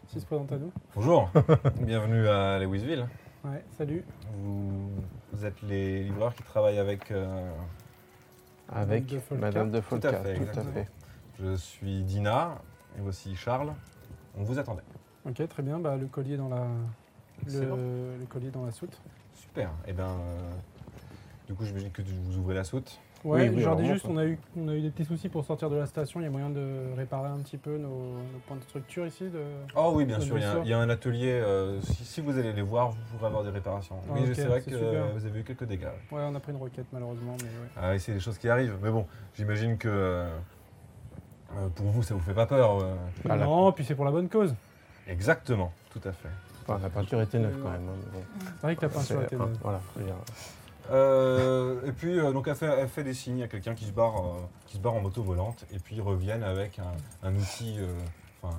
S3: S'il se présente à nous
S1: Bonjour, bienvenue à Lewisville.
S3: Ouais, salut.
S1: Vous, vous êtes les livreurs qui travaillent avec. euh,
S3: Avec
S6: Avec
S3: de Folka.
S6: Madame de
S1: à
S6: Folka, tout à
S1: fait,
S6: fait.
S1: exactement. je suis Dina et voici Charles. On vous attendait.
S3: Ok, très bien, bah, le collier dans la.
S1: Excellent.
S3: Le, le collier dans la soute.
S1: Super. Et ben, euh, du coup, j'imagine que tu- vous ouvrez la soute.
S3: Ouais,
S6: Oui, oui,
S3: je leur dis
S6: alors,
S3: juste, on a, eu, on a eu des petits soucis pour sortir de la station. Il y a moyen de réparer un petit peu nos, nos points de structure ici. De...
S1: Oh oui, bien
S3: Oui,
S1: sûr. Il y,
S3: bien
S1: a,
S3: sûr.
S1: il y a un atelier. euh, si, si vous allez les voir, vous pourrez avoir des réparations.
S3: Ah,
S1: oui, je-
S3: ok,
S1: c'est vrai
S3: c'est
S1: que
S3: super.
S1: euh, vous avez eu quelques dégâts. ouais.
S3: Ouais, on a pris une roquette malheureusement, mais ouais.
S1: Ah, et c'est des choses qui arrivent. Mais bon, j'imagine que euh, euh, pour vous, ça vous fait pas peur. euh.
S6: Voilà.
S3: Non, puis c'est pour la bonne cause.
S1: Exactement. Tout à fait.
S6: Enfin, la peinture était neuve quand même. hein, mais bon.
S3: C'est vrai que la peinture
S6: C'est-
S3: était
S6: enfin,
S3: neuve.
S6: Voilà, je veux dire,
S1: Euh, et puis euh, donc elle fait, elle fait des signes à quelqu'un qui se barre, euh, qui se barre en moto volante, et puis ils reviennent avec un, un outil, euh, enfin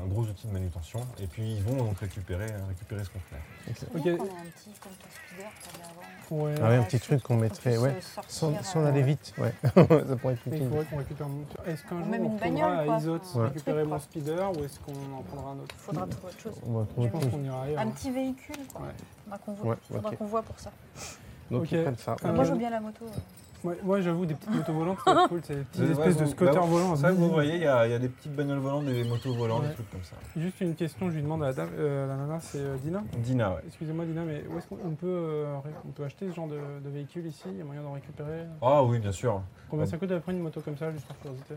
S1: un gros outil de manutention, et puis ils vont donc récupérer, récupérer ce qu'on fait.
S4: Ok.
S3: Ok.
S4: On a un petit comme ton speeder qu'on avait avant.
S3: euh, Ouais.
S6: Ah ouais, un
S4: Ouais,
S6: petit
S4: je
S6: truc qu'on
S4: qu'on
S6: mettrait,
S4: puisse,
S6: ouais.
S4: euh, sortir,
S6: Sans, sans
S4: euh,
S6: aller vite, ouais. ça pourrait être
S3: Mais il
S6: utile.
S3: faudrait qu'on récupère mon. Est-ce qu'un
S4: Ou
S3: jour
S4: même
S3: on
S4: une
S3: retournera
S4: bagnole, quoi.
S3: à Isot
S4: Ouais.
S3: récupérer
S4: Quoi.
S3: mon speeder ou est-ce qu'on en prendra un autre
S4: Faudra trouver autre chose.
S6: On va
S3: Je
S6: trouver
S3: pense
S6: autre chose.
S3: qu'on ira ailleurs.
S4: Un petit véhicule, quoi.
S3: Ouais.
S4: Faudra qu'on voit,
S6: Ouais,
S4: faudra
S6: ok.
S4: qu'on voit pour ça.
S6: Donc
S3: Ok.
S6: ils prennent ça.
S3: Euh,
S4: Moi, je veux bien la moto.
S3: Ouais, moi j'avoue, des petites motos volantes,
S4: Ah.
S3: c'est cool, c'est des petites
S1: Ouais,
S3: espèces
S1: vous-
S3: de scooters
S1: bah,
S3: volants.
S1: Ça, vous voyez, il y, a il y a des petites bagnoles volantes, des motos volantes,
S3: Oh, Ouais.
S1: des trucs comme ça.
S3: Juste une question, je lui demande à la, dame, euh, à la nana, c'est euh, Dina.
S1: Dina, ouais.
S3: Excusez-moi Dina, mais où est-ce qu'on on peut, euh, ré- on peut acheter ce genre de, de véhicule ici Il y a moyen d'en récupérer
S1: Ah oui, bien sûr.
S3: Combien ça coûte d'après une moto comme ça, juste par curiosité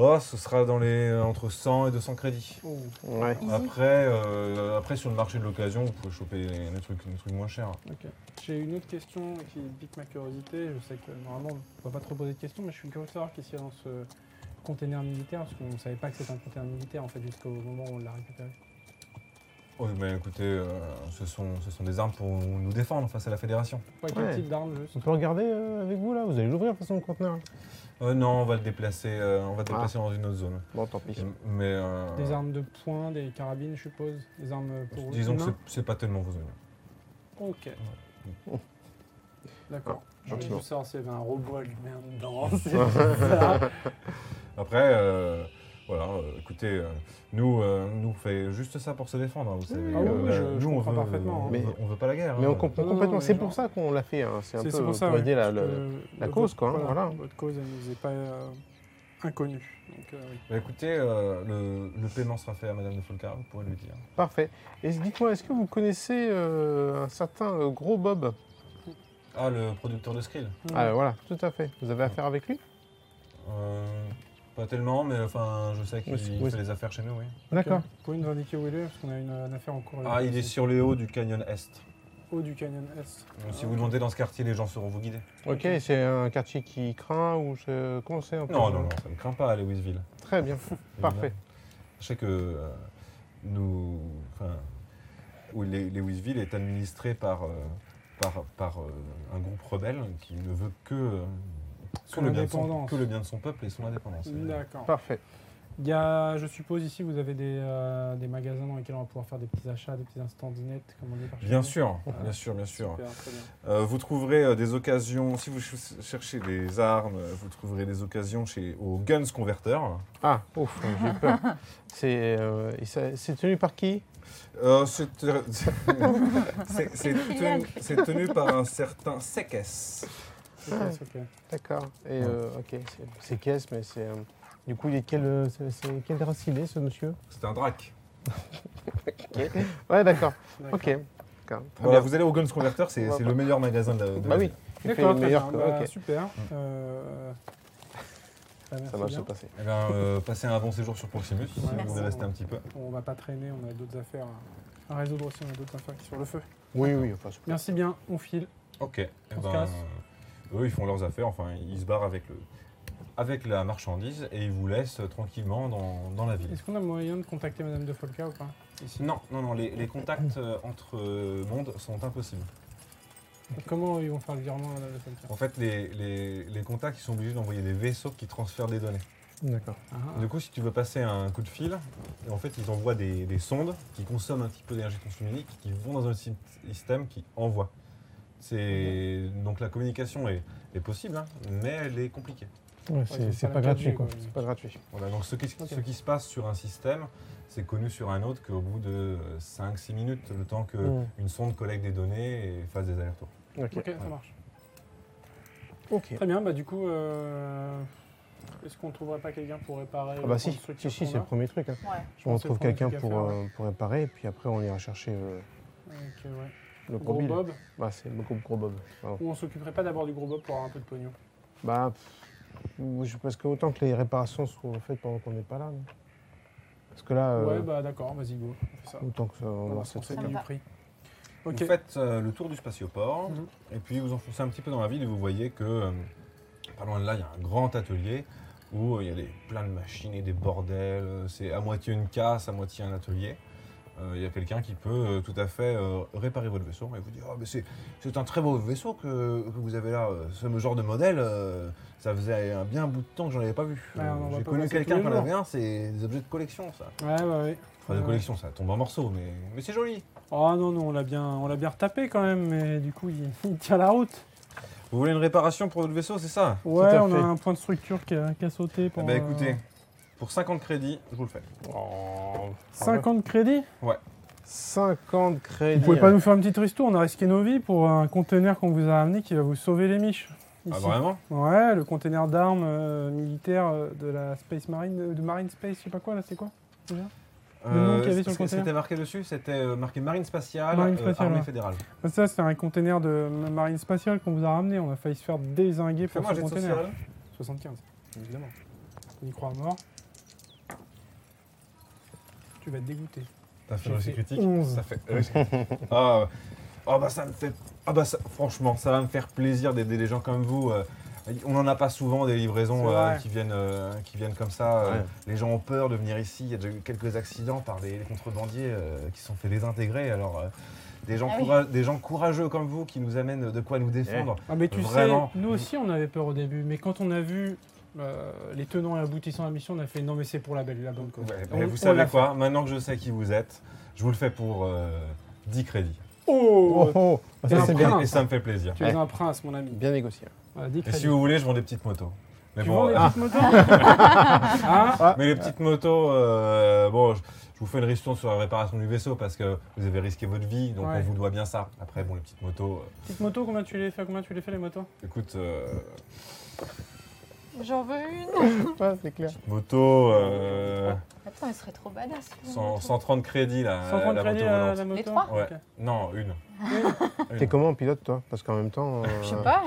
S1: Oh, ce sera dans les entre 100 et 200 crédits.
S3: Oh.
S6: Ouais.
S4: Easy.
S1: Après, euh, après sur le marché de l'occasion, vous pouvez choper des trucs, des trucs moins chers.
S3: J'ai une autre question qui pique ma curiosité. Je sais que normalement on ne va pas trop poser de questions, mais je suis curieux de savoir qu'est-ce qu'il y a dans ce container militaire, parce qu'on ne savait pas que c'était un container militaire en fait jusqu'au moment où on l'a récupéré.
S1: Oui, mais écoutez, euh, ce, sont, ce sont des armes pour nous défendre face à la Fédération.
S3: Ouais, quel
S6: Ouais.
S3: type d'arme juste
S6: On peut regarder euh, avec vous là Vous allez l'ouvrir de toute façon le conteneur.
S1: Euh, non, on va le déplacer, euh, on va le
S6: Ah.
S1: déplacer dans une autre zone.
S6: Bon, tant pis.
S1: Mais euh,
S3: Des armes de poing, des carabines, je suppose. Des armes pour
S1: disons que
S3: humains.
S1: c'est- c'est pas tellement vos oignons.
S3: Ok. D'accord.
S1: Ah,
S3: Je voulais
S6: gentiment.
S3: juste savoir s'il y avait un robot allumé dedans. c'est ça.
S1: Après, euh, voilà, euh, écoutez, euh, nous, euh, nous on fait juste ça pour se défendre, hein, vous savez.
S3: Ah oui, oui, je- je
S1: nous, on
S3: comprends
S1: veut,
S3: parfaitement,
S1: on
S6: hein.
S1: veut- on veut pas la guerre.
S6: Mais
S1: hein.
S6: on comprend
S3: non, non,
S6: complètement.
S3: mais
S6: C'est
S3: genre-
S6: pour ça qu'on l'a fait. hein. C'est un
S3: C'est
S6: peu
S3: c'est pour ça.
S6: pour
S3: ouais.
S6: aider la,
S3: Parce
S6: le-
S3: que
S6: la
S3: votre-
S6: cause, quoi, hein, voilà.
S3: Votre cause, elle nous est pas euh, inconnue. Donc, euh, oui.
S1: Bah, écoutez, euh, le, le paiement sera fait à Madame de Folcar, vous pourrez lui dire.
S6: Parfait. Et dites-moi, est-ce que vous connaissez euh, un certain euh, gros Bob
S1: Ah, le producteur de Skrill
S6: Ah, voilà, tout à fait. Vous avez affaire avec lui
S1: Euh, Pas tellement, mais enfin, je sais qu'il
S6: Oui, c'est- oui,
S1: fait les affaires chez nous, oui.
S6: D'accord.
S3: Ok. Vous pouvez nous indiquer où il est Parce qu'on a une, une affaire en cours. là.
S1: Ah, il est sur les hauts du canyon Est.
S3: Haut du canyon Est.
S1: Donc, si vous demandez dans ce quartier, les gens sauront vous guider.
S6: Ok, c'est un quartier qui craint ou c'est- euh, comment c'est un peu
S1: Non, non, non, ça ne craint pas à Lewisville.
S6: Très bien. Parfait.
S1: Je sais que euh, nous. Enfin, où les, les Louisville est administré par, euh, par, par euh, un groupe rebelle qui ne veut que, euh, que,
S3: Son
S1: le bien de son,
S3: indépendance.
S1: que le bien de son peuple et son indépendance. évidemment.
S3: D'accord.
S6: Parfait.
S3: Il y a, je suppose, ici, vous avez des, euh, des magasins dans lesquels on va pouvoir faire des petits achats, des petits instants dinettes, comme on dit par chez
S1: Bien
S3: nous.
S1: sûr, bien sûr, bien sûr.
S3: Super, très bien.
S1: Euh, vous trouverez euh, des occasions, si vous ch- cherchez des armes, euh, vous trouverez des occasions chez, aux Guns Converter.
S6: Ah, ouf, j'ai peur. C'est euh, et ça- c'est tenu par qui
S1: Euh, c'est c'est- c'est
S4: Filiale.
S1: tenu, c'est tenu par un certain Sekes.
S6: Ah.
S3: Ok, ok.
S6: D'accord. Et euh, ok, c'est- c'est caisse, mais c'est. euh, du coup, il est quel, euh, c'est- c'est- quelle race il est, ce monsieur
S1: C'est un drac.
S6: Ouais, d'accord.
S3: D'accord.
S6: ok. D'accord.
S3: Ah,
S6: Très
S1: Voilà,
S6: bien.
S1: Eh vous allez au Guns Converter, c'est
S6: Ouais.
S1: c'est le meilleur magasin de la. de
S6: Bah
S1: la
S6: oui,
S1: ville.
S6: il fait
S3: bah, D'accord,
S6: le
S3: très
S6: meilleur.
S3: bien.
S6: quoi.
S3: Bah,
S6: Ok. Hum.
S3: Super. Euh, bah, merci
S6: Ça va
S3: bien.
S6: se passer.
S1: Eh bien, euh, passez un bon séjour sur Proximus.
S3: Ouais.
S1: vous allez rester un petit peu.
S3: On va pas traîner, on a d'autres affaires à- à résoudre aussi, on a d'autres affaires qui sont sur le feu.
S6: Oui, oui, enfin, c'est pas-
S3: Merci bien, on file.
S1: Ok. Eh
S3: On se
S1: ben,
S3: casse.
S1: eux, ils font leurs affaires. Enfin, ils se barrent avec le, avec la marchandise et ils vous laissent tranquillement dans, dans la ville.
S3: Est-ce qu'on a moyen de contacter Madame de Folka ou pas ici
S1: Non, non, non. Les, les contacts euh, entre euh, mondes sont impossibles.
S3: Comment ils vont faire le virement à la frontière
S1: En fait, les, les- les contacts, ils sont obligés d'envoyer des vaisseaux qui transfèrent des données.
S6: D'accord.
S3: Ah,
S1: Du coup, si tu veux passer un coup de fil, en fait, ils envoient des, des sondes qui consomment un petit peu d'énergie transhumique, qui vont dans un sy- système qui envoie. C'est donc la communication est, est possible, hein, mais elle est compliquée.
S6: Ouais,
S3: c'est
S6: c'est- c'est
S3: pas
S6: pas
S3: la
S6: gratuit,
S3: perdu,
S6: quoi.
S3: quoi.
S6: C'est pas gratuit.
S1: Voilà, donc ce qui,
S3: Ok.
S1: ce qui se passe sur un système, c'est connu sur un autre qu'au bout de 5-6 minutes, le temps
S3: Euh.
S1: que
S6: Mm.
S1: une sonde collecte des données et fasse des allers-retours.
S6: Ok.
S3: ok, ça marche.
S6: Ok.
S3: Très bien, bah du coup, euh, est-ce qu'on trouverait pas quelqu'un pour réparer
S6: Ah bah
S3: le
S6: si, si,
S3: constructeur
S6: si,
S3: qu'on
S6: c'est le
S3: a
S6: premier truc. hein.
S4: Ouais.
S3: Je
S6: On
S3: pense que c'est le
S6: trouve
S3: premier
S6: quelqu'un
S3: truc à
S6: pour,
S3: faire,
S6: euh, pour réparer, puis après on ira chercher euh,
S3: ouais. Donc, euh, ouais.
S6: le
S3: Gros
S6: gros Bill.
S3: Bob,
S6: Bah, c'est le gros, gros Bob. pardon.
S3: ou on s'occuperait pas d'abord du gros Bob pour avoir un peu de pognon
S6: Bah, pff, je pense que autant que les réparations seront faites pendant qu'on n'est pas là. non Parce que là, euh,
S3: Ouais, bah d'accord, vas-y, go, on fait ça.
S6: autant que ça, on va
S3: On va
S6: voir
S3: se
S6: cette-
S3: renseigner
S4: truc.
S3: du prix. Ok,
S1: Vous faites euh, le tour du spatioport,
S3: Mhm.
S1: et puis vous enfoncez un petit peu dans la ville et vous voyez que, euh, pas loin de là, il y a un grand atelier où euh, il y a des, plein de machines et des bordels. euh, C'est à moitié une casse, à moitié un atelier. Euh, Il y a quelqu'un qui peut euh, tout à fait euh, réparer votre vaisseau et vous dire Ah, mais c'est, c'est un très beau vaisseau que, que vous avez là, euh, ce genre de modèle, euh, ça faisait un bien bout de temps que j'en avais pas vu.
S3: Ouais, on en voit
S1: J'ai
S3: pas
S1: connu
S3: passer
S1: quelqu'un
S3: tous
S1: qui
S3: les
S1: en
S3: jours.
S1: avait un, c'est des objets de collection ça.
S3: ouais, bah ouais.
S1: Enfin de
S3: Ouais.
S1: collection ça tombe en morceaux, mais, mais c'est joli.
S3: Oh non, non, on l'a bien, on l'a bien retapé quand même, mais du coup, il, il tient la route.
S1: Vous voulez une réparation pour votre vaisseau, c'est ça
S3: Ouais,
S6: à
S3: on
S6: fait.
S3: a un point de structure qui a, qui a sauté
S1: Eh
S3: pendant.
S1: ben, écoutez, pour 50 crédits, je vous le fais.
S6: Oh. Ah
S3: 50 crédits
S6: 50 crédits.
S3: Vous pouvez pas nous faire une petite ristour On a risqué nos vies pour un conteneur qu'on vous a amené qui va vous sauver les miches.
S1: Ah
S3: ici.
S1: vraiment
S3: ouais, le conteneur d'armes euh, militaires euh, de la Space Marine, euh, de Marine Space, je sais pas quoi là, c'est quoi déjà Le nom qu'il y avait sur le
S1: Euh, c'est-
S3: conteneur
S1: C'était marqué dessus, c'était euh, marqué Marine Spatiale,
S3: Marine
S1: euh,
S3: spatiale,
S1: Armée
S3: ouais.
S1: Fédérale.
S3: Ah, Ça, c'est un conteneur de m- Marine Spatiale qu'on vous a ramené. On a failli se faire dézinguer pour
S1: Fais-moi un
S3: ce
S1: jet de
S3: conteneur.
S1: social.
S3: 75, évidemment. On y croit à mort. Tu vas être dégoûté.
S1: T'as fait
S3: J'ai
S1: réussite
S3: fait
S1: critique
S3: 11.
S1: Ça fait réussite critique. Ah, euh, ah bah ça me fait... Ah bah ça- franchement, ça va me faire plaisir d'aider des gens comme vous. euh, on n'en a pas souvent des livraisons
S3: C'est
S1: euh,
S3: vrai.
S1: qui, viennent, euh, qui viennent comme ça. euh,
S6: Ouais.
S1: les gens ont peur de venir ici. Il y a déjà eu quelques accidents par des, les contrebandiers euh, qui se sont fait désintégrer. Alors, euh, des, gens
S4: Ah oui.
S1: coura- des gens courageux comme vous qui nous amènent de quoi nous défendre.
S3: Ah mais tu
S1: Vraiment.
S3: sais, nous aussi on avait peur au début, mais quand on a vu euh, les tenants et aboutissants de la mission, on a fait non mais c'est pour la belle, la bonne cause.
S1: Ouais,
S3: On-
S1: mais
S3: on
S1: vous savez
S3: l'a
S1: quoi Maintenant que je sais qui vous êtes, je vous le fais pour euh, 10 crédits.
S6: Oh,
S3: Oh,
S6: oh, bah, ça,
S3: T'es
S6: c'est
S3: un
S6: bien,
S3: prince.
S1: Et ça me fait plaisir.
S3: Tu es un prince mon ami.
S6: bien négocié.
S3: Voilà, dix
S1: Et si
S3: crédits.
S1: vous voulez, je vends des petites motos. Mais
S3: tu
S1: bon,
S3: vends des
S1: ah,
S3: petites motos Hein
S1: mais les petites motos, euh, bon, je, je vous fais une ristourne sur la réparation du vaisseau parce que vous avez risqué votre vie, donc
S3: Ouais.
S1: on vous doit bien ça. Après, bon, les petites motos, euh,
S3: Petites motos, combien tu les fais Combien tu les fais les motos
S1: écoute, euh,
S4: J'en veux une.
S6: Ouais, c'est clair.
S1: moto, euh,
S4: Attends, elle serait trop badass.
S1: cent- 130 crédits là,
S3: 130
S1: Euh, la
S3: crédits
S1: moto
S3: euh, la,
S1: volante.
S3: la moto
S4: Les trois
S1: Ouais. Bah
S3: Ok.
S1: Non, une.
S6: T'es comment en pilote, toi Parce qu'en même temps. euh,
S4: Je sais pas.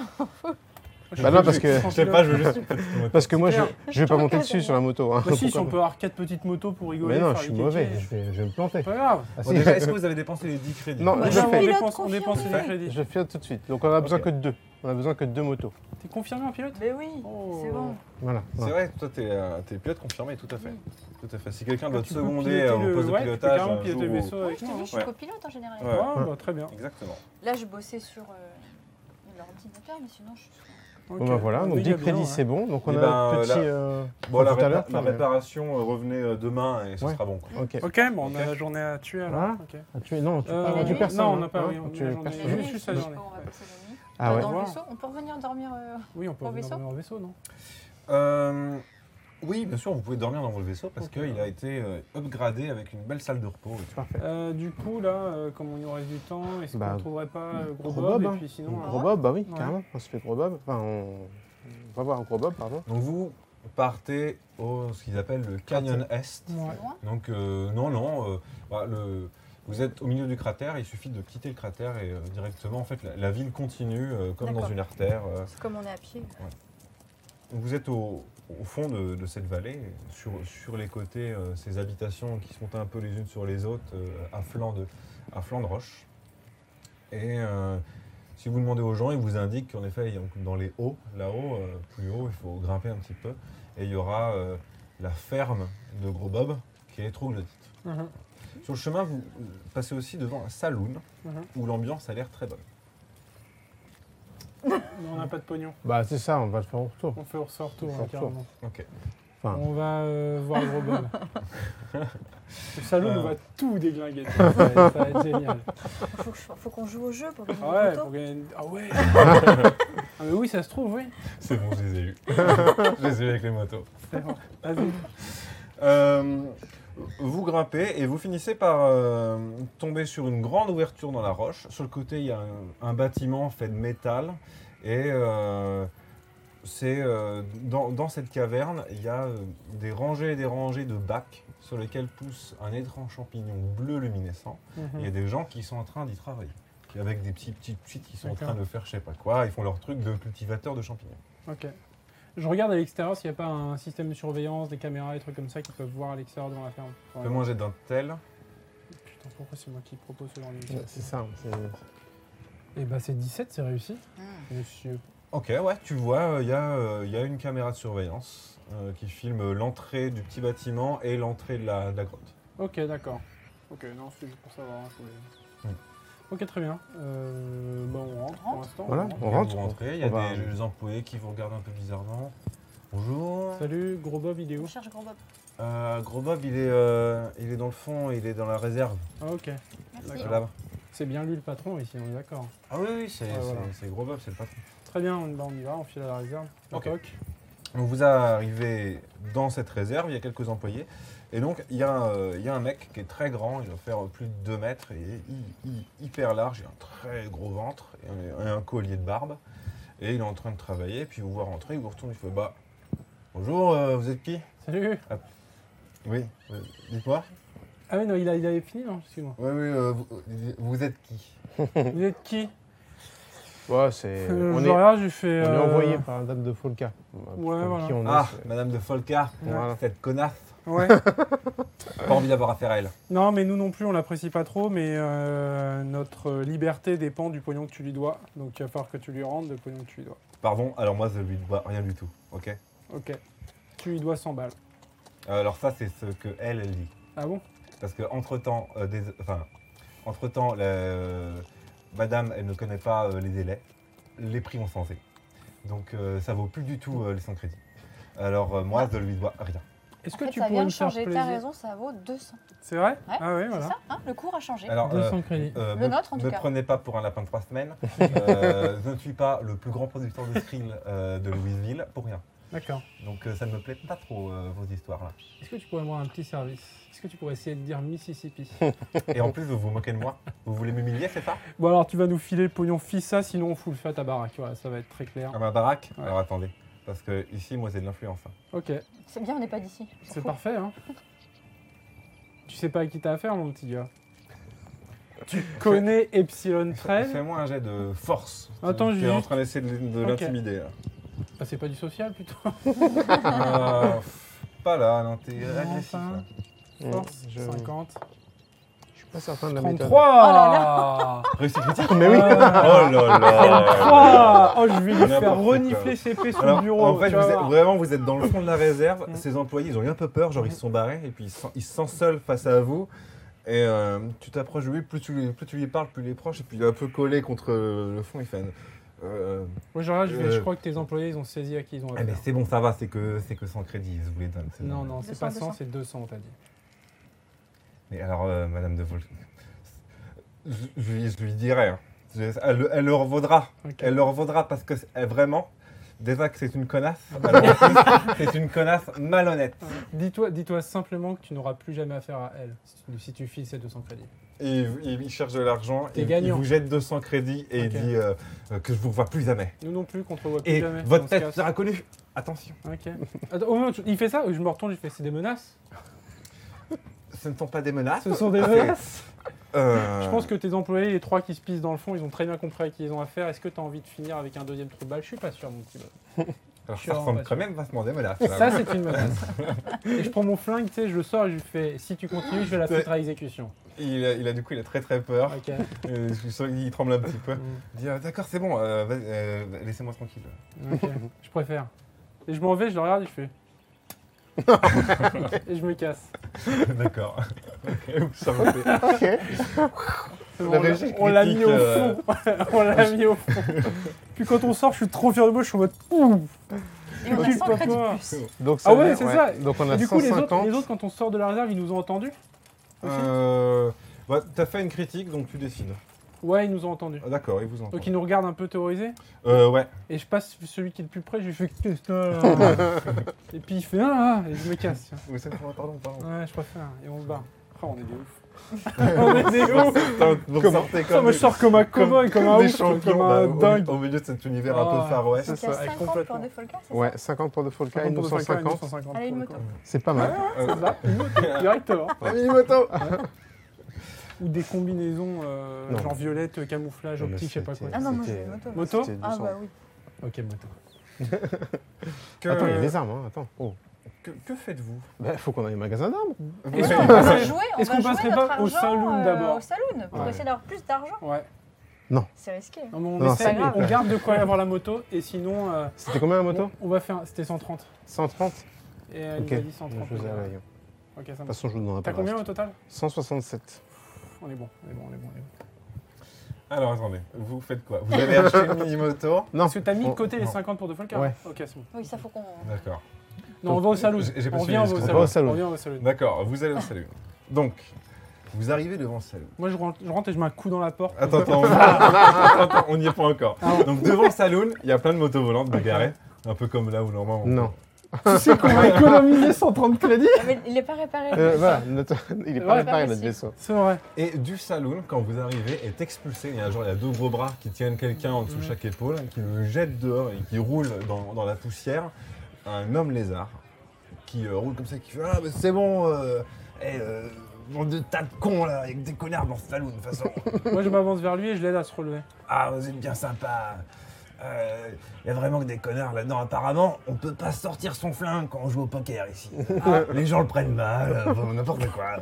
S6: Bah non, parce que- Ah,
S1: Je sais pas, je veux juste une petite moto.
S6: Parce que moi, je,
S3: clair.
S6: je vais pas monter
S4: Pourquoi
S6: dessus
S4: ça
S6: sur la moto. hein.
S3: Bah si, si
S6: Pourquoi
S3: on peut avoir quatre petites motos pour
S6: pas
S3: rigoler.
S6: Mais non,
S3: faire
S6: je suis
S3: les kékés.
S6: mauvais. Je vais, je vais me planter.
S3: Pas grave.
S6: Ah,
S1: Bon,
S6: si.
S1: déjà, est-ce que vous avez dépensé les 10 crédits
S6: Non,
S4: Bah
S6: je
S3: Déjà,
S4: non,
S3: on
S6: fais.
S4: Pilote
S3: dépense, on dépense les
S4: confirmé.
S3: crédits.
S6: Je fais tout de suite. Donc on a besoin
S1: Ok.
S6: que de deux. On a besoin que de deux motos.
S3: T'es confirmé en pilote
S4: Mais oui,
S3: Oh.
S4: c'est bon.
S6: Voilà.
S1: C'est
S6: voilà.
S1: vrai, toi, t'es euh, t'es pilote confirmé, tout à fait. Tout à fait. Si quelqu'un doit te
S3: Ah, Tu peux
S1: seconder
S3: piloter
S1: euh, au
S3: le-
S1: poste de
S3: ouais, tu peux
S1: pilotage,
S3: carrément
S1: un
S3: piloter
S1: jour
S3: le
S1: où-
S3: vaisseau
S4: Ouais,
S3: avec
S4: je
S3: nous,
S4: te
S3: hein.
S4: dis, je suis
S1: Ouais.
S4: copilote en général.
S1: Ouais.
S3: Ah, bah, très bien.
S1: Exactement.
S4: Là, je bossais sur euh, l'ordinateur, mais sinon, je suis.
S6: Bon, bah, voilà, donc 10 crédits, c'est bon. Donc on
S1: Eh
S6: a
S1: ben,
S6: un
S1: euh,
S6: petit.
S1: la-
S6: euh,
S1: Bon, la,
S6: tout à
S1: répa-
S6: l'heure,
S1: la
S6: mais-
S1: réparation, euh, revenez euh, demain et ce
S6: Ouais.
S1: sera bon. quoi.
S6: Ok.
S3: Ok, bon, on a la journée à tuer alors.
S6: Voilà.
S3: ok.
S6: Ah, tu es- Non, tu
S3: Euh,
S6: parles du
S4: non,
S6: personne.
S3: on
S6: hein,
S3: n'a pas-
S6: hein,
S3: oui, on-
S6: tu es
S3: la journée-
S4: La
S6: personne.
S3: Oui,
S4: nuit,
S3: juste la
S4: je sais
S3: journée.
S4: pas, on va passer la nuit.
S6: Ah ouais.
S4: Dans
S3: Wow.
S4: le vaisseau, on peut revenir dormir. euh,
S3: Oui, on peut
S4: En
S3: revenir
S4: vaisseau
S3: dormir en vaisseau, non
S1: Euh, oui, bien sûr, vous pouvez dormir dans votre vaisseau parce qu'il a été euh, upgradé avec une belle salle de repos. et tout.
S6: Parfait.
S3: Euh, Du coup, là, euh, comme on y reste du temps, est-ce
S6: Bah,
S3: qu'on trouverait pas euh, Gros
S6: Gros
S3: Bob,
S6: Bob,
S3: Et puis sinon,
S6: Gros
S3: euh,
S6: Bob, bah oui,
S3: Ouais.
S6: carrément. On se fait Gros Bob. Enfin, on on va voir un Gros Bob, pardon.
S1: Donc, vous partez au ce qu'ils appellent le Canyon Est.
S3: ouais.
S4: C'est loin.
S1: Donc, euh, non, non, euh, bah, le- vous êtes au milieu du cratère, il suffit de quitter le cratère et euh, directement, en fait, la, la ville continue euh, comme dans
S4: D'accord.
S1: une artère. euh,
S4: C'est comme on est à pied.
S1: Vous êtes au, au fond de, de cette vallée, sur, sur les côtés, euh, ces habitations qui sont un peu les unes sur les autres, euh, à, flanc de, à flanc de roche. Et euh, si vous demandez aux gens, ils vous indiquent qu'en effet, il y a- dans les hauts, là-haut, euh, plus haut, il faut grimper un petit peu. Et il y aura euh, la ferme de Gros Bob, qui est troglodyte.
S3: Mhm,
S1: Sur le chemin, vous vous passez aussi devant un saloon
S3: mhm.
S1: où l'ambiance a l'air très bonne.
S3: Mais on n'a pas de pognon.
S6: Bah, c'est ça, on va le faire en retour.
S3: On fait au ressort tour,
S6: On fait au ressort.
S3: carrément.
S1: Ok.
S6: Enfin.
S3: On va euh, voir gros bol. le salon
S1: Euh.
S3: on va tout déglinguer. Ça va être, ça va être génial.
S4: Faut, que je- faut qu'on joue au jeu pour gagner
S3: Ah
S4: le
S3: ouais,
S4: loto.
S3: pour gagner- Ah ouais. ah mais oui, ça se trouve, oui.
S1: C'est bon, je les ai eus. je les ai eus avec les motos.
S3: C'est bon. Vas-y.
S1: Euh, vous grimpez et vous finissez par euh, tomber sur une grande ouverture dans la roche. Sur le côté, il y a un, un bâtiment fait de métal. Et euh, c'est euh, dans, dans cette caverne, il y a euh, des rangées et des rangées de bacs sur lesquels pousse un étrange champignon bleu luminescent. Il y
S3: Mm.
S1: a des gens qui sont en train d'y travailler. Avec des petits petits petits qui sont en
S3: D'accord.
S1: train de faire je sais pas quoi. Ils font leur truc de cultivateur de champignons.
S3: Ok. Je regarde à l'extérieur s'il n'y a pas un système de surveillance, des caméras, des trucs comme ça qui peuvent voir à l'extérieur devant la ferme. Ouais.
S1: Fais-moi un jet d'un tel.
S3: Putain, pourquoi c'est moi qui propose ce genre
S6: Ouais,
S3: d'initiative
S6: C'est ça. c'est-
S3: Eh bah c'est 17, c'est réussi.
S4: Mm.
S3: Monsieur.
S1: Ok, ouais, tu vois, il y, a, euh, y a une caméra de surveillance euh, qui filme l'entrée du petit bâtiment et l'entrée de la, de la grotte.
S3: Ok, d'accord. Ok, non, c'est juste pour savoir. hein, je voulais-
S1: Mm.
S3: Ok, très bien. Euh, bah, on rentre pour l'instant.
S6: Voilà, on
S3: on rentre.
S1: Et
S6: rentre.
S1: Vous rentrez, il y a
S6: on va-
S1: des, des employés qui vous regardent un peu bizarrement. Bonjour.
S3: Salut, gros Bob, il est
S4: On
S3: où
S4: cherche Grand Bob.
S1: Euh, gros Bob, il est, euh, il est dans le fond, il est dans la réserve.
S3: Ah, ok.
S4: Merci.
S3: D'accord.
S1: là-bas.
S3: C'est bien lui le patron ici, on est d'accord.
S1: Ah oui, oui, c'est
S3: Ouais,
S1: c'est-
S3: voilà.
S1: c'est Gros Bob, c'est le patron.
S3: Très bien, on, bah, on y va, on file à la réserve. La
S1: Ok.
S3: toque.
S1: Donc vous arrivez dans cette réserve, il y a quelques employés. Et donc il y, a, euh, il y a un mec qui est très grand, il doit faire plus de 2 mètres, et il est hy- hy- hyper large, il a un très gros ventre, et un- et un collier de barbe. Et il est en train de travailler, puis vous voit rentrer, il vous retourne, il fait Bah, bonjour, euh, vous êtes qui
S3: Salut
S1: Oui, euh, dites-moi.
S3: Ah oui, non, il, a- il avait fini, non Excuse-moi.
S1: Oui, oui, euh, vous, vous êtes qui
S3: Vous êtes qui
S6: Ouais, c'est.
S3: Euh,
S6: on,
S3: Je
S6: est, on
S3: regarde, j'ai fait.
S6: est
S3: euh,
S6: envoyé par la dame de Folka. Pour
S3: voilà.
S6: Qui on est,
S1: Ah,
S6: c'est-
S1: madame de Folka,
S6: Voilà.
S1: cette connasse,
S3: Ouais.
S1: pas envie d'avoir affaire à elle.
S3: non, mais nous non plus, on l'apprécie pas trop, mais euh, notre liberté dépend du pognon que tu lui dois. Donc il va falloir que tu lui rendes le pognon que tu lui dois.
S1: Pardon, alors moi je lui dois rien du tout, ok
S3: Ok. Tu lui dois 100 balles.
S1: Euh, Alors ça, c'est ce que elle, elle dit.
S3: Ah bon
S1: Parce que entre temps, enfin, entre temps, Madame, elle ne connaît pas euh, les délais. Les prix ont changé. Donc euh, ça vaut plus du tout euh, les 100 crédits. Alors euh, moi, je lui dois rien.
S3: Est-ce
S4: En
S3: que
S4: fait,
S3: tu
S4: ça
S3: pourrais
S4: vient
S3: me
S4: de
S3: faire
S4: changer. T'as
S3: plaisir
S4: raison, ça vaut 200.
S3: C'est vrai
S4: Ouais,
S3: Ah oui,
S4: C'est
S3: voilà.
S4: ça hein Le cours a changé.
S1: Alors euh,
S3: 200 crédits.
S1: euh,
S4: Le
S1: me,
S4: nôtre, en tout
S1: me
S4: cas.
S1: prenez pas pour un lapin de trois semaines. Euh, je ne suis pas le plus grand producteur de thrill euh, de Louisville pour rien.
S3: D'accord.
S1: Donc euh, ça ne me plaît pas trop euh, vos histoires là.
S3: Est-ce que tu pourrais me rendre un petit service Est-ce que tu pourrais essayer de dire Mississippi
S1: Et en plus vous vous moquez de moi. Vous voulez m'humilier, c'est ça
S3: Bon, alors tu vas nous filer le pognon fissa, sinon on fout le feu à ta baraque. Voilà, ça va être très clair.
S1: À ma baraque
S3: Ouais.
S1: Alors attendez, parce que ici moi c'est de l'influence. hein.
S3: Ok,
S4: C'est bien, on n'est pas d'ici. On s'en
S3: c'est
S4: fout.
S3: parfait, hein Tu sais pas à qui t'as affaire, mon petit gars. Tu connais Epsilon 13
S1: Fais-moi un jet de force.
S3: Attends,
S1: Tu
S3: j'ai-
S1: es en train d'essayer de, de
S3: Ok.
S1: l'intimider. là.
S3: Ah, C'est pas du social plutôt
S1: Euh, pas là, non, t'es
S3: Ah. Non,
S1: agressif.
S3: enfin.
S1: là.
S6: Mm,
S3: Force,
S6: je,
S3: 50.
S6: je suis pas certain de la méthode.
S3: 33
S4: Oh là
S1: Réussi critique
S6: Mais oui.
S1: Oh là
S3: Ah, oh, je vais lui
S1: N'importe
S3: faire
S1: quoi.
S3: renifler ses pets sur le
S1: Alors,
S3: bureau.
S1: en fait,
S3: tu
S1: vous
S3: vas
S1: êtes-
S3: voir.
S1: vraiment, vous êtes dans le fond de la réserve.
S3: Mm.
S1: Ces employés, ils ont eu un peu peur, genre ils se sont barrés et puis ils se sent- ils se sentent seuls face à vous. Et euh, tu t'approches de lui, plus tu, lui, plus tu lui parles, plus il est proche. Et puis il est un peu collé contre le fond. Il fait. un- euh,
S3: Moi, je regarde, je, vais- je
S1: Euh.
S3: crois que tes employés, ils ont saisi à qui ils ont
S1: ah, mais
S3: affaire.
S1: c'est bon, ça va, c'est que, c'est que sans crédit, je vous les donne. c'est
S3: Non,
S1: bon.
S3: non, c'est
S4: 200,
S3: pas 100,
S4: 200.
S3: c'est 200, on t'a dit.
S1: Mais alors, euh, Madame de Volk, je, je lui- je lui dirai. hein. Je- elle, elle le revaudra.
S3: Ok.
S1: Elle le revaudra parce que c'est- vraiment, déjà que c'est une connasse,
S3: Ah bah
S1: alors en plus, c'est une connasse malhonnête.
S3: Dis-toi dis-toi simplement que tu n'auras plus jamais affaire à elle si tu, si tu files ces 200 crédits.
S1: Et il, il- il cherche de l'argent,
S3: T'es
S1: il, il
S3: gagnant.
S1: vous jette 200 crédits et
S3: Ok.
S1: il dit euh, euh, que je vous revois plus jamais.
S3: Nous non plus, qu'on te revoit plus
S1: Et
S3: jamais.
S1: votre
S3: on se
S1: tête
S3: casse.
S1: sera connue. Attention,
S3: Ok. Attends, au moment où tu- il fait ça, je me retourne, je fais c'est des menaces.
S1: ce ne sont pas des menaces.
S3: Ce sont des
S1: Ah, c'est-
S3: menaces.
S1: euh,
S3: Je pense que tes employés, les trois qui se pissent dans le fond, ils ont très bien compris à qui ils ont affaire. Est-ce que tu as envie de finir avec un deuxième trou de balle Je suis pas sûr, mon petit Bob.
S1: alors,
S3: je suis
S1: ça ressemble
S3: vraiment
S1: quand même vachement à des menaces. là.
S3: Ça, c'est une menace. et je prends mon flingue, tu sais, je le sors et je lui fais si tu continues, je vais la foutre à exécution.
S1: il, a, il a du coup, il a très très peur.
S3: Ok.
S1: Euh, je suis sûr qu'il tremble un petit peu.
S3: Mm.
S1: Il dit, euh, d'accord, c'est bon, euh, vas- euh, laissez-moi tranquille.
S3: Ok, je préfère. Et je m'en vais, je le regarde et je fais. et je me casse.
S1: D'accord.
S6: Ok.
S3: C'est bon,
S1: La
S3: on l'a-
S1: régie
S3: on l'a
S1: critique,
S3: mis au
S1: euh,
S3: fond. on l'a mis au fond. Puis quand on sort, je suis trop fier de moi, je suis en mode Ouh
S4: Et on a
S3: Occupe
S4: 100
S3: pas
S4: crédits
S3: toi.
S4: de plus.
S6: Donc,
S3: Ah ouais,
S6: veut dire-
S3: c'est ça.
S6: Donc on
S3: Et
S6: a
S3: du coup, les
S6: 150.
S3: autres, les autres, quand on sort de la réserve, ils nous ont entendus aussi
S1: Euh, bah, T'as fait une critique, donc tu décides.
S3: Ouais, ils nous ont entendus.
S1: Ah, D'accord, ils vous entendent.
S3: Donc ils nous regardent un peu terrorisés.
S1: Euh, ouais.
S3: Et je passe celui qui est le plus près, je lui fais Qu'est-ce que là Et puis il fait Ah, ah Et je me casse. tiens.
S1: Oui, c'est- Pardon, pardon.
S3: Ouais, je préfère. Et on se barre. Oh, on est des ouf. on est des ouf.
S1: Putain, vous
S6: Comment-
S1: sortez
S3: Ça,
S1: comme
S3: moi, je sors comme un cowboy, comme, un
S1: des
S3: ouf,
S1: champions,
S3: comme un
S1: bah, au-
S3: dingue.
S1: Au, milieu de cet univers
S3: Ah,
S1: un peu far west.
S4: Donc il y a
S3: ça, ouais,
S4: 50
S3: complètement.
S4: pour de Folka, c'est
S6: Ouais, 50 pour de Folka et nous 150.
S3: 150.
S4: Allez, une moto.
S6: C'est pas mal. Ah,
S1: Euh,
S3: Là, une moto, directement.
S1: la mini-moto
S3: Ou des combinaisons euh,
S6: Non.
S3: genre violette, euh, camouflage,
S1: Non, mais
S3: optique, je sais pas quoi.
S4: ça Ah non, moi j'ai
S6: C'était-
S4: une moto. moi.
S3: Moto
S6: C'était
S4: Ah
S6: 200.
S4: bah oui.
S3: Ok, moto.
S1: Que,
S6: Attends,
S3: Euh.
S6: il y a des armes, hein. Attends. Oh.
S1: que, que faites-vous
S6: Bah, faut qu'on ait un magasin d'armes.
S4: Mais non, on va jouer, on
S3: Est-ce
S4: va
S3: qu'on
S4: jouer
S3: passerait
S4: notre
S3: pas au
S4: argent,
S3: saloon
S4: euh,
S3: d'abord
S4: Au saloon, pour
S3: Ouais.
S4: essayer d'avoir plus d'argent.
S3: Ouais.
S4: C'est risqué.
S3: Non, mais on
S6: Non,
S3: essaye,
S4: c'est grave.
S3: on garde de quoi avoir la moto et sinon. euh,
S6: C'était combien la moto
S3: on- On va faire. C'était 130.
S6: 130
S3: Et elle
S6: Ok.
S3: nous a dit
S6: Je
S3: 130.
S6: vous ai
S3: euh,
S6: avalé. De
S3: Ok, ça
S6: toute
S3: marche.
S6: façon, je vous donnerai pas
S3: T'as
S6: le
S3: combien au
S6: reste.
S3: total
S6: 167.
S3: On est bon, on est bon, on est bon. on est bon.
S1: Alors attendez, vous faites quoi Vous avez acheté une mini-moto
S6: Non,
S3: Parce que t'as mis de
S6: on-
S3: côté les
S6: non.
S3: 50 pour de Folka
S6: Ouais.
S3: Ok, c'est bon.
S4: Oui, ça faut qu'on.
S1: D'accord.
S3: Non, on va au saloon.
S1: J'ai- j'ai pas
S3: On
S1: suivi
S3: vient on
S1: ce
S3: va au
S1: qu'on-
S3: saloon.
S6: On va au saloon.
S3: On vient au saloon.
S1: D'accord, vous allez au salut. Donc, vous arrivez devant le saloon.
S3: Moi, je rentre, je rentre et je mets un coup dans la porte.
S1: Attends, attends, on- attends, attends, on n'y est pas encore. Donc devant le saloon, il y a plein de motos volantes bagarrées, un peu comme là où normalement. on-
S6: Non.
S3: tu sais qu'on va économiser 130 crédits
S4: Ah, mais il est pas réparé.
S6: Euh, voilà, notre- il est pas
S3: Ouais. bah,
S6: réparé notre
S4: Merci.
S6: vaisseau.
S3: C'est vrai.
S1: Et du saloon, quand vous arrivez, est expulsé. Il y a genre il y a deux gros bras qui tiennent quelqu'un en dessous de chaque épaule, qui le jettent dehors et qui roule dans, dans la poussière. Un homme lézard qui euh, roule comme ça, qui fait ah mais c'est bon, euh, eh, euh, bande de tas de cons là avec des connards dans le saloon de toute façon.
S3: Moi, je m'avance vers lui et je l'aide à se relever.
S1: Ah, vous êtes bien sympa. Il Euh, y a vraiment que des connards là-dedans. Apparemment, on peut pas sortir son flingue quand on joue au poker ici.
S3: Ah.
S1: Les gens le prennent mal, euh, bon, n'importe quoi.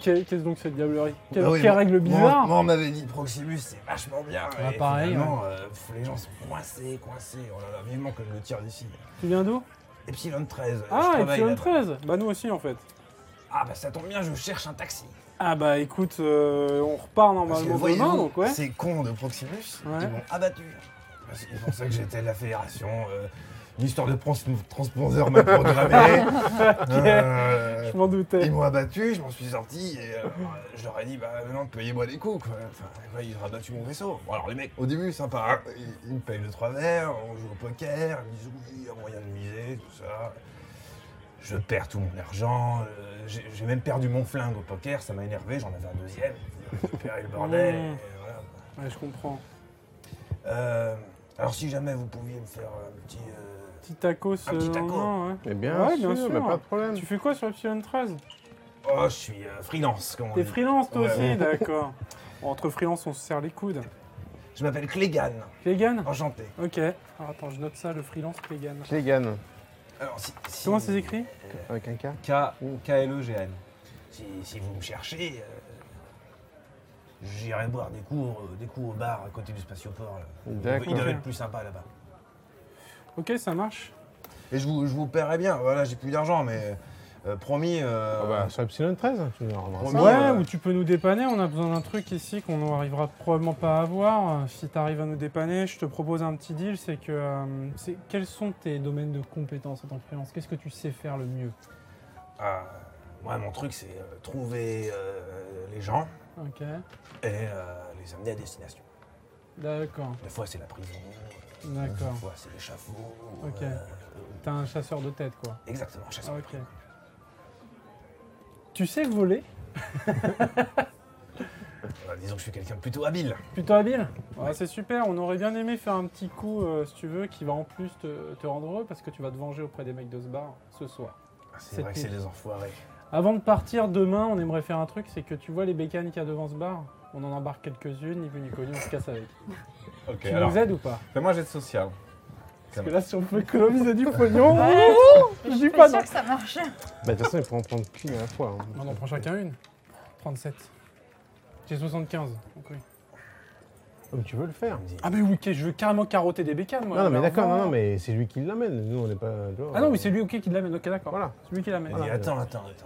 S3: Qu'est- Qu'est-ce donc cette diablerie Quelle,
S1: Ah oui,
S3: quelle
S1: moi-
S3: règle
S1: moi-
S3: bizarre
S1: Moi, on m'avait dit Proximus, c'est vachement bien.
S3: Ah,
S1: Et
S3: pareil,
S1: finalement, euh, pff, les gens sont coincés, coincés. Oh là là, vivement que je le tire d'ici.
S3: Tu viens d'où
S1: Epsilon 13. euh, je
S3: Ah,
S1: travaille
S3: Epsilon
S1: là-bas.
S3: 13 Bah, nous aussi en fait.
S1: Ah, bah ça tombe bien, je cherche un taxi.
S3: Ah, bah écoute, euh, on repart
S1: Parce que
S3: normalement demain
S1: voyez-vous,
S3: donc, ouais.
S1: ces cons de Proximus,
S3: Ouais.
S1: ils m'ont abattu. Bah, Parce qu'ils pensaient que j'étais de la fédération. euh, L'histoire de trans- transpondeur m'a programmé. Euh,
S3: Je m'en doutais.
S1: ils m'ont abattu, je m'en suis sorti. Et, euh, je leur ai dit, bah maintenant, payez-moi les coups. Quoi. Enfin, ouais, ils ont abattu mon vaisseau. Bon, alors les mecs, au début, sympa. hein. Ils, ils me payent le trois verres, on joue au poker, ils me disent, oui, il y a moyen de miser, tout ça. Je perds tout mon argent, euh, j'ai j'ai même perdu mon flingue au poker, ça m'a énervé, j'en avais un deuxième. J'ai récupéré le bordel.
S3: Mmh.
S1: et voilà.
S3: Ouais, je comprends.
S1: Euh, alors si jamais vous pouviez me faire un petit... euh,
S3: Petit tacos.
S1: Un petit
S3: euh,
S1: taco.
S3: non, ouais.
S6: Eh bien,
S3: Ouais, bien
S6: sûr,
S3: sûr.
S6: bah, pas de problème.
S3: Tu fais quoi sur Epsilon 13
S1: Oh, je suis euh, freelance, comment on
S3: T'es
S1: dit.
S3: freelance toi
S1: Ouais,
S3: aussi
S1: ouais.
S3: D'accord. Bon, entre freelance, on se serre les coudes.
S1: Je m'appelle Clégan,
S3: Clégan
S1: enchanté.
S3: Ok. Alors attends, je note ça, le freelance Clégan.
S6: Clégan,
S1: Alors, si, si-
S3: Comment c'est écrit
S6: avec un K.
S1: K- K-L-E-G-N. Si, si vous me cherchez, euh, j'irai boire des cours, euh, des coups au bar à côté du spatioport. là.
S6: D'accord.
S1: Il devait être plus sympa là-bas.
S3: Ok, ça marche.
S1: Et je vous, je vous paierai bien. Voilà, j'ai plus d'argent, mais euh, promis. euh,
S6: Ah bah, sur Epsilon 13, tu nous rendras
S1: Promis,
S6: ça.
S3: ouais,
S1: euh,
S3: ou tu peux nous dépanner, on a besoin d'un truc ici qu'on n'arrivera probablement pas à avoir. Euh, Si t'arrives à nous dépanner, je te propose un petit deal, c'est que... euh, c'est- quels sont tes domaines de compétences en tant que freelance Qu'est-ce que tu sais faire le mieux
S1: ah, moi, mon truc, c'est euh, trouver euh, les gens
S3: Ok,
S1: et euh, les amener à destination.
S3: d'accord,
S1: Des fois, c'est la prison.
S3: d'accord.
S1: Des fois, c'est l'échafaud.
S3: Ok. Ah
S1: euh,
S3: T'as un chasseur de tête, quoi.
S1: exactement, chasseur.
S3: Ok. Tu sais voler
S1: Euh, disons que je suis quelqu'un de plutôt habile.
S3: Plutôt habile Ouais, c'est super. On aurait bien aimé faire un petit coup, euh, si tu veux, qui va en plus te, te rendre heureux parce que tu vas te venger auprès des mecs de ce bar ce soir.
S1: C'est
S6: Ah,
S3: C'est
S1: vrai que
S3: tout.
S1: c'est des enfoirés.
S3: Avant de partir demain, on aimerait faire un truc c'est que tu vois les bécanes qu'il y a devant ce bar On en embarque quelques-unes, ni vu ni connu, on se casse avec.
S1: Ok,
S3: tu nous aides ou pas
S1: fais-moi jet social.
S3: Parce que là, si on peut économiser du pognon,
S4: Ouais.
S3: je
S4: Je
S3: dis
S4: suis
S3: pas
S4: pas
S3: non.
S4: sûre que ça marche.
S6: Bah, de toute façon, ils pourront prendre qu'une à la fois. hein.
S3: On en prend chacun une. 37. J'ai 75. donc oui.
S6: Comme tu veux le faire.
S3: Ah, mais oui, ok, je veux carrément carotter des bécanes, moi.
S6: non, non, mais
S3: Alors,
S6: d'accord, non,
S3: vraiment.
S6: non, mais c'est lui qui l'amène. Nous, on n'est pas. tu vois,
S3: Ah non,
S6: on-
S3: oui, c'est lui, ok, qui l'amène. Ok, d'accord.
S6: Voilà.
S3: C'est lui qui l'amène.
S1: Il dit, attends, attends, attends.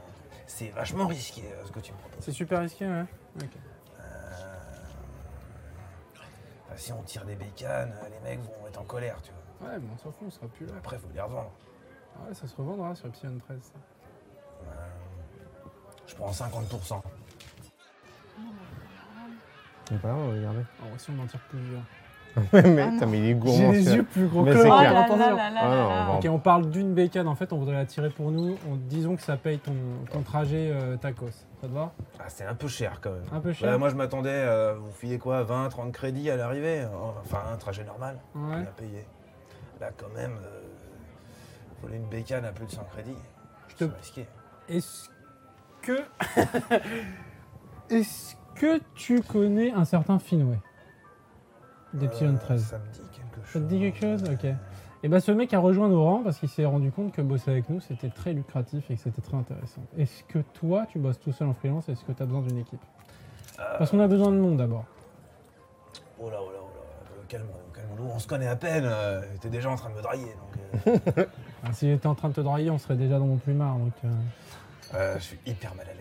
S1: C'est vachement risqué euh, ce que tu me proposes.
S3: C'est super risqué, ouais.
S1: Euh, Ah, si on tire des bécanes, euh, les mecs vont être en colère, tu vois.
S3: Ouais, mais on s'en fout, on sera plus là. Ah
S1: Après, faut les revendre.
S3: Ouais, ça se revendra sur Epsilon 13. ça.
S1: Euh, je prends 50%.
S6: Mais pas grave, regardez.
S3: Ah ouais, si on en tire plusieurs.
S6: mais,
S4: Ah non.
S6: putain, mais il est
S3: J'ai
S6: gourmand.
S3: les
S6: celui-là.
S3: yeux plus gros
S6: Mais
S3: que
S6: c'est
S3: le
S6: clair.
S3: monde,
S4: Oh là
S3: attention.
S4: là là là
S6: Ah non,
S4: là.
S6: on va en-
S3: Ok, on parle d'une bécane, en fait, on voudrait la tirer pour nous. On, disons que ça paye ton, ton trajet euh, tacos. Ça te va
S1: Ah, c'est un peu cher quand même.
S3: Un peu
S1: Bah,
S3: cher
S1: moi, je m'attendais, euh, vous filez quoi 20, 30 crédits à l'arrivée Enfin, un trajet normal,
S3: Ouais.
S1: bien payé. Là, quand même, euh, voler une bécane à plus de 100 crédits,
S3: Je te-
S1: c'est risqué.
S3: Est-ce que. Est-ce que tu connais un certain Finway D'Epsilon
S1: Euh,
S3: 13
S1: Ça me dit quelque chose.
S3: Ça te dit quelque chose Ok. Et bah ce mec a rejoint nos rangs parce qu'il s'est rendu compte que bosser avec nous c'était très lucratif et que c'était très intéressant. Est-ce que toi tu bosses tout seul en freelance Est-ce que tu as besoin d'une équipe Parce qu'on a besoin de monde d'abord.
S1: Oh là, oh là, oh là, euh, calmons-nous, calmons-nous. On se connaît à peine, euh, t'es déjà en train de me drailler, donc euh,
S3: Ah, si j'étais en train de te drailler, on serait déjà dans mon plumard. Donc, euh.
S1: euh, je suis hyper mal à l'aise.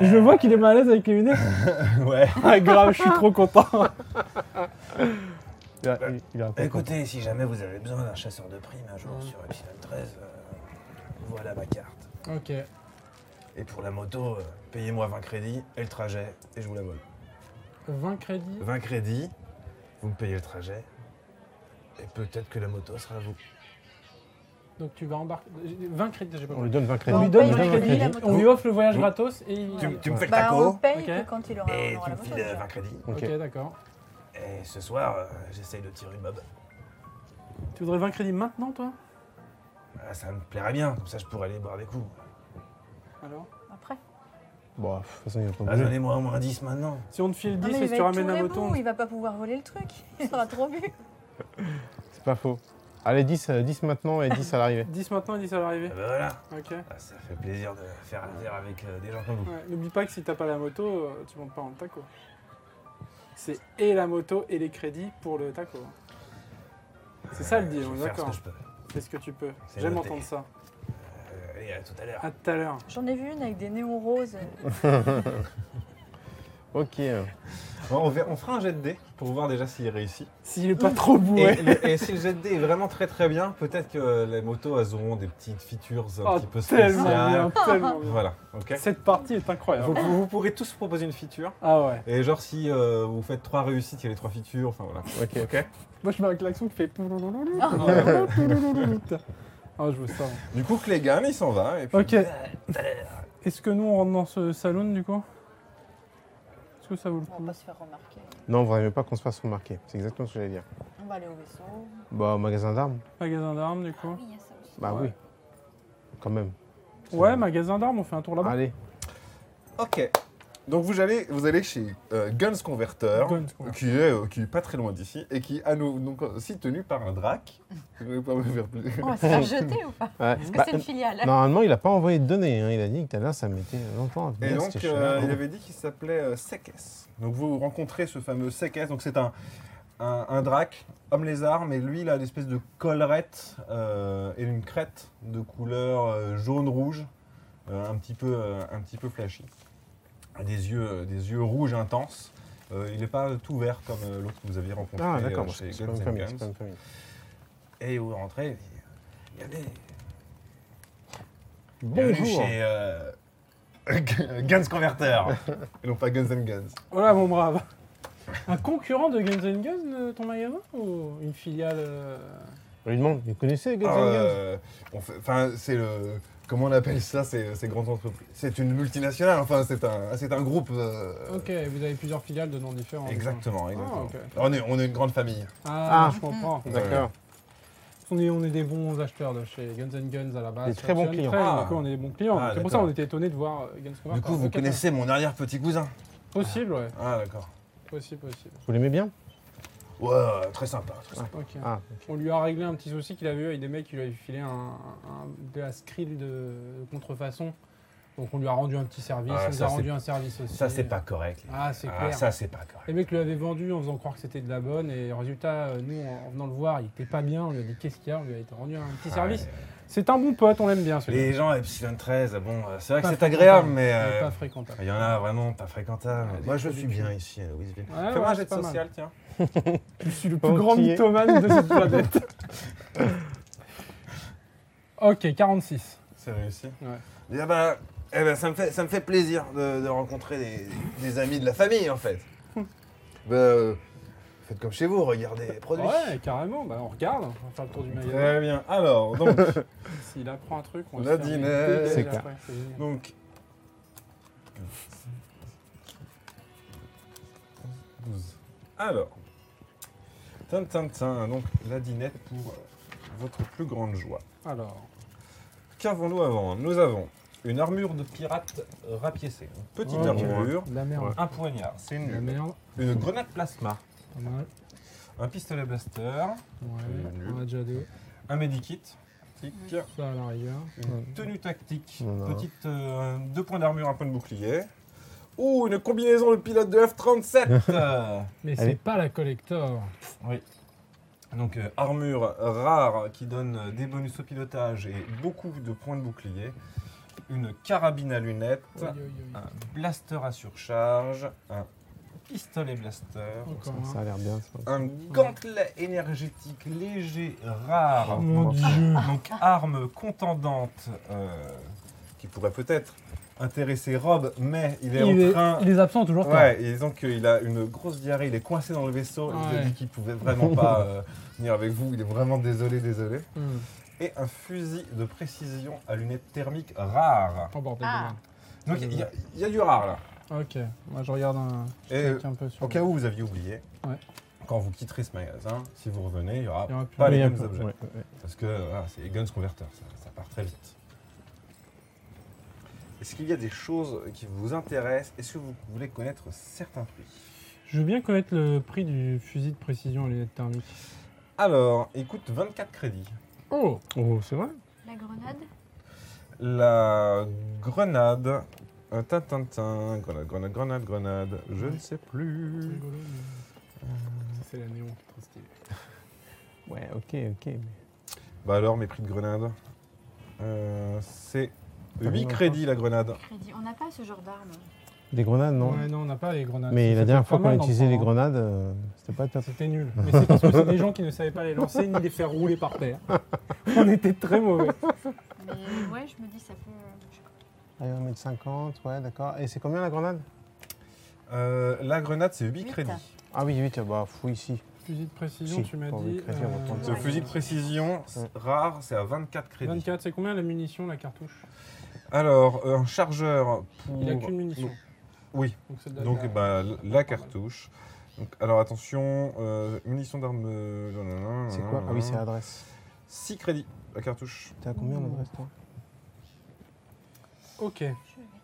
S3: Je vois qu'il est mal à l'aise avec les lunettes.
S1: là. ouais.
S3: Ah, grave, je suis trop content.
S6: Il a- il- il a
S3: Bah,
S6: raconté.
S1: Bah, Écoutez, si jamais vous avez besoin d'un chasseur de primes un jour sur Epsilon 13, euh, voilà ma carte.
S3: ok.
S1: Et pour la moto, euh, payez-moi 20 crédits et le trajet, et je vous la vole.
S3: 20 crédits.
S1: 20 crédits, vous me payez le trajet, et peut-être que la moto sera à vous.
S3: Donc tu vas embarquer. 20 crédits, j'ai pas
S6: On
S3: compris.
S6: lui donne 20
S4: On
S3: Bah,
S6: crédits.
S3: On lui
S4: lui
S3: donne
S4: paye
S3: 20
S4: le crédit,
S3: crédits,
S4: la moto.
S3: on lui offre le voyage
S1: Oui.
S3: gratos et il.
S1: Tu, tu me fais le
S4: Bah, on
S1: taco,
S4: paye
S3: Ok.
S4: que quand il aura,
S1: et
S4: on aura
S1: tu
S4: la
S1: me
S4: moto.
S1: files
S4: déjà.
S1: euh, 20 crédits.
S6: Ok.
S3: Ok, d'accord.
S1: Et ce soir, euh, j'essaye de tirer une mob.
S3: Tu voudrais 20 crédits maintenant, toi
S1: Ah, ça me plairait bien, comme ça je pourrais aller boire des coups.
S3: Alors
S4: Après.
S6: Bon, de toute façon, il va pas
S1: Ah,
S6: bouger.
S1: Donnez-moi au moins 10 maintenant.
S3: Si on te file
S4: Non,
S3: 10
S4: mais
S3: et
S4: il
S3: si
S4: va
S3: tu
S4: être
S3: ramènes
S4: tout
S3: la moto.
S4: rebond, il va pas pouvoir voler le truc. Il aura trop bu.
S6: C'est pas faux. Allez, 10, euh, 10 maintenant et 10 à l'arrivée.
S3: 10 maintenant et 10 à l'arrivée.
S1: Ah, bah voilà,
S3: Ok.
S1: Ah, ça fait plaisir de faire affaire avec euh, des gens comme vous.
S3: Ouais, N'oublie pas que si t'as pas la moto, euh, tu montes pas en taco. C'est et la moto et les crédits pour le taco. C'est ça le
S1: Euh,
S3: deal,
S1: je
S3: on
S1: vais
S3: est
S1: faire
S3: d'accord.
S1: ce que je peux.
S3: Fais ce que tu peux.
S1: C'est
S3: J'aime
S1: noté.
S3: entendre ça.
S1: Euh, allez, à tout à l'heure.
S3: À tout à l'heure.
S4: J'en ai vu une avec des néons roses.
S6: Ok. euh,
S1: on, ver- on fera un jet de dés pour voir déjà s'il réussit.
S3: S'il est pas trop
S1: Et,
S3: bourré.
S1: le- et si le jet de dés est vraiment très très bien, peut-être que euh, les motos elles auront des petites features un
S3: Oh,
S1: petit peu
S3: tellement
S1: spéciales.
S3: bien, tellement bien.
S1: Voilà, ok.
S3: Cette partie est
S1: Vous,
S3: incroyable.
S1: vous- vous pourrez tous proposer une feature.
S3: Ah ouais.
S1: Et genre si euh, vous faites trois réussites, il y a les trois features, enfin voilà.
S6: Ok.
S1: Ok.
S3: Moi je mets un klaxon qui fait. Ah, je veux ça.
S1: Du coup, Clégan, il s'en va. Et puis,
S3: Ok. Est-ce que nous on rentre dans ce salon du coup Est-ce que ça vaut le
S4: On
S3: coup
S4: va pas se faire remarquer.
S6: Non, on même pas qu'on se fasse remarquer. C'est exactement ce que j'allais dire.
S4: On va aller au vaisseau.
S6: Bah, au magasin d'armes
S3: Magasin d'armes du coup
S4: Oui, il y a ça aussi.
S6: Bah
S3: Ouais.
S6: oui. Quand même.
S3: Ouais, magasin d'armes, on fait un tour là-bas.
S6: Allez.
S1: Ok. Donc vous allez, vous allez chez euh, Guns Converter,
S3: Guns Converter.
S1: qui est euh, qui est pas très loin d'ici et qui à nous donc euh, aussi tenu par un drac. Je vais pas me faire plus.
S4: On va se faire jeter ou pas
S6: Ouais.
S4: Parce que
S6: Bah,
S4: c'est une filiale.
S6: Normalement, il a pas envoyé de données. hein. Il a dit que là, ça mettait longtemps à venir.
S1: Et donc
S6: c'était
S1: euh,
S6: chelou.
S1: il avait dit qu'il s'appelait euh, Sekes. Donc vous rencontrez ce fameux Sekes. Donc c'est un, un un drac homme lézard, mais lui il a une espèce de collerette euh, et une crête de couleur euh, jaune rouge, un petit peu euh, un petit peu flashy. Des yeux euh, des yeux rouges intenses. Euh, il n'est pas tout vert comme euh, l'autre que vous aviez rencontré
S6: Ah,
S1: euh,
S6: d'accord.
S1: chez
S6: C'est c'est
S1: Guns
S6: pas une
S1: N'
S6: famille.
S1: Guns.
S6: C'est pas une famille.
S1: Et vous rentrez, et regardez, bienvenue
S6: Bonjour.
S1: chez euh, Guns Converter, et non pas Guns and Guns.
S3: Voilà mon brave. Un concurrent de Guns N' Guns, euh, ton magasin ou une filiale euh,
S6: On lui demande, vous connaissez Guns
S1: Alors,
S6: N' Guns
S1: euh, on fait- Enfin, c'est le. Comment on appelle ça ces, ces grandes entreprises C'est une multinationale, enfin, c'est un, c'est un groupe. euh,
S3: Ok, vous avez plusieurs filiales de noms différents.
S1: Exactement, exactement.
S3: ok.
S1: on, est, on est une grande famille.
S3: Ah,
S6: Ah.
S3: je comprends.
S6: D'accord.
S3: On est, on est des bons acheteurs de chez Guns N' Guns à la base.
S6: Des très bons
S3: Sur
S6: clients.
S3: Action Trail,
S1: Ah.
S3: du coup, on est des bons clients.
S1: Ah,
S3: c'est pour ça
S1: d'accord.
S3: qu'on était étonnés de voir euh, Guns
S1: Du
S3: Converter.
S1: coup, vous
S3: Ok,
S1: connaissez mon arrière-petit cousin
S3: Possible, ouais.
S1: Ah, d'accord.
S3: Possible, possible.
S6: Vous l'aimez bien
S1: Ouais, très sympa, très sympa.
S3: Ok.
S6: Ah,
S3: On lui a réglé un petit souci qu'il avait eu avec des mecs qui lui avaient filé un, un- de la skrill de contrefaçon. Donc on lui a rendu un petit service,
S1: Ah,
S3: on nous
S1: ça,
S3: a
S1: c'est-
S3: rendu un service aussi.
S1: Ça, c'est pas correct. les-
S3: Ah, c'est
S1: Ah,
S3: clair.
S1: ça, c'est pas correct.
S3: Les mecs lui avaient vendu en faisant croire que c'était de la bonne et résultat, euh, nous en en venant le voir, il était pas bien, on lui a dit qu'est-ce qu'il y a, on lui a été rendu un petit service. C'est un bon pote, on l'aime bien celui-là.
S1: Ah, Les gens à Epsilon 13, bon, euh, c'est vrai que
S3: Pas
S1: c'est agréable,
S3: fréquentable,
S1: mais euh,
S3: Pas fréquentable.
S1: il y en a vraiment pas fréquentables.
S3: Ouais,
S1: Moi,
S3: des
S1: je
S3: produits
S1: suis bien ici à Louisville. Fais-moi
S3: Ouais, Ah, ouais,
S1: un
S3: c'est
S1: jet
S3: pas mal.
S1: social, tiens.
S3: Je suis le
S6: Pas
S3: plus grand
S6: outillé.
S3: mythomane de cette planète. ok, 46.
S1: C'est réussi.
S3: Ouais.
S1: Il dit, Ah bah, eh ben, ça, me fait, ça me fait plaisir de, de rencontrer des, des amis de la famille, en fait. Bah, euh, faites comme chez vous, regardez les produits.
S3: Ouais, carrément, bah on regarde, on va faire le tour du magasin.
S1: Très bien. Alors, donc,
S3: S'il apprend un truc, on va
S1: La
S3: se faire une
S1: dîner.
S3: belle
S6: C'est
S3: après,
S6: clair.
S3: c'est génial.
S1: donc. 12. Alors. Tin, tin, tin. Donc, la dinette pour euh, votre plus grande joie.
S3: Alors,
S1: Qu'avons-nous avant Nous avons une armure de pirate euh, rapiécée. Une petite
S3: Ok.
S1: armure.
S3: de la merde,
S1: Un poignard, c'est
S3: de
S1: nul.
S3: la merde,
S1: Une grenade plasma.
S3: pas mal.
S1: Un pistolet blaster.
S3: Ouais,
S1: Nul.
S3: on a déjà deux,
S1: Un medikit. tic,
S3: ça à la rigueur.
S1: Une tenue tactique.
S6: Non.
S1: Petite, euh, deux points d'armure, un point de bouclier. Ouh, une combinaison de pilote de F-37 euh,
S3: Mais
S6: Allez.
S3: c'est pas la collector.
S1: Oui. Donc, euh, armure rare qui donne euh, des bonus au pilotage et beaucoup de points de bouclier. Une carabine à lunettes.
S3: Oi, oi, oi.
S6: Ah,
S1: Un blaster à surcharge. Un pistolet blaster.
S3: Encore
S6: Ça
S3: un.
S6: a l'air bien. ça.
S1: un gantelet énergétique léger, rare.
S3: Oh mon
S1: donc,
S6: Ah.
S3: dieu.
S1: donc arme contendante euh, qui pourrait peut-être intéresser Rob, mais il est
S3: Il
S1: en
S3: est,
S1: train.
S3: il est absent toujours. toi.
S1: Ouais, et donc euh, il a une grosse diarrhée, il est coincé dans le vaisseau, il a
S3: Ouais.
S1: dit qu'il pouvait vraiment pas euh, venir avec vous, il est vraiment désolé, désolé.
S3: Hmm.
S1: Et un fusil de précision à lunettes thermiques rare.
S3: Oh bordel.
S4: Ah.
S1: Donc il y, a- il y a du rare là.
S3: de merde. Ok, moi je regarde un. je
S1: Et,
S3: check un peu sur.
S1: Au cas où vous aviez oublié,
S3: Ouais.
S1: quand vous quitterez ce magasin, si vous revenez, il y aura
S3: Il y aura plus
S1: pas
S3: rien.
S1: les mêmes
S6: Oui, un peu,
S1: objets.
S6: ouais, ouais.
S1: Parce que voilà, c'est les guns converters, ça, ça part très vite. Est-ce qu'il y a des choses qui vous intéressent Est-ce que vous voulez connaître certains prix
S3: Je veux bien connaître le prix du fusil de précision à lunettes thermiques.
S1: Alors, il coûte 24 crédits.
S3: Oh
S6: Oh, c'est vrai
S4: La grenade
S1: La grenade. euh, tin, tin, tin, Grenade, grenade, grenade, grenade. Je ne sais
S3: C'est
S1: plus.
S3: rigolo, mais-
S6: Euh.
S3: C'est la néon, trop stylé.
S6: Ouais, ok, ok. mais-
S1: Bah alors, mes prix de grenade. Euh, c'est
S6: T'as mis
S1: 8
S6: en
S1: crédits la grenade.
S4: Crédit. On n'a pas ce genre d'arme.
S6: Des grenades, non
S3: Ouais, non, on n'a pas les grenades.
S6: Mais
S3: Ça
S6: la
S3: fait
S6: dernière fois
S3: pas
S6: qu'on a
S3: mal d'en
S6: utilisé les
S3: prendre,
S1: hein.
S6: grenades, euh, c'était pas
S3: hein.
S6: top.
S3: C'était nul. Mais c'est parce que c'est des gens qui ne savaient pas les lancer ni les faire rouler par terre. On était très mauvais.
S4: Mais ouais, je me dis, ça peut. euh, je sais pas.
S6: Allez, 1m50, ouais, d'accord. Et c'est combien la grenade
S1: Euh, la grenade, c'est 8
S4: Huit.
S1: crédits.
S6: Ah oui, 8, bah fou ici.
S3: Fusil de précision,
S6: Si,
S3: tu m'as
S6: pour le
S3: dit. euh,
S6: crédit, on va prendre
S1: Ce
S4: Ouais.
S1: fusil de précision c'est
S6: Ouais.
S1: rare, c'est à 24 crédits.
S3: 24, c'est combien la munition, la cartouche
S1: Alors, euh, un chargeur pour.
S3: Il a qu'une munition.
S1: Oui,
S3: Donc, celle-là,
S1: donc
S3: il a-
S1: bah, la, cartouche. Donc, alors attention, euh, munitions d'armes. euh,
S6: C'est quoi Ah oui, c'est l'adresse.
S1: 6 crédits, la cartouche.
S6: T'as combien l'adresse, toi
S3: Ok.
S4: Je vais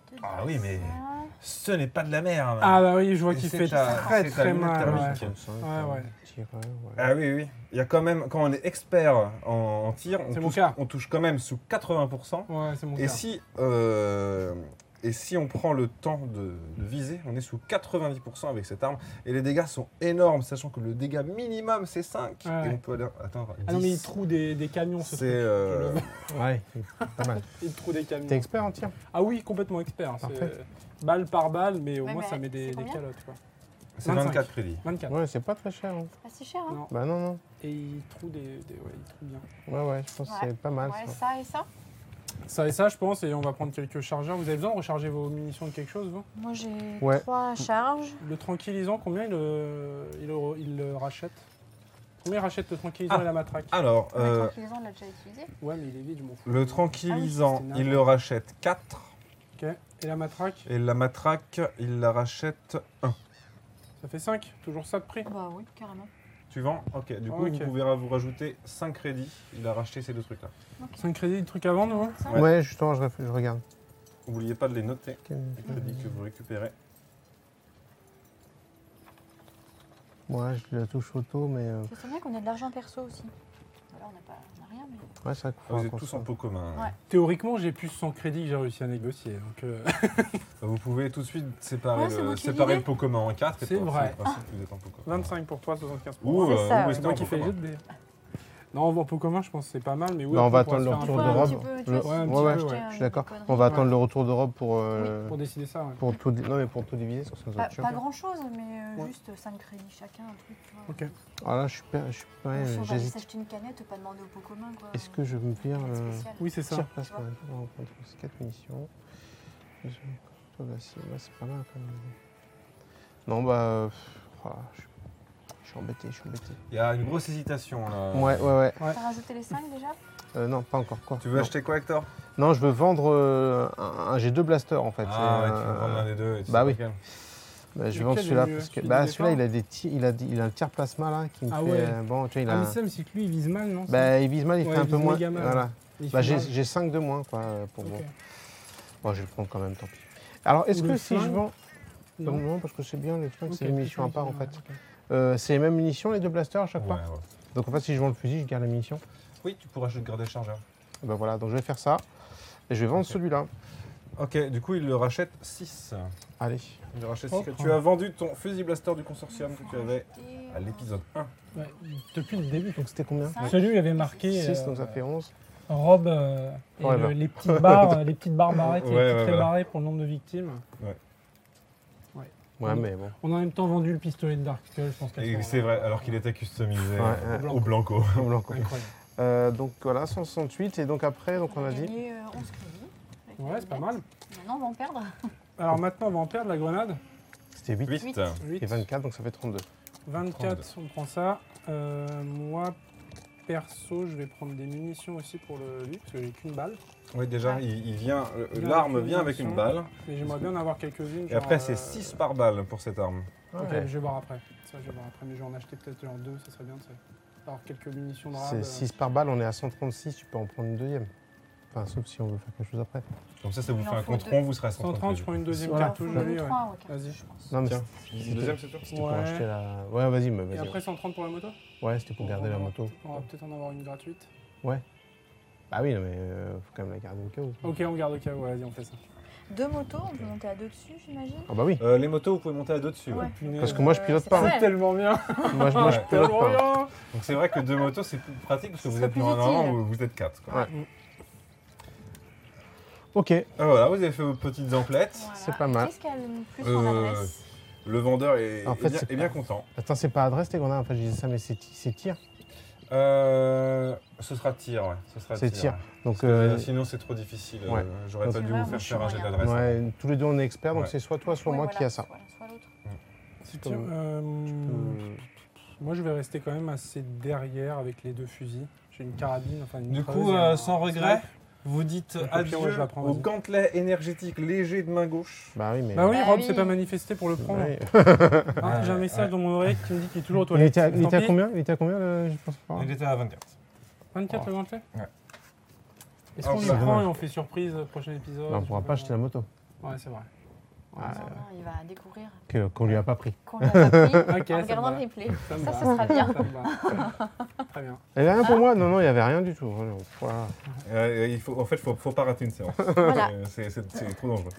S4: te dire
S1: Ah oui, mais
S4: ça.
S1: ce n'est pas de la merde.
S3: Ah bah oui, je vois
S1: Et
S3: qu'il
S1: c'est
S3: fait
S1: ta-
S3: très
S1: c'est ta
S3: très
S1: lunette
S3: mal. ouais.
S1: thermique.
S3: Ouais, ouais.
S6: Tireur, ouais.
S1: Ah oui, oui. Il y a quand même, quand on est expert en, en tir, on
S3: C'est mon
S1: touche,
S3: cas.
S1: on touche quand même sous 80%.
S3: Ouais, c'est mon
S1: Et
S3: cas.
S1: si, euh, et si on prend le temps de, de viser, on est sous 90% avec cette arme. Et les dégâts sont énormes, sachant que le dégât minimum c'est 5.
S3: Ouais,
S1: et
S3: ouais.
S1: on peut aller atteindre 10.
S3: Ah non, mais il trouve des, des camions, ce
S1: C'est.
S3: truc.
S1: euh,
S6: Ouais, c'est pas mal.
S3: Il trouve des camions.
S6: T'es expert en tir
S3: Ah oui, complètement expert. c'est,
S6: Parfait.
S3: euh, Balle par balle, mais au
S4: Ouais,
S3: moins
S4: mais
S3: ça met des,
S4: c'est
S3: des
S4: combien
S3: calottes. Quoi.
S1: c'est
S3: 25.
S1: 24 crédits.
S3: 24.
S6: Ouais, c'est pas très cher. hein.
S4: Pas si cher, hein
S3: Non.
S6: Bah non, non.
S3: Et il trouve des, des- ouais, il trouve bien.
S6: Ouais, ouais, je pense que
S4: Ouais.
S6: c'est pas mal.
S4: Ouais,
S6: ça.
S4: ça et ça
S3: Ça et ça, je pense, et on va prendre quelques chargeurs. Vous avez besoin de recharger vos munitions de quelque chose, vous
S4: Moi, j'ai
S6: Ouais.
S4: trois charges.
S3: Le tranquillisant, combien il, euh, il, le- il le rachète Combien il rachète le tranquillisant
S1: Ah.
S3: et la matraque
S1: Alors,
S4: Le
S1: euh,
S4: tranquillisant, on l'a déjà utilisé.
S3: Ouais, mais il est vide, je m'en fous.
S1: le tranquillisant,
S3: Ah oui, c'est
S1: il le rachète 4.
S3: Ok. Et la matraque,
S1: Et la matraque, il la rachète 1.
S3: ça fait 5. Toujours ça de prix.
S4: Bah oui, carrément.
S1: Tu vends Ok, du coup,
S3: Ah, Ok.
S1: vous pouvez vous rajouter 5 crédits. Il a racheté ces deux trucs-là.
S3: 5 crédits, de trucs à vendre, hein. non
S4: Ça,
S1: Ouais.
S6: Ouais, justement, je, réfl- je regarde.
S1: N'oubliez pas de les noter, les
S3: Mmh.
S6: Quel-
S1: crédits que vous récupérez.
S6: Ouais, je la touche auto, mais. euh,
S4: Je sais bien qu'on a de l'argent perso aussi. Voilà, on n'a pas, on n'a rien, mais.
S6: Ouais, c'est vrai qu'il
S1: Ah, vous
S6: faudra
S1: êtes
S6: qu'on
S1: tous
S6: soit-
S1: en pot commun.
S4: Ouais.
S3: Théoriquement, j'ai plus 100 crédits que j'ai réussi à négocier. Donc, euh,
S1: Bah, Vous pouvez tout de suite séparer,
S4: Ouais, c'est
S1: le,
S4: moi qui ai
S1: séparer
S4: l'idée.
S1: le pot commun en 4.
S3: C'est vrai.
S4: 25.
S1: vous êtes en pot commun.
S3: 25 pour toi, 75 pour moi.
S1: Ou,
S4: C'est
S1: euh,
S4: ça,
S1: ou
S4: ouais.
S1: est-ce
S3: C'est
S1: que
S3: moi
S1: en
S3: qui
S1: pot
S3: fais le
S1: commun
S3: jeu de dés. Non, en pot commun, je pense que c'est pas mal, mais oui.
S6: Bah, on
S3: après,
S6: va
S3: pourra
S6: attendre le
S3: se faire un
S6: retour de
S3: peu-
S6: Rob.
S4: Tu peux, tu
S6: Ouais,
S4: vois, si tu
S3: ouais,
S4: peux
S3: ouais,
S4: acheter
S3: je
S4: un-
S6: suis
S4: une
S6: d'accord.
S4: connerie.
S6: On va attendre le retour d'Europe pour, euh,
S3: Pour décider ça, ouais.
S6: pour, tout, non, mais pour tout diviser, parce que ça va
S4: Pas,
S6: être chaud.
S4: pas grand chose, mais euh,
S3: Ouais.
S4: juste 5 crédits chacun, un truc. Tu vois.
S3: Ok.
S6: Ah là, je suis pas- je suis pas-
S4: On s'en va aller
S6: j'hésite.
S4: s'acheter une canette, pas demander au pot commun. quoi.
S6: Est-ce que je vais me
S4: Une
S6: dire
S4: canette
S6: euh,
S4: spéciale.
S3: Oui, c'est ça.
S6: tire place pour on va prendre 4 munitions. Je- oh là, c'est ouais, c'est pas mal quand même. Non, bah. euh, pff, oh là, je, suis- je suis embêté, je suis embêté.
S1: Il y a une grosse hésitation là.
S6: Ouais, ouais, ouais.
S4: T'as rajouté les 5 déjà
S6: Euh, non, pas encore quoi.
S1: Tu veux
S6: non.
S1: acheter quoi, Hector
S6: Non, je veux vendre euh, un, un- J'ai deux blasters en fait.
S1: Ah, ouais,
S6: Et,
S1: tu veux
S6: euh,
S1: prendre l'un des deux. et tu
S6: bah
S1: sais
S6: oui.
S1: lequel.
S6: bah, je vais
S3: Lequel
S6: vendre
S3: est
S6: celui-là
S3: mieux
S6: parce que.
S3: Celui
S6: Bah,
S3: du
S6: celui-là, il
S3: départ
S6: a des tirs- il a, des- il a un tir plasma là qui me
S3: Ah
S6: fait.
S3: ouais.
S6: euh, Bon, tu vois, il
S3: Ah,
S6: a.
S3: mais Sam, c'est que lui, il vise mal, non
S6: Bah, il vise mal, il
S3: Ouais,
S6: fait un
S3: il
S6: peu
S3: vise
S6: moins.
S3: méga mal.
S6: Voilà.
S3: Il fait
S6: Bah, j'ai-
S3: mal.
S6: j'ai 5 de moins quoi euh, pour
S3: Ok.
S6: moi. Bon, je vais le prendre quand même, tant pis. Alors, est-ce
S3: Ou
S6: que
S3: le
S6: si je
S3: flingue.
S6: vends. Non,
S3: Non.
S6: non, parce que c'est bien, les flingues, c'est
S3: Ok.
S6: des munitions à part en
S3: Ok.
S6: fait. Euh, c'est les mêmes munitions, les deux blasters à chaque fois.
S1: Ouais, ouais.
S6: Donc en fait, si je vends le fusil, je garde les munitions.
S1: Oui, tu pourras juste garder le chargeur.
S6: Et ben voilà, donc je vais faire ça. Et je vais vendre
S1: Ok.
S6: celui-là.
S1: Ok, du coup, il le rachète 6.
S6: Allez.
S1: Il le rachète
S3: Oh.
S1: six. Tu as vendu ton fusil blaster du consortium que tu avais
S4: Acheter,
S1: à l'épisode 1.
S3: Ouais, Bah, Depuis le début.
S6: Donc c'était combien
S4: euh, Cinq.
S3: Celui, il avait marqué
S6: 6,
S3: euh,
S6: donc ça fait 11.
S3: Rob euh, et
S6: Ouais,
S3: le-
S6: bah.
S3: les petites barres, euh, les petites barres barrettes,
S1: Ouais,
S3: les petites
S1: ouais,
S3: traits
S1: voilà.
S3: barrés pour le nombre de victimes.
S6: Ouais,
S3: Mm.
S6: mais bon.
S3: On a en même temps vendu le pistolet de Dark Skull, je pense qu'à ce
S1: Et
S3: moment-là.
S1: c'est vrai, alors qu'il était customisé
S6: Ouais, ouais.
S1: euh, au blanco.
S6: Au blanc, quoi.
S3: Incroyable.
S6: Euh, donc voilà, 168. Et donc après, donc on a dit.
S4: gagné euh, 11 crédits. avec la
S3: Ouais, c'est pas
S4: canette.
S3: mal.
S4: Maintenant, on va en perdre.
S3: Alors maintenant, on va en perdre la grenade.
S6: C'était 8
S1: 8.
S4: Huit.
S3: Huit.
S6: et 24, donc ça fait 32.
S3: 24, on prend ça. Euh, moi, perso, je vais prendre des munitions aussi pour le 8, parce que j'ai qu'une balle.
S1: Oui, déjà, il, il vient, euh,
S3: Il a
S1: l'arme
S3: une
S1: vient avec une
S3: munition.
S1: balle.
S3: Mais j'aimerais bien en avoir quelques-unes. euh,
S1: Et après, c'est
S4: euh,
S1: 6 par balle pour cette arme.
S3: Ok,
S6: Ouais.
S3: je vais voir après. Ça, je vais voir après. Mais je vais en acheter peut-être genre deux, ça serait bien de ça. Alors, quelques munitions de rab. euh,
S6: C'est 6 par balle, on est à 136, tu peux en prendre une deuxième. Enfin, sauf si on veut faire quelque chose après.
S1: Comme ça, ça vous
S4: Il
S1: fait
S4: en
S1: un
S4: faut
S1: compte rond, vous serez à
S3: 130,
S1: 130.
S3: je prends une deuxième
S6: Voilà.
S4: Faut
S3: cartouche.
S4: deux ou
S3: jolie, ouais.
S4: trois, ouais,
S3: Vas-y.
S4: je pense.
S6: Non, mais
S1: Tiens.
S6: c'était-
S1: Le deuxième, c'est toi
S6: c'était pour
S3: Ouais.
S6: acheter la. Ouais, vas-y, mais
S3: Et
S6: vas-y.
S3: après 130 pour la moto
S6: Ouais, c'était pour garder la
S3: On va-
S6: moto.
S3: On va peut-être en avoir une gratuite.
S6: Bah oui, non, mais euh, faut quand même la garder au cas où.
S3: Ok, on garde au cas où, vas-y, on fait ça.
S4: Deux motos, on peut monter à deux dessus, j'imagine.
S6: Ah bah oui.
S1: Euh, les motos, vous pouvez monter à deux dessus. hein.
S4: Ouais.
S6: Parce que moi, je
S4: Euh,
S6: pilote
S4: c'est
S6: pas.
S4: pas
S6: hein.
S4: mal.
S3: Tellement bien
S6: Moi, je- moi, je
S1: Ouais.
S6: pilote
S3: Tellement
S6: pas. hein.
S3: bien
S1: Donc c'est vrai que deux motos, c'est plus pratique parce que
S4: Ce
S1: vous
S4: serait
S1: êtes
S4: plus
S1: normalement
S4: utile.
S1: où vous êtes quatre. quoi.
S6: Ouais. Ok,
S1: Ah, voilà, vous avez fait vos petites emplettes.
S4: Voilà.
S6: C'est pas mal.
S4: Qu'est-ce qu'elle nous plus en
S1: Euh,
S4: adresse
S1: Le vendeur est,
S6: En fait,
S1: est bien,
S6: c'est
S1: est bien
S6: pas-
S1: content.
S6: attends, c'est pas adresse tes grenades. Enfin, je disais ça, mais c'est ti- c'est tir.
S1: Euh, ce sera tir, ouais. Ce sera
S6: C'est tir.
S1: ouais.
S6: Donc,
S1: Euh,
S6: euh,
S1: sinon, c'est trop difficile.
S6: Ouais.
S1: euh, J'aurais
S6: Donc-
S1: pas dû
S4: C'est vrai,
S1: vous faire
S4: moi, je
S1: faire un
S4: suis
S1: jet
S4: moyen.
S1: d'adresse.
S6: ouais, tous les deux, on est experts, donc
S1: hein. Ouais.
S6: c'est soit toi, soit
S4: Oui,
S6: moi
S4: voilà,
S6: qui a ça.
S4: voilà, soit l'autre.
S3: C'est
S6: Comme-
S3: bien, euh,
S6: Euh,
S3: Moi, je vais rester quand même assez derrière avec les deux fusils. J'ai une carabine, enfin une
S2: Du
S3: mitrailleuse
S2: coup,
S3: et
S2: euh,
S3: un
S2: sans
S3: sniper.
S2: regret, vous dites
S3: Donc, au
S2: adieu.
S3: pire, moi, je la prends,
S1: Au
S3: vas-y.
S1: gantelet énergétique léger de main gauche.
S6: Bah oui, mais.
S3: Bah oui,
S4: Bah
S3: Rob
S4: oui.
S3: s'est pas manifesté pour le prendre.
S6: Ouais.
S3: Ah, J'ai un message dans mon oreille qui me dit qu'il est toujours aux
S6: Il
S3: toilettes.
S6: était à, il
S3: Tant
S6: était à
S3: pis.
S6: combien Il était à combien le- je pense pas.
S2: Il était à 24.
S3: 24
S6: Oh.
S3: le gantelet
S2: Ouais. Oh,
S3: Est-ce qu'on
S1: Ah,
S3: les
S1: c'est
S3: prend
S6: dommage.
S3: et on fait surprise au prochain épisode euh,
S6: Bah, on pourra pas acheter la moto.
S3: Ouais, c'est vrai.
S6: Ouais,
S4: Non, non, il va découvrir
S6: que- Qu'on lui a pas pris.
S4: qu'on l'a pas pris
S3: Ok, ça
S4: en regardant
S3: me
S4: le
S3: va.
S4: replay.
S3: me
S4: Ça,
S3: va.
S4: ce sera bien.
S3: Ça me va. Très bien.
S6: Il y avait rien
S4: Ah.
S6: pour moi Non, non, il y avait rien du tout. Voilà.
S1: Euh, il faut, en fait, faut, faut pas rater une séance.
S4: Voilà.
S1: Euh, c'est- C'est c'est trop dangereux.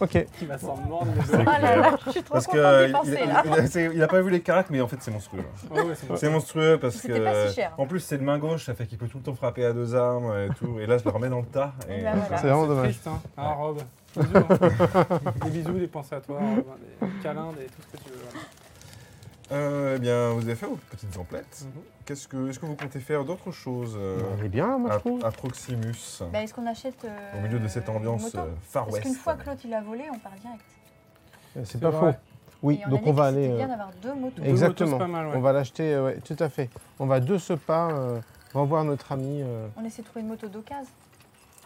S6: Ok.
S3: Il va s'en mordre. le
S4: Oh
S3: doigt.
S4: là là, je suis trop
S1: Parce
S4: contente
S1: que
S4: d'y
S1: euh,
S4: penser,
S1: il,
S4: là.
S1: il- il- c'est- il a pas vu les caracs, mais en fait, c'est monstrueux.
S3: Ouais, ouais, c'est bon.
S1: C'est monstrueux parce que.
S4: C'était pas si cher.
S1: En plus, c'est de main gauche, ça fait qu'il peut tout le temps frapper à deux armes et tout. Et là, je le remets dans le tas.
S4: Et
S1: Et
S4: bah voilà.
S6: C'est vraiment
S3: C'est
S6: dommage.
S3: triste, hein. Ah, Rob. Bisous, hein. des bisous, des pensées à toi, Rob, hein, des câlins, des tout ce que tu veux. voilà.
S1: Euh, eh bien, vous avez fait vos petites emplettes.
S3: Mhm.
S1: Qu'est-ce que, est-ce que vous comptez faire d'autres choses euh,
S6: Il est bien, moi, je trouve.
S1: à, à Proximus
S4: Bah, Est-ce qu'on achète euh,
S1: au milieu de cette
S4: une
S1: ambiance
S4: moto
S1: euh, Far
S4: Parce
S1: West
S4: qu'une fois que l'autre il a volé, on part direct.
S6: C'est pas
S3: vrai.
S6: faux. Oui,
S4: Et a
S6: donc
S4: dit
S6: on va
S4: que
S6: aller.
S4: C'était
S6: euh,
S4: bien d'avoir deux motos.
S3: Deux
S6: Exactement.
S3: motos, c'est pas mal, ouais.
S6: On va l'acheter, euh, ouais, tout à fait. On va de ce pas euh, revoir notre ami. euh,
S4: On essaie de trouver une moto d'occasion.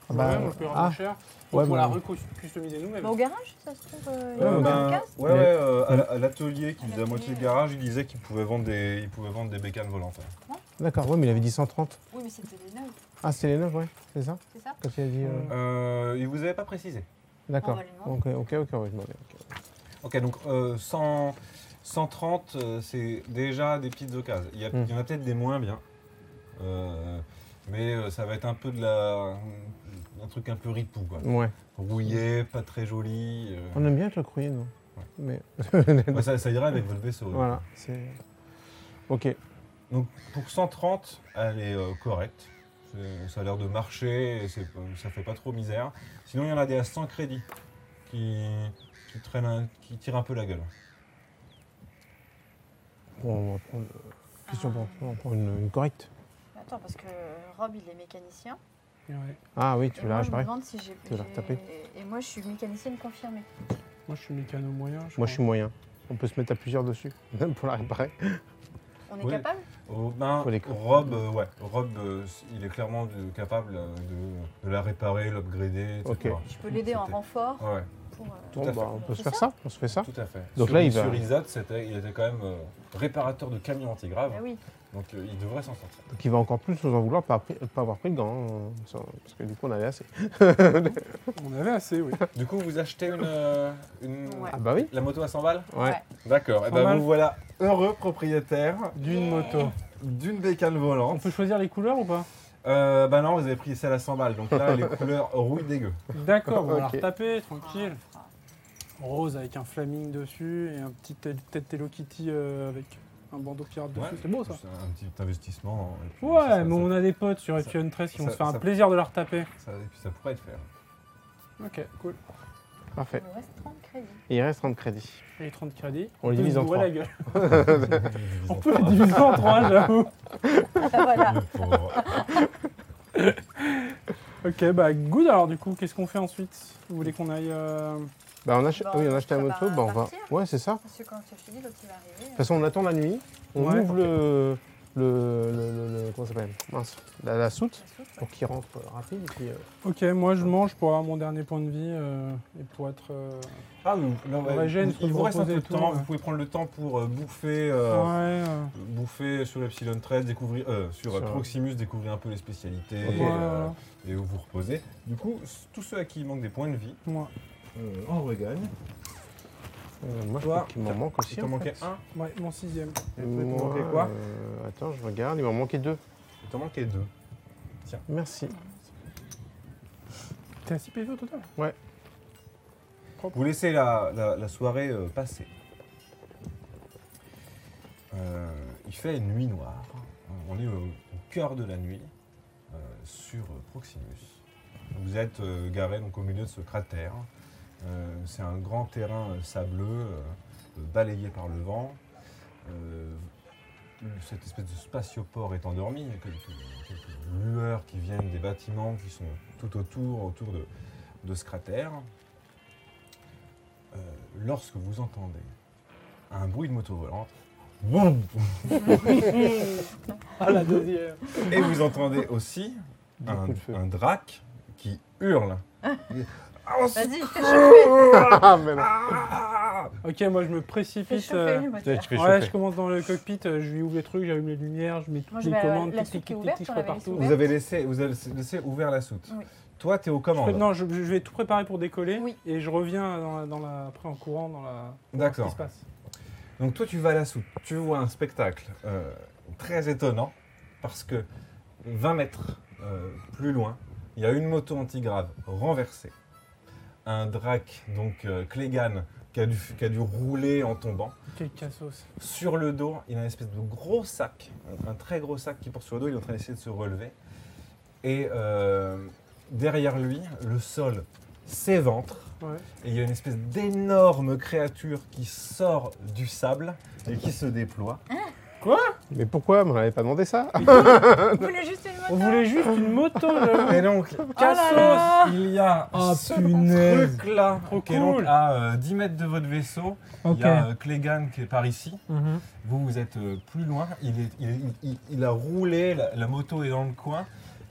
S6: bah,
S3: ouais, on le paiera
S6: ah,
S3: moins cher.
S6: ouais,
S3: pour
S6: mais-
S3: la recustomiser nous-mêmes.
S4: Bah, au garage, ça se trouve. euh,
S1: Euh,
S4: une moto
S1: ben,
S4: d'occasion
S1: ouais,
S6: Mais-
S1: ouais, euh, à la- à l'atelier qui
S4: À
S1: faisait à moitié
S4: l'atelier,
S1: garage, il disait qu'il pouvait vendre des, il pouvait vendre des bécanes volantes.
S6: D'accord, ouais, mais il avait dit 130.
S4: Oui, mais c'était les neuves,
S6: Ah, c'est les 9, ouais, c'est ça
S4: c'est ça
S6: Quand il a dit. euh,
S4: Ah,
S3: Ouais.
S1: Euh, il vous avait pas précisé.
S6: D'accord.
S4: On va lui demander.
S6: Donc, euh, ok, ok, on va lui demander. ok.
S1: Ok, donc euh, 100 130, euh, c'est déjà des petites occasions. Il y, a-
S6: Mm.
S1: il y en a peut-être des moins bien. Euh, mais euh, ça va être un peu de la. un truc un peu ripou, quoi.
S6: Ouais.
S1: Rouillé, pas très joli. euh.
S6: On aime bien te le croyer, non
S1: Ouais.
S6: Mais.
S1: Ouais, ça, ça irait avec votre vaisseau. ouais.
S6: voilà, c'est. Ok.
S1: Donc pour 130, elle est euh, correcte. C'est- Ça a l'air de marcher, et c'est- euh, ça fait pas trop misère. Sinon, il y en a des à 100 crédits qui, qui, traînent un- qui tirent un peu la gueule.
S6: Bon, on va prendre, euh, question pour- on prend une, une correcte.
S4: Attends, parce que euh, Rob, il est mécanicien.
S3: Ouais.
S6: Ah oui, tu
S4: et moi,
S6: l'as
S4: je me
S6: réparé.
S4: demande si j'ai.
S6: Tu l'as
S4: j'ai-
S6: retapé.
S4: Et moi, je suis mécanicienne confirmée.
S3: Moi, je suis mécano moyen.
S6: Moi, je suis moyen. On peut se mettre à plusieurs dessus pour la réparer.
S4: On est
S1: Oui.
S4: capable
S1: Oh, ben,
S6: Faut les couper.
S1: Rob, euh, ouais, Rob, euh, il est clairement de- capable euh, de, de la réparer, l'upgrader, etc.
S6: Ok.
S4: Je peux l'aider en
S1: C'était-
S4: renfort
S1: Ouais,
S4: pour. euh,
S1: Tout
S6: Bon,
S1: à fait.
S6: bah, on peut se
S4: C'est
S6: faire
S4: ça
S6: ça. On se fait ça.
S1: tout à fait.
S6: Donc
S1: sur,
S6: là, il va-
S1: Sur Isat, c'était, il était quand même euh, réparateur de camions antigraves,
S4: Ah oui,
S1: donc euh, il devrait s'en sortir.
S6: Donc il va encore plus nous en vouloir pas, pas avoir pris le gant. hein, ça- parce que du coup, on avait assez.
S3: On avait assez, oui.
S1: Du coup, vous achetez une, euh, une-
S4: Ouais.
S6: Ah bah oui.
S1: la moto à 100 balles
S6: Ouais.
S1: D'accord, et
S3: 100
S1: ben
S3: balles.
S1: vous voilà heureux propriétaire
S3: D'une moto.
S1: d'une bécane
S3: On
S1: volante.
S3: peut choisir les couleurs ou pas
S1: Euh, bah non, vous avez pris celle à 100 balles, donc là, les couleurs rouille dégueu.
S3: D'accord, bon, on va la
S6: Ok.
S3: retaper,
S4: Ah,
S3: tranquille.
S4: ah.
S3: Rose avec un flaming dessus et un petit tel- tête Hello Kitty euh, avec un bandeau pirate dessus.
S1: Ouais.
S3: C'est beau ça.
S1: C'est un petit investissement. et puis ça-
S3: Ouais,
S1: ça-
S3: mais on a des potes sur
S1: ça-
S3: Epion 13 qui vont
S1: ça-
S3: se faire un
S1: ça-
S3: plaisir de la retaper.
S1: ça- et puis ça pourrait être fait.
S3: Ok, cool.
S6: Parfait.
S4: il nous reste 30 crédits.
S6: Et il reste 30 crédits.
S3: Et les 30 crédits.
S6: On les
S3: peut
S6: divise
S3: se
S6: en
S3: bourrer
S6: trois.
S3: la gueule.
S1: Divisant
S3: On peut les
S1: par-
S3: diviser en trois, j'avoue.
S4: Ah, voilà.
S1: Le pauvre.
S3: Ok, bah good alors du coup, qu'est-ce qu'on fait ensuite Vous voulez qu'on aille... euh,
S6: Bah on achète,
S4: Bah,
S6: oui, on
S4: on
S6: achète la
S4: prépare
S6: moto.
S4: à
S6: Bah on va.
S4: partir.
S6: Ouais, c'est ça. De
S4: Parce que quand je te dis, l'autre il va arriver.
S6: toute façon, on attend la nuit. On
S3: Ouais.
S6: ouvre le, le, le, le- le- Comment ça s'appelle Mince. La, la soute pour qu'il rentre euh, rapide. Et puis, euh,
S3: Ok, moi je mange pour avoir mon dernier point de vie euh, et pour être... euh,
S1: Ah, vous- non, ouais,
S3: Régène,
S1: il
S3: faut
S1: vous reste un peu
S3: reposer
S1: de
S3: et tout,
S1: temps,
S3: ouais.
S1: vous pouvez prendre le temps pour euh, bouffer,
S6: Ah.
S1: euh,
S3: Ouais, euh,
S1: bouffer sur l'Epsilon 13, découvrir, euh, sur, euh,
S6: Sur-
S1: Proximus, découvrir un peu les spécialités
S6: Ok.
S1: euh,
S3: Voilà.
S1: et où vous reposez. Du coup, s- tous ceux à qui il manque des points de vie,
S3: moi.
S1: euh, en regagne.
S6: euh, moi, je
S1: Toi,
S6: crois qu'il m'en manque aussi. hein.
S1: Il t'en
S6: en fait.
S1: manquait un,
S3: Ouais, mon sixième.
S1: il peut te manquer
S6: Moi,
S1: quoi
S6: euh, Attends, je regarde. Il m'en manquait deux.
S1: il t'en manquait deux.
S6: Merci.
S3: T'es à 6 PV au total
S1: Vous laissez la, la- la soirée euh, passer. Euh, il fait nuit noire. On est au, au cœur de la nuit euh, sur euh, Proximus. Vous êtes euh, garé donc au milieu de ce cratère. Euh, C'est un grand terrain euh, sableux euh, balayé par le vent. Euh, cette espèce de spatioport est endormi. Il y a quelques, quelques lueurs qui viennent des bâtiments qui sont tout autour, autour de, de ce cratère. Euh, lorsque vous entendez un bruit de moto volante, boum,
S3: Ah la deuxième
S1: et vous entendez aussi un,
S6: coups de feu.
S1: un drac qui hurle. Ah,
S4: Vas-y, fais
S6: Ah, mais non.
S1: ah
S3: Ok, moi je me
S4: fais
S3: précipite.
S4: chauffer
S3: euh,
S4: le
S6: Tu
S4: moteur.
S6: fais
S3: Ouais,
S6: chauffer.
S3: je commence dans le cockpit, euh, je lui ouvre les trucs, j'allume les lumières, je mets toutes
S4: Moi, je
S3: les
S4: vais, euh,
S3: commandes,
S4: la
S3: tic, tic,
S4: soupe est
S3: tic,
S4: ouverte,
S3: tic, je
S4: on
S3: prends
S4: avait laissé
S3: partout.
S1: vous avez laissé, vous avez laissé ouvert la soute.
S4: Oui.
S1: Toi, tu es aux
S3: Je pré-
S1: commandes.
S3: non, je, je vais tout préparer pour décoller
S4: Oui.
S3: et je reviens dans la, dans la- après en courant dans la. pour voir
S1: D'accord.
S3: Ce qui se passe.
S1: Donc toi, tu vas à la soute. Tu vois un spectacle euh, très étonnant parce que 20 mètres euh, plus loin, il y a une moto antigrave renversée, un drac, donc euh, Clegane, qui a, dû, qui a dû rouler en tombant.
S3: Quel cassos.
S1: Sur le dos, il a une espèce de gros sac, un, un très gros sac qui porte sur le dos. Il est en train d'essayer de se relever. Et euh, derrière lui, le sol s'éventre.
S3: Ouais.
S1: Et il y a une espèce d'énorme créature qui sort du sable et qui se déploie.
S6: Mais pourquoi On m'avait pas demandé ça
S4: Vous voulez juste une
S3: On
S4: moto
S3: voulait juste une moto, j'avoue.
S1: Et donc,
S4: Oh là là
S1: il y a
S3: Ah,
S1: ce
S3: punaise.
S1: truc-là
S3: Trop
S1: qui est donc
S3: cool.
S1: à euh, 10 mètres de votre vaisseau. Il y a euh, Clegane qui est par ici.
S3: Mhm.
S1: Vous, vous êtes euh, plus loin. Il, est- il, il- il- il a roulé, la, la moto est dans le coin.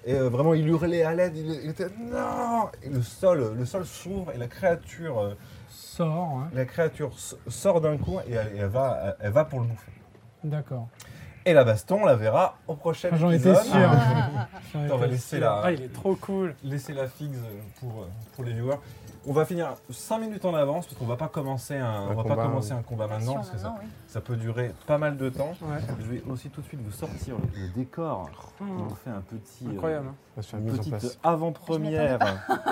S1: Et euh, vraiment, il hurlait à l'aide. Il, il était non Et le sol, le sol s'ouvre et la créature, euh,
S3: Sort, ouais.
S1: la créature s- sort d'un coup et elle, elle va, elle va pour le bouffer.
S3: D'accord.
S1: Et la baston, on la verra au prochain
S3: Ah, j'en étais
S1: épisode.
S3: sûr.
S1: hein.
S4: Ah, ah,
S3: J'en
S1: Attends, on va
S3: étais
S1: laisser
S3: sûr.
S1: la-
S3: Ah, il est trop cool.
S1: Laissez la fixe pour, pour les viewers. On va finir 5 minutes en avance parce qu'on va pas commencer un, on va
S6: combat,
S1: pas commencer
S6: oui.
S1: un combat
S4: ah.
S1: maintenant parce
S4: Action
S1: que ça,
S4: maintenant, oui.
S1: ça peut durer pas mal de temps.
S3: Ouais.
S1: Je vais aussi tout de suite vous sortir le, le décor. On vous fait un petit euh,
S3: Incroyable.
S6: On va se faire
S1: une
S6: mise en
S1: petite
S6: place.
S1: avant-première.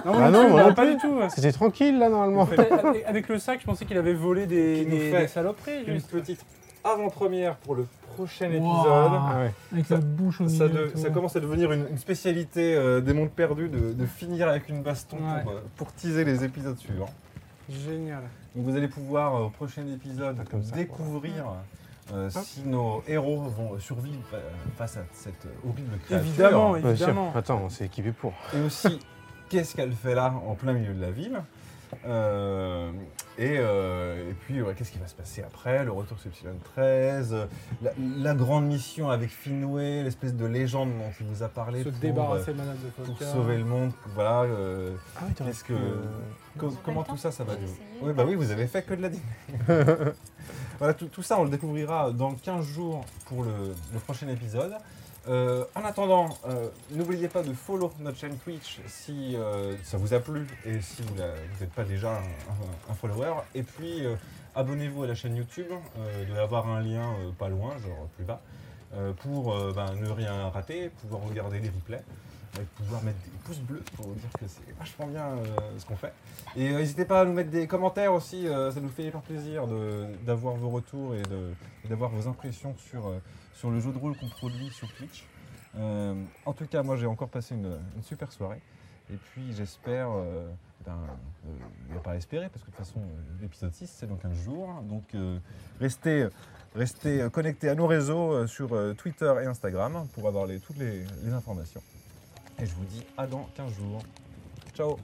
S3: Non,
S6: Bah
S3: non,
S6: non, moi non
S3: pas
S6: plus.
S3: du tout.
S6: C'était tranquille là normalement.
S3: Avec avec le sac, je pensais qu'il avait volé des,
S1: Qui nous
S3: des-
S1: fait
S3: des saloperies.
S1: Une
S3: juste.
S1: petite avant-première pour le prochain
S3: Wow.
S1: épisode.
S3: Ah
S6: ouais.
S3: Avec
S1: Ça-
S3: la bouche au milieu.
S1: Ça,
S3: et
S1: de-
S3: tout.
S1: ça commence à devenir une, une spécialité euh, des mondes perdus de, de finir avec une baston
S3: Ouais.
S1: pour, euh, pour teaser les épisodes suivants.
S3: Génial.
S1: Donc vous allez pouvoir euh, au prochain épisode
S6: Ah, comme ça,
S1: découvrir euh, si nos héros vont survivre euh, face à cette euh, horrible créature.
S3: Évidemment,
S6: Bien sûr.
S3: évidemment.
S6: Attends, on s'est équipé pour.
S1: Et aussi, qu'est-ce qu'elle fait là en plein milieu de la ville Euh, et, euh, et puis, ouais, qu'est-ce qui va se passer après Le retour sur Epsilon 13, euh, la, la grande mission avec Finwë, l'espèce de légende dont il nous a parlé
S3: Se
S1: pour,
S3: débarrasser de Madame de
S1: euh,
S3: Foca.
S1: pour sauver le monde. Voilà, euh,
S6: Ah oui,
S1: Qu'est-ce que-
S3: euh,
S1: co-
S4: pas
S1: comment
S4: le temps
S1: tout ça, ça va
S4: J'ai
S1: durer
S4: essayé.
S1: Oui, bah oui, vous avez fait que de la dîme. voilà, tout, tout ça, on le découvrira dans 15 jours pour le, le prochain épisode. Euh, en attendant, euh, n'oubliez pas de follow notre chaîne Twitch si euh, ça vous a plu et si vous n'êtes pas déjà un, un- un follower. Et puis, euh, abonnez-vous à la chaîne YouTube. euh, il doit y avoir un lien euh, pas loin, genre plus bas, euh, pour euh, ben, ne rien rater, pouvoir regarder les replays. et pouvoir mettre des pouces bleus pour vous dire que c'est vachement bien euh, ce qu'on fait. Et euh, n'hésitez pas à nous mettre des commentaires aussi, euh, ça nous fait hyper plaisir de- d'avoir vos retours et de- et d'avoir vos impressions sur, euh, sur le jeu de rôle qu'on produit sur Twitch. Euh, en tout cas, moi j'ai encore passé une, une super soirée. Et puis j'espère, euh, ben, euh, il n'y a pas à espérer parce que de toute façon euh, l'épisode 6 c'est dans 15 jours. Donc euh, restez, restez euh, connectés à nos réseaux euh, sur euh, Twitter et Instagram pour avoir les- toutes les- les informations. Et je vous dis à dans 15 jours. Ciao